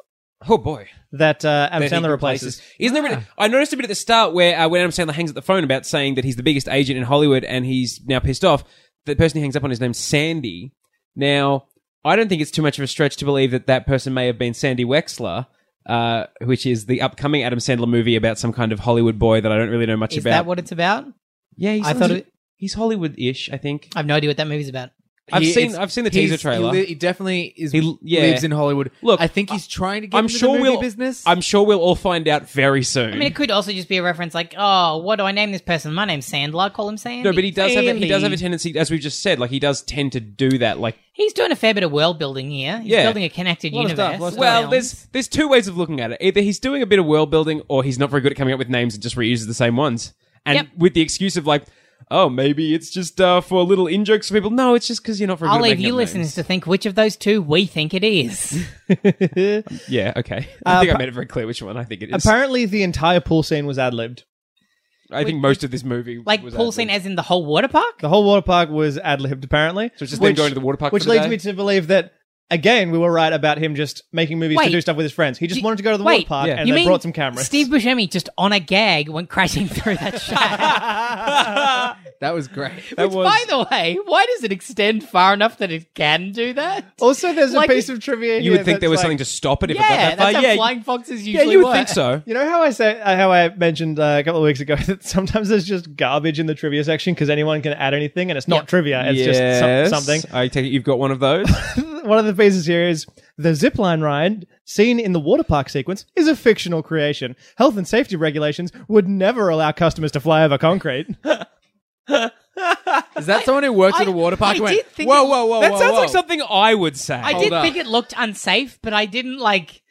Speaker 3: oh boy.
Speaker 2: that uh, Adam
Speaker 3: that he
Speaker 2: Sandler replaces.
Speaker 3: Isn't there? a bit- I noticed a bit at the start where uh, when Adam Sandler hangs up the phone about saying that he's the biggest agent in Hollywood and he's now pissed off. The person he hangs up on is named Sandy. Now, I don't think it's too much of a stretch to believe that that person may have been Sandy Wexler. Uh, which is the upcoming Adam Sandler movie about some kind of Hollywood boy that I don't really know much
Speaker 4: Is
Speaker 3: about.
Speaker 4: that what it's about?
Speaker 3: yeah, he's
Speaker 4: I thought it-
Speaker 3: he's Hollywood-ish. I think
Speaker 4: I have no idea what that movie's about.
Speaker 3: I've
Speaker 5: He-
Speaker 3: seen
Speaker 5: it's-
Speaker 3: I've seen the
Speaker 5: he's-
Speaker 3: teaser trailer.
Speaker 5: He, li- he definitely is.
Speaker 3: He- yeah.
Speaker 5: lives in Hollywood.
Speaker 3: Look,
Speaker 5: I think he's trying to get
Speaker 3: I'm
Speaker 5: into
Speaker 3: sure
Speaker 5: the movie
Speaker 3: we'll
Speaker 5: business.
Speaker 3: I'm sure we'll all find out very soon.
Speaker 4: I mean, it could also just be a reference, like, oh, what do I name this person? My name's Sandler. Call him Sandy.
Speaker 3: no, but he does have a, he does have a
Speaker 4: Sandy.
Speaker 3: tendency, as we've just said, like he does tend to do that. Like
Speaker 4: He's doing a fair bit of world building here. He's
Speaker 3: Yeah.
Speaker 4: building a connected
Speaker 2: Lot of
Speaker 4: universe.
Speaker 2: stuff, lot of stuff.
Speaker 3: Well,
Speaker 4: Films.
Speaker 3: there's there's two ways of looking at it. Either he's doing a bit of world building, or he's not very good at coming up with names and just reuses the same ones. And
Speaker 4: Yep.
Speaker 3: with the excuse of like, oh, maybe it's just uh, for little in jokes for people. No, it's just because you're not very
Speaker 4: I'll
Speaker 3: good at
Speaker 4: leave
Speaker 3: making
Speaker 4: you
Speaker 3: up
Speaker 4: listeners to
Speaker 3: names.
Speaker 4: think which of those two we think it is.
Speaker 3: Yeah, okay. I think I
Speaker 2: pa-
Speaker 3: made it very clear which one I think it is.
Speaker 2: Apparently, the entire pool scene was ad libbed.
Speaker 3: I think most of this movie
Speaker 4: Like
Speaker 3: was
Speaker 4: Paul
Speaker 3: ad-libbed.
Speaker 4: scene as in the whole water park?
Speaker 2: The whole water park was ad libbed, apparently.
Speaker 3: So it's just them going to the water park
Speaker 2: Which
Speaker 3: for the
Speaker 2: leads
Speaker 3: day?
Speaker 2: me to believe that again, we were right about him just making movies to
Speaker 4: Wait.
Speaker 2: do stuff with his friends. He just
Speaker 4: You-
Speaker 2: wanted to go to the water
Speaker 4: wait,
Speaker 2: park, and
Speaker 4: you
Speaker 2: they
Speaker 4: mean
Speaker 2: brought some cameras.
Speaker 4: Steve Buscemi just on a gag went crashing through that shot.
Speaker 5: That was great.
Speaker 4: Which, by the way, why does it extend far enough that it can do that?
Speaker 2: also, there's
Speaker 4: Like-
Speaker 2: a piece of trivia.
Speaker 3: You would think there was something to stop it if it
Speaker 4: yeah,
Speaker 3: got that far.
Speaker 4: that's how
Speaker 3: Oh, yeah,
Speaker 4: flying foxes
Speaker 3: yeah,
Speaker 4: usually
Speaker 3: you would
Speaker 4: work.
Speaker 3: think so.
Speaker 2: You know how I say uh, how I mentioned uh, a couple of weeks ago that sometimes there's just garbage in the trivia section because anyone can add anything and it's not
Speaker 4: Yep.
Speaker 2: trivia. It's just some- something.
Speaker 3: I take it you've got one of those.
Speaker 2: One of the pieces here is the zipline ride seen in the water park sequence is a fictional creation. Health and safety regulations would never allow customers to fly over concrete.
Speaker 5: Is that someone who works at a
Speaker 4: I-
Speaker 5: water park?
Speaker 4: I
Speaker 5: and went,
Speaker 4: did think
Speaker 5: whoa,
Speaker 4: it-
Speaker 5: whoa, whoa,
Speaker 3: that
Speaker 5: whoa,
Speaker 3: sounds
Speaker 5: whoa.
Speaker 3: like something I would say.
Speaker 4: I did
Speaker 5: up.
Speaker 4: think it looked unsafe, but I didn't like.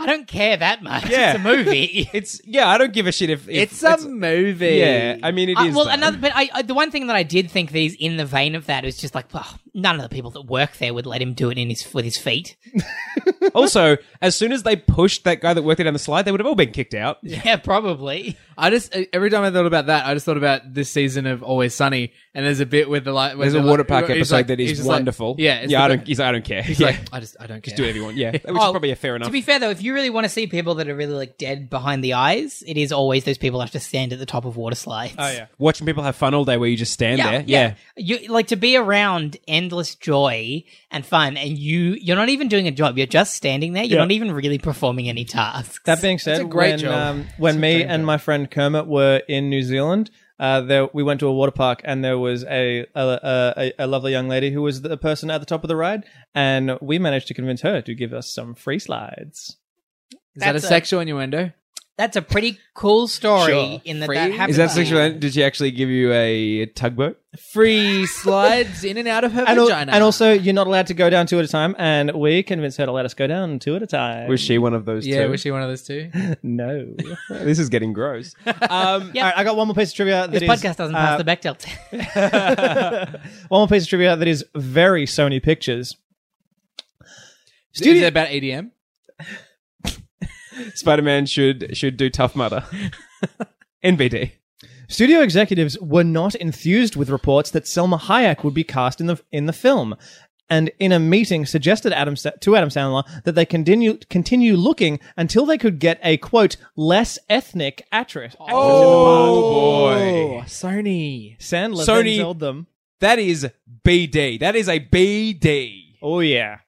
Speaker 4: I don't care that much.
Speaker 3: Yeah.
Speaker 4: It's a movie.
Speaker 3: It's yeah. I don't give a shit if, if
Speaker 5: It's Uh, a movie.
Speaker 3: yeah. I mean, it is.
Speaker 4: I- well,
Speaker 3: though.
Speaker 4: another, but I, I, the one thing that I did think these in the vein of that is just like, well, none of the people that work there would let him do it in his with his feet.
Speaker 3: also, as soon as they pushed that guy that worked it down the slide, they would have all been kicked out.
Speaker 4: Yeah, probably.
Speaker 5: I just every time I thought about that, I just thought about this season of Always Sunny, and there's a bit where the like where
Speaker 3: There's a
Speaker 5: they're
Speaker 3: water
Speaker 5: like-
Speaker 3: park
Speaker 5: he's
Speaker 3: episode
Speaker 5: like-
Speaker 3: that
Speaker 5: he's
Speaker 3: is
Speaker 5: just like-
Speaker 3: wonderful.
Speaker 5: yeah, it's
Speaker 3: yeah.
Speaker 5: the
Speaker 3: I
Speaker 5: bit-
Speaker 3: don't. He's, I don't care.
Speaker 5: He's
Speaker 3: yeah.
Speaker 5: like, I just I don't care.
Speaker 3: do whatever you want. Yeah, which is
Speaker 4: Oh,
Speaker 3: probably a fair enough.
Speaker 4: To be fair, though, if you really want to see people that are really like dead behind the eyes, it is always those people that have to stand at the top of water slides. Oh yeah,
Speaker 3: Watching people have fun all day, where you just stand there. Yeah.
Speaker 4: You like to be around endless joy and fun, and you you're not even doing a job. You're just standing there. You're
Speaker 2: Yeah.
Speaker 4: not even really performing any tasks.
Speaker 2: That being said,
Speaker 5: a great
Speaker 2: when,
Speaker 5: job.
Speaker 2: um, when me and my friend Kermit were in New Zealand, uh, there, we went to a water park and there was a a, a a lovely young lady who was the person at the top of the ride, and we managed to convince her to give us some free slides.
Speaker 5: Is that a
Speaker 4: That's a-
Speaker 5: sexual innuendo?
Speaker 4: That's a pretty cool story
Speaker 2: Sure.
Speaker 4: in that
Speaker 5: Free?
Speaker 4: that
Speaker 5: Is
Speaker 4: happens.
Speaker 3: Is that sexual? Did she actually give you a tugboat?
Speaker 5: Free slides in and out of her
Speaker 2: And, al-
Speaker 5: vagina,
Speaker 2: and also, you're not allowed to go down two at a time, and we convinced her to let us go down two at a time.
Speaker 3: Was she one of those?
Speaker 5: yeah,
Speaker 3: two?
Speaker 5: was she one of those two?
Speaker 2: No.
Speaker 3: This is getting gross. Um,
Speaker 2: All right, I got one more piece of trivia. that
Speaker 4: This
Speaker 2: is,
Speaker 4: podcast doesn't pass
Speaker 2: uh,
Speaker 4: the Bechdel test.
Speaker 2: one more piece of trivia that is very Sony Pictures.
Speaker 5: Is it about EDM?
Speaker 3: Spider-Man should should do tough mudder. NBD.
Speaker 2: Studio executives were not enthused with reports that Selma Hayek would be cast in the in the film, and in a meeting suggested Adam Sa- to Adam Sandler that they continue continue looking until they could get a quote less ethnic actress.
Speaker 3: Oh boy,
Speaker 5: Sony.
Speaker 2: Sandler
Speaker 3: Oh. Sony-
Speaker 2: then told them,
Speaker 3: that is BD. That is a BD.
Speaker 2: "Oh yeah."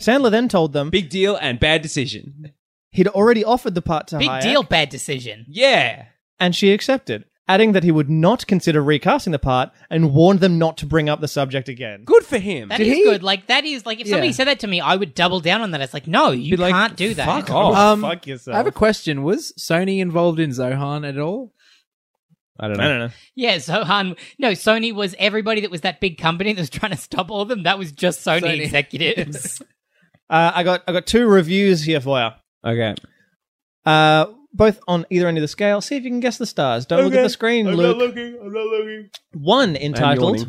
Speaker 2: Sandler then told them
Speaker 3: Big deal and bad decision.
Speaker 2: he'd already offered the part to
Speaker 4: Big
Speaker 2: Hayek,
Speaker 4: deal, bad decision.
Speaker 3: Yeah.
Speaker 2: and she accepted, adding that he would not consider recasting the part and warned them not to bring up the subject again.
Speaker 3: Good for him.
Speaker 4: That is good. Like that is like if somebody said that to me, I would double down on that. It's like, no, you
Speaker 3: like,
Speaker 4: can't do that.
Speaker 3: fuck off.
Speaker 5: Um,
Speaker 2: Fuck yourself.
Speaker 5: I have a question. Was Sony involved in Zohan at all?
Speaker 3: I don't
Speaker 2: I don't know.
Speaker 4: Yeah, Zohan. No, Sony was everybody that was that big company that was trying to stop all of them. That was just Sony,
Speaker 5: Sony.
Speaker 4: executives.
Speaker 2: Uh, I got I got two reviews here for you.
Speaker 3: Okay.
Speaker 2: Uh, both on either end of the scale. See if you can guess the stars. Don't look at the screen, Luke.
Speaker 7: looking. I'm not looking.
Speaker 2: One entitled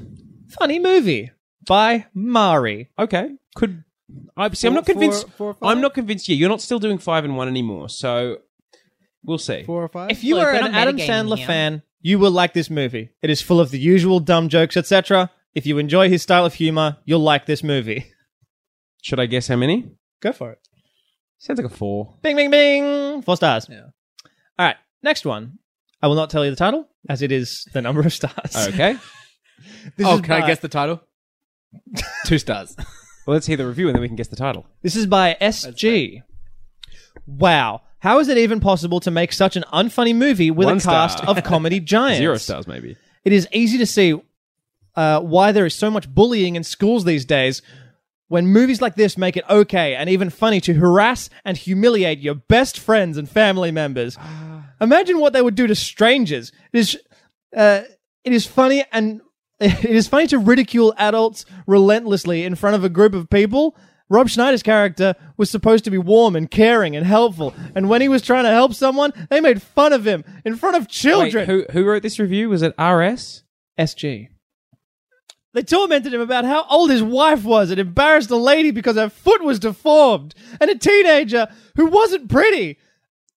Speaker 2: "Funny Movie" by Mari.
Speaker 3: Okay. Could I see? i I'm not
Speaker 5: Four-
Speaker 3: convinced.
Speaker 5: four- four or five?
Speaker 3: I'm not convinced. Yeah, you're not still doing five and one anymore. So we'll see.
Speaker 5: Four or five?
Speaker 2: If you
Speaker 4: Look,
Speaker 2: are
Speaker 4: we're
Speaker 2: an
Speaker 4: not
Speaker 2: Adam
Speaker 4: metagaming
Speaker 2: Sandler
Speaker 4: here.
Speaker 2: fan, you will like this movie. It is full of the usual dumb jokes, etc. If you enjoy his style of humor, you'll like this movie.
Speaker 3: Should I guess how many?
Speaker 2: Go for it.
Speaker 3: Sounds like a four.
Speaker 2: Bing, bing, bing. Four stars. All right. Next one. I will not tell you the title, as it is the number of stars.
Speaker 3: Okay.
Speaker 2: This
Speaker 5: oh,
Speaker 2: is
Speaker 5: can I
Speaker 2: by-
Speaker 5: guess the title? Two stars.
Speaker 3: well, let's hear the review and then we can guess the title.
Speaker 2: This is by SG. Wow. How is it even possible to make such an unfunny movie with
Speaker 3: One
Speaker 2: a cast
Speaker 3: star.
Speaker 2: of comedy giants?
Speaker 3: Zero stars, maybe.
Speaker 2: It is easy to see uh, why there is so much bullying in schools these days when movies like this make it okay and even funny to harass and humiliate your best friends and family members. Imagine what they would do to strangers. It is, uh, it is funny and it is funny to ridicule adults relentlessly in front of a group of people. Rob Schneider's character was supposed to be warm and caring and helpful, and when he was trying to help someone, they made fun of him in front of
Speaker 3: Wait,
Speaker 2: children.
Speaker 3: who who wrote this review? Was it RS?
Speaker 2: SG. They tormented him about how old his wife was and embarrassed a lady because her foot was deformed and a teenager who wasn't pretty.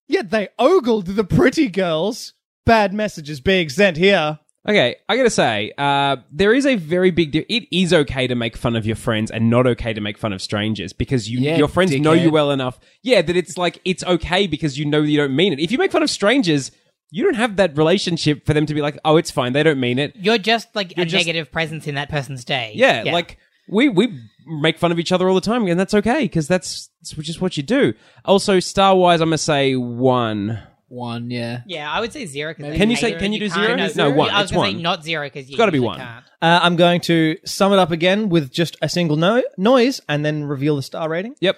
Speaker 2: Yet they ogled the pretty girls. Bad messages being sent here.
Speaker 3: Okay, I gotta say, uh, there is a very big. Di- it is okay to make fun of your friends, and not okay to make fun of strangers because you
Speaker 5: Yeah,
Speaker 3: your friends know you
Speaker 5: dickhead.
Speaker 3: well enough. Yeah, that it's like it's okay because you know you don't mean it. If you make fun of strangers, you don't have that relationship for them to be like, oh, it's fine, they don't mean it.
Speaker 4: You're just like a
Speaker 3: just-
Speaker 4: negative presence in that person's day.
Speaker 3: Yeah, like we we make fun of each other all the time, and that's okay because that's, that's just what you do. Also, Star Wars, I'm gonna say one.
Speaker 5: One, yeah.
Speaker 4: Yeah, I would say zero. Cause
Speaker 3: Can you say- can you do zero?
Speaker 4: No,
Speaker 3: No, one.
Speaker 4: I was
Speaker 3: It's
Speaker 4: gonna say
Speaker 3: one.
Speaker 4: not zero because you
Speaker 3: gotta be
Speaker 4: usually
Speaker 3: one.
Speaker 4: can't.
Speaker 2: Uh, I'm going to sum it up again with just a single no- noise and then reveal the star rating.
Speaker 3: Yep.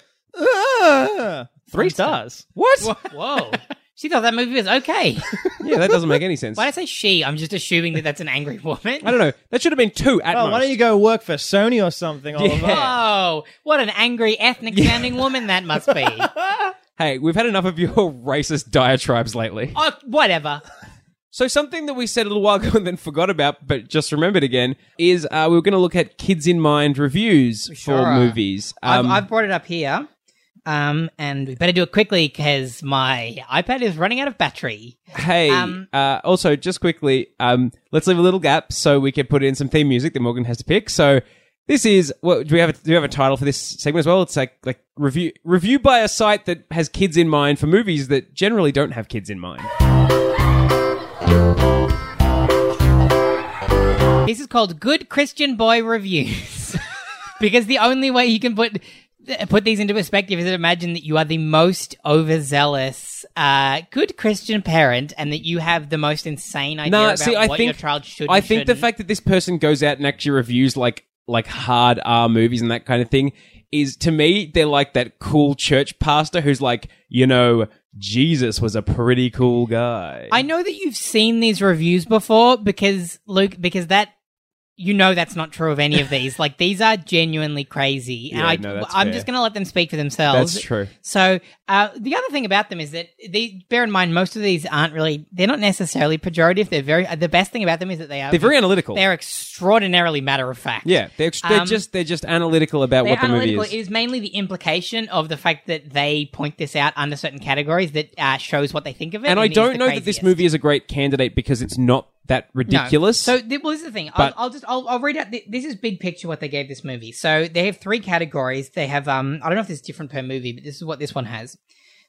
Speaker 2: Ah, three stars.
Speaker 3: What?
Speaker 4: Whoa. She thought that movie was okay.
Speaker 3: Yeah, that doesn't make any sense.
Speaker 4: Why did I say she? I'm just assuming that that's an angry woman.
Speaker 3: I don't know. That should have been two at
Speaker 2: Oh, why
Speaker 3: most.
Speaker 2: don't you go work for Sony or something, Oliver?
Speaker 4: Oh, what an angry, ethnic sounding woman that must be.
Speaker 3: Hey, we've had enough of your racist diatribes lately.
Speaker 4: oh, whatever.
Speaker 3: So, something that we said a little while ago and then forgot about, but just remembered again, is uh, we were going to look at kids in mind reviews
Speaker 4: sure
Speaker 3: for
Speaker 4: are.
Speaker 3: movies. Um,
Speaker 4: I've, I've brought it up here. Um, and we better do it quickly because my iPad is running out of battery.
Speaker 3: hey,
Speaker 4: um,
Speaker 3: uh, also, just quickly, um, let's leave a little gap so we can put in some theme music that Morgan has to pick. So, this is well, do we have a, do we have a title for this segment as well? It's like like review review by a site that has kids in mind for movies that generally don't have kids in mind.
Speaker 4: This is called Good Christian Boy Reviews. because the only way you can put put these into perspective is to imagine that you are the most overzealous uh, good Christian parent and that you have the most insane idea
Speaker 3: No,
Speaker 4: about
Speaker 3: see, I
Speaker 4: what
Speaker 3: think
Speaker 4: your child should
Speaker 3: I
Speaker 4: and
Speaker 3: think the
Speaker 4: shouldn't.
Speaker 3: fact that this person goes out and actually reviews like like hard R movies and that kind of thing is to me they're like that cool church pastor who's like you know Jesus was a pretty cool guy.
Speaker 4: I know that you've seen these reviews before because Luke, because that you know that's not true of any of these. like these are genuinely crazy, and
Speaker 3: Yeah,
Speaker 4: I,
Speaker 3: no, that's
Speaker 4: I'm
Speaker 3: fair.
Speaker 4: just going to let them speak for themselves.
Speaker 3: That's true.
Speaker 4: So uh, the other thing about them is that they bear in mind most of these aren't really they're not necessarily pejorative. They're very the best thing about them is that they are
Speaker 3: They're very analytical.
Speaker 4: they're extraordinarily matter of fact.
Speaker 3: yeah, they're, ex- they're
Speaker 4: Um,
Speaker 3: just they're just analytical about
Speaker 4: They're
Speaker 3: what the movie
Speaker 4: analytical.
Speaker 3: is.
Speaker 4: It is mainly the implication of the fact that they point this out under certain categories that uh, shows what they think of it.
Speaker 3: and I
Speaker 4: it is the
Speaker 3: don't know that this
Speaker 4: craziest.
Speaker 3: movie is a great candidate because it's not that
Speaker 4: No.
Speaker 3: ridiculous.
Speaker 4: So, th- well, this is the thing. I'll,
Speaker 3: But-
Speaker 4: I'll just I'll, I'll read out. th- This is big picture what they gave this movie. So they have three categories. They have um I don't know if this is different per movie, but this is what this one has.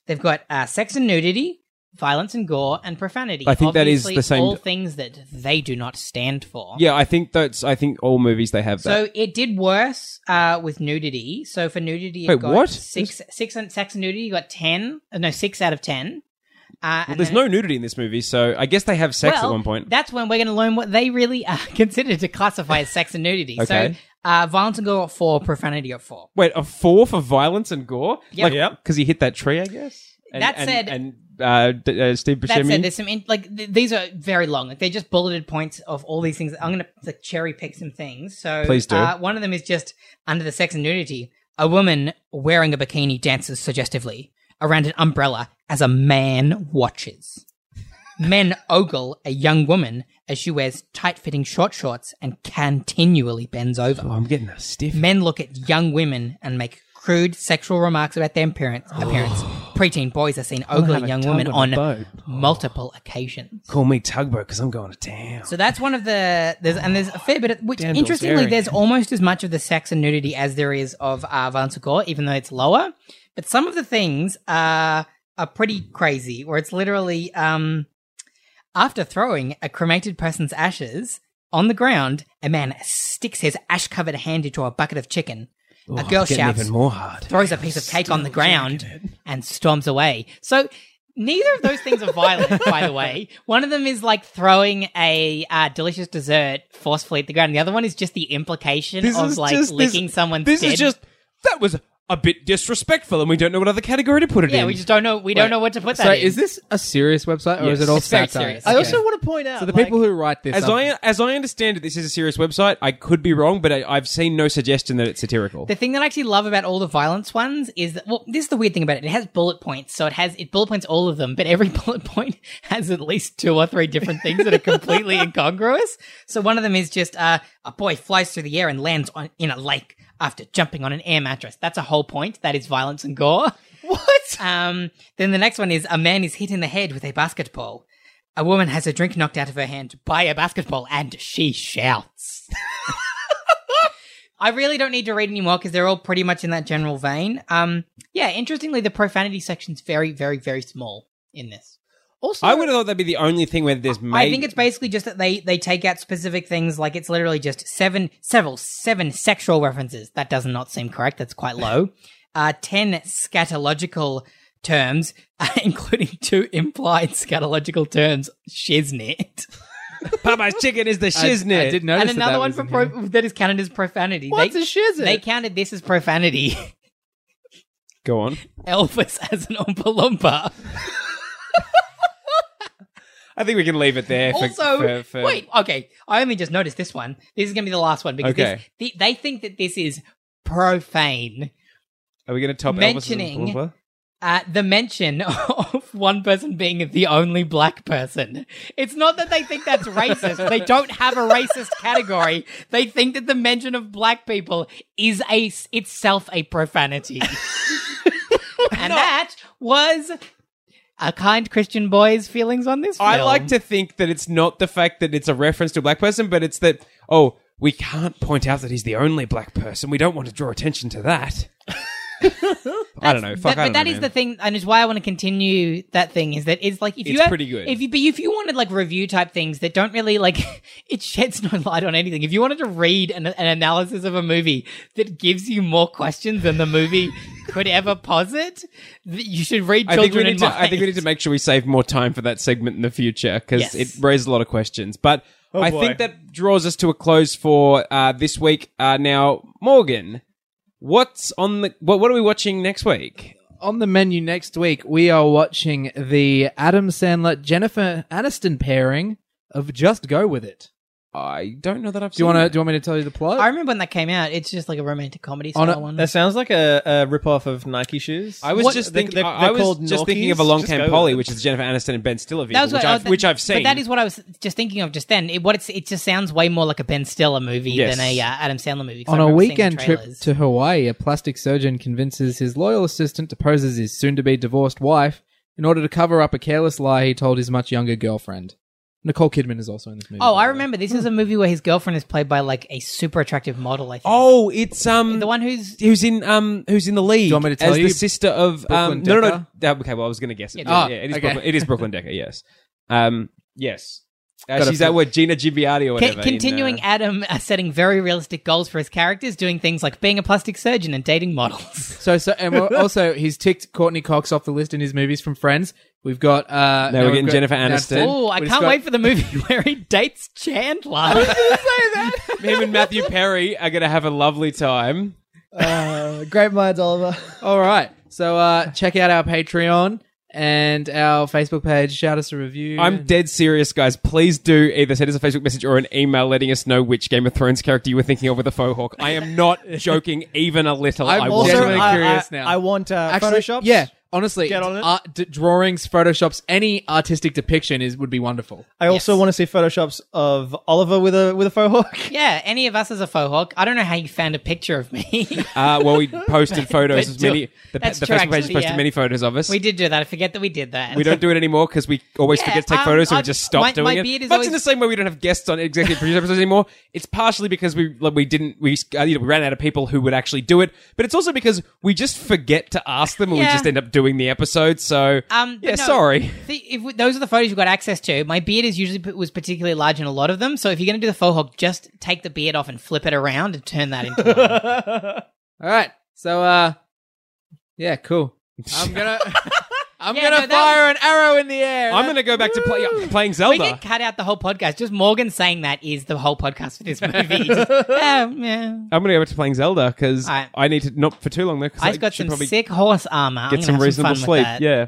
Speaker 4: They've got uh, sex and nudity, violence and gore, and profanity.
Speaker 3: I think that is
Speaker 4: Obviously,
Speaker 3: the same-
Speaker 4: All things that they do not stand for.
Speaker 3: yeah, I think that's I think all movies they have that.
Speaker 4: So it did worse uh, with nudity. So for nudity, it
Speaker 3: Wait,
Speaker 4: got
Speaker 3: what?
Speaker 4: Six, six and sex and nudity you got ten. uh, No, six out of ten. Uh,
Speaker 3: Well,
Speaker 4: and
Speaker 3: there's
Speaker 4: then-
Speaker 3: no nudity in this movie, so I guess they have sex
Speaker 4: well,
Speaker 3: at one point.
Speaker 4: That's when we're going to learn what they really uh, consider to classify as sex and nudity.
Speaker 3: Okay.
Speaker 4: So, uh, violence and gore at four, profanity at four.
Speaker 3: Wait, a four for violence and gore?
Speaker 4: Yep.
Speaker 3: Like, because he hit that tree, I guess. And,
Speaker 4: That
Speaker 3: and-
Speaker 4: said-
Speaker 3: and uh, D- uh, Steve
Speaker 4: That
Speaker 3: Buscemi.
Speaker 4: said, there's some in, like th- these are very long. Like they're just bulleted points of all these things. I'm going to like cherry pick some things. So
Speaker 3: Please do.
Speaker 4: Uh, one of them is just under the sex and nudity. A woman wearing a bikini dances suggestively around an umbrella as a man watches. Men ogle a young woman as she wears tight-fitting short shorts and continually bends over.
Speaker 3: oh, I'm getting a stiff.
Speaker 4: Men look at young women and make crude sexual remarks about their appearance. appearance. Preteen boys are seen ogling young women on multiple occasions.
Speaker 3: Call me tugboat because I'm going to town.
Speaker 4: So that's one of the there's and there's a fair bit of which
Speaker 3: Damn, Bill's
Speaker 4: interestingly
Speaker 3: daring.
Speaker 4: there's almost as much of the sex and nudity as there is of uh, violence or gore, even though it's lower. But some of the things are are pretty crazy, where it's literally um, after throwing a cremated person's ashes on the ground, a man sticks his ash-covered hand into a bucket of chicken. a
Speaker 3: Oh,
Speaker 4: girl
Speaker 3: Getting
Speaker 4: shouts,
Speaker 3: even more hard.
Speaker 4: throws a piece of cake on the ground and storms away. So neither of those things are violent, by the way. One of them is like throwing a uh, delicious dessert forcefully at the ground. The other one is just the implication of like licking
Speaker 3: this,
Speaker 4: someone's
Speaker 3: This
Speaker 4: dead-
Speaker 3: is just that was a bit disrespectful, and we don't know what other category to put it
Speaker 4: yeah.
Speaker 3: in.
Speaker 4: We just don't know. We don't know what to put that.
Speaker 5: So
Speaker 4: in.
Speaker 5: is this a serious website or
Speaker 3: Yes.
Speaker 5: is it all
Speaker 4: It's very
Speaker 5: satire?
Speaker 4: serious.
Speaker 2: I
Speaker 4: Okay.
Speaker 2: also want to point out
Speaker 5: So the
Speaker 2: like,
Speaker 5: people who write this,
Speaker 3: as
Speaker 5: up-
Speaker 3: I as I understand it, this is a serious website. I could be wrong, but I, I've seen no suggestion that it's satirical.
Speaker 4: The thing that I actually love about all the violence ones is that well, this is the weird thing about it. It has bullet points, so it has it bullet points all of them, but every bullet point has at least two or three different things that are completely incongruous. So one of them is just uh, a boy flies through the air and lands on in a lake after jumping on an air mattress. That's a whole point. That is violence and gore. What? Um, then the next one is a man is hit in the head with a basketball. A woman has a drink knocked out of her hand by a basketball and she shouts. I really don't need to read anymore because they're all pretty much in that general vein. Um, yeah, interestingly, the profanity section's very, very, very small in this. Also,
Speaker 3: I would have thought that'd be the only thing where there's. Made-
Speaker 4: I think it's basically just that they they take out specific things. Like it's literally just seven, several, seven sexual references. That does not seem correct. That's quite low. uh, ten scatological terms, uh, including two implied scatological terms. Shiznit.
Speaker 3: Popeye's chicken is the shiznit.
Speaker 5: I, I did
Speaker 4: and
Speaker 5: notice that
Speaker 4: another
Speaker 5: that
Speaker 4: one
Speaker 5: was
Speaker 4: for
Speaker 5: in here.
Speaker 4: pro- that is counted as profanity. What's they, a shiznit? They counted this as profanity.
Speaker 3: Go on.
Speaker 4: Elvis as an Oompa Loompa.
Speaker 3: I think we can leave it there. For,
Speaker 4: also,
Speaker 3: for, for-
Speaker 4: wait, okay. I only just noticed this one. This is going to be the last one because
Speaker 3: Okay.
Speaker 4: this, the, they think that this is profane.
Speaker 3: Are we going to top Elvis as a
Speaker 4: mentioning-
Speaker 3: Oompa Loompa?
Speaker 4: Uh, the mention of one person being the only black person. It's not that they think that's racist. they don't have a racist category. They think that the mention of black people is a itself a profanity. and that was a kind Christian boy's feelings on this. Film.
Speaker 3: I like to think that it's not the fact that it's a reference to a black person, but it's that oh, we can't point out that he's the only black person. We don't want to draw attention to that. I don't know. Fuck,
Speaker 4: That-
Speaker 3: I
Speaker 4: but
Speaker 3: don't
Speaker 4: that
Speaker 3: know,
Speaker 4: is
Speaker 3: man.
Speaker 4: the thing, and it's why I want to continue that thing. Is that it's like if you
Speaker 3: It's
Speaker 4: had-
Speaker 3: pretty good.
Speaker 4: If you but if you wanted like review type things that don't really like it sheds no light on anything. If you wanted to read an, an analysis of a movie that gives you more questions than the movie could ever posit, th- you should read
Speaker 3: I
Speaker 4: Children
Speaker 3: think, we
Speaker 4: in
Speaker 3: need to,
Speaker 4: Mind.
Speaker 3: I think we need to make sure we save more time for that segment in the future because
Speaker 4: Yes.
Speaker 3: it raises a lot of questions. But I
Speaker 1: boy.
Speaker 3: think that draws us to a close for uh, this week. Uh, now, Morgan, what's on the what? What are we watching next week?
Speaker 5: on the menu next week, we are watching the Adam Sandler Jennifer Aniston pairing of Just Go With It.
Speaker 3: I don't know that I've.
Speaker 5: Do you
Speaker 3: seen
Speaker 5: want to?
Speaker 3: that.
Speaker 5: Do you want me to tell you the plot?
Speaker 4: I remember when that came out. It's just like a romantic comedy
Speaker 5: On
Speaker 4: style
Speaker 5: a-
Speaker 4: one.
Speaker 2: That sounds like a, a rip-off of Nike shoes.
Speaker 3: I was
Speaker 2: What-
Speaker 3: just
Speaker 2: they-
Speaker 3: thinking.
Speaker 2: they're-
Speaker 3: I
Speaker 2: they're
Speaker 3: was
Speaker 2: called
Speaker 3: just thinking of
Speaker 2: Norkies.
Speaker 3: Along
Speaker 2: Just
Speaker 3: Came
Speaker 2: go
Speaker 3: Polly,
Speaker 2: with
Speaker 3: which is Jennifer Aniston and Ben Stiller
Speaker 4: That
Speaker 3: vehicle,
Speaker 4: was
Speaker 3: which,
Speaker 4: what-
Speaker 3: I've,
Speaker 4: oh, that-
Speaker 3: which I've seen.
Speaker 4: But that is what I was just thinking of just then. It, what it's, it just sounds way more like a Ben Stiller movie
Speaker 3: Yes.
Speaker 4: than a uh, Adam Sandler movie. 'cause I
Speaker 5: on a
Speaker 4: remember seeing the
Speaker 5: weekend trip
Speaker 4: trailers.
Speaker 5: to Hawaii, a plastic surgeon convinces his loyal assistant to pose as his soon-to-be divorced wife in order to cover up a careless lie he told his much younger girlfriend. Nicole Kidman is also in this movie.
Speaker 4: Oh,
Speaker 5: by
Speaker 4: I
Speaker 5: the way.
Speaker 4: remember. This is a movie where his girlfriend is played by like a super attractive model. I think.
Speaker 3: oh, it's um
Speaker 4: the one who's
Speaker 3: who's in um who's in the league.
Speaker 5: you want me to tell
Speaker 3: as
Speaker 5: you?
Speaker 3: the sister of um
Speaker 5: Brooklyn
Speaker 3: no no no.
Speaker 5: Decker?
Speaker 3: that- okay, well I was going to guess it. Yeah,
Speaker 5: Yeah, do it.
Speaker 3: yeah, it is
Speaker 5: Ah, okay.
Speaker 3: Brooklyn, it is Brooklyn Decker. Yes. Um. Yes. Uh,
Speaker 5: Gotta
Speaker 3: she's that
Speaker 5: put-
Speaker 3: word Gina Gibbiati or
Speaker 4: Con-
Speaker 3: whatever. in,
Speaker 4: continuing
Speaker 3: uh,
Speaker 4: Adam uh, setting very realistic goals for his characters, doing things like being a plastic surgeon and dating models.
Speaker 5: So, so and we're also he's ticked Courtney Cox off the list in his movies from Friends. We've got uh
Speaker 3: Now we're
Speaker 5: we've
Speaker 3: getting
Speaker 5: got
Speaker 3: Jennifer Aniston.
Speaker 4: Oh, I
Speaker 5: We've
Speaker 4: can't
Speaker 5: got-
Speaker 4: wait for the movie where he dates Chandler.
Speaker 3: him and Matthew Perry are going to have a lovely time.
Speaker 1: Uh, great minds, Oliver.
Speaker 5: All right. So uh check out our Patreon and our Facebook page. Shout us a review.
Speaker 3: I'm dead serious, guys. Please do either send us a Facebook message or an email letting us know which Game of Thrones character you were thinking of with a faux hawk. I am not joking even a little.
Speaker 5: I'm
Speaker 3: I
Speaker 5: also-
Speaker 3: want
Speaker 5: genuinely
Speaker 3: it.
Speaker 5: I- curious now.
Speaker 1: I want uh,
Speaker 5: Actually,
Speaker 1: Photoshop.
Speaker 5: Yeah. Honestly,
Speaker 1: Get on it.
Speaker 5: art- d- drawings, photoshops, any artistic depiction is would be wonderful.
Speaker 1: I also want to see photoshops of Oliver with a with a faux hawk.
Speaker 4: yeah, any of us as a faux hawk. I don't know how you found a picture of me.
Speaker 3: Uh, well, we posted photos
Speaker 4: But
Speaker 3: as many.
Speaker 4: do-
Speaker 3: The,
Speaker 4: that's
Speaker 3: the
Speaker 4: true,
Speaker 3: Facebook page has
Speaker 4: actually,
Speaker 3: posted
Speaker 4: yeah.
Speaker 3: many photos of us.
Speaker 4: we
Speaker 3: We,
Speaker 4: did do that. I forget that we did that.
Speaker 3: don't do it anymore because we always
Speaker 4: Yeah,
Speaker 3: forget to take
Speaker 4: um,
Speaker 3: photos, so we
Speaker 4: I've-
Speaker 3: just stop
Speaker 4: my-
Speaker 3: doing
Speaker 4: my
Speaker 3: it.
Speaker 4: beard is
Speaker 3: Much
Speaker 4: always-
Speaker 3: in the same way we don't have guests on executive producer episodes anymore. It's partially because we like, we didn't we uh, you know, we ran out of people who would actually do it, but it's also because we just forget to ask them, and we
Speaker 4: Yeah.
Speaker 3: just end up doing the episode. So
Speaker 4: Um, but
Speaker 3: yeah,
Speaker 4: no,
Speaker 3: sorry.
Speaker 4: The, if we- those are the photos you got access to. My beard is usually was particularly large in a lot of them. So if you're going to do the faux hawk, just take the beard off and flip it around and turn that into. one.
Speaker 5: All right. So uh yeah, cool. I'm going to I'm
Speaker 4: Yeah,
Speaker 5: going to
Speaker 4: no, that
Speaker 5: fire an arrow in the air.
Speaker 3: I'm going to go back to play, yeah, playing
Speaker 4: we
Speaker 3: Zelda.
Speaker 4: can cut out the whole podcast. Just Morgan saying that is the whole podcast for this movie. Just, oh, yeah.
Speaker 3: I'm going to go back to playing Zelda because
Speaker 4: Alright.
Speaker 3: I need to not for too long though. 'cause
Speaker 4: I've got
Speaker 3: should
Speaker 4: some sick horse armor. I'm
Speaker 3: get
Speaker 4: gonna
Speaker 3: some
Speaker 4: have
Speaker 3: reasonable
Speaker 4: fun with
Speaker 3: sleep.
Speaker 4: that.
Speaker 3: Yeah.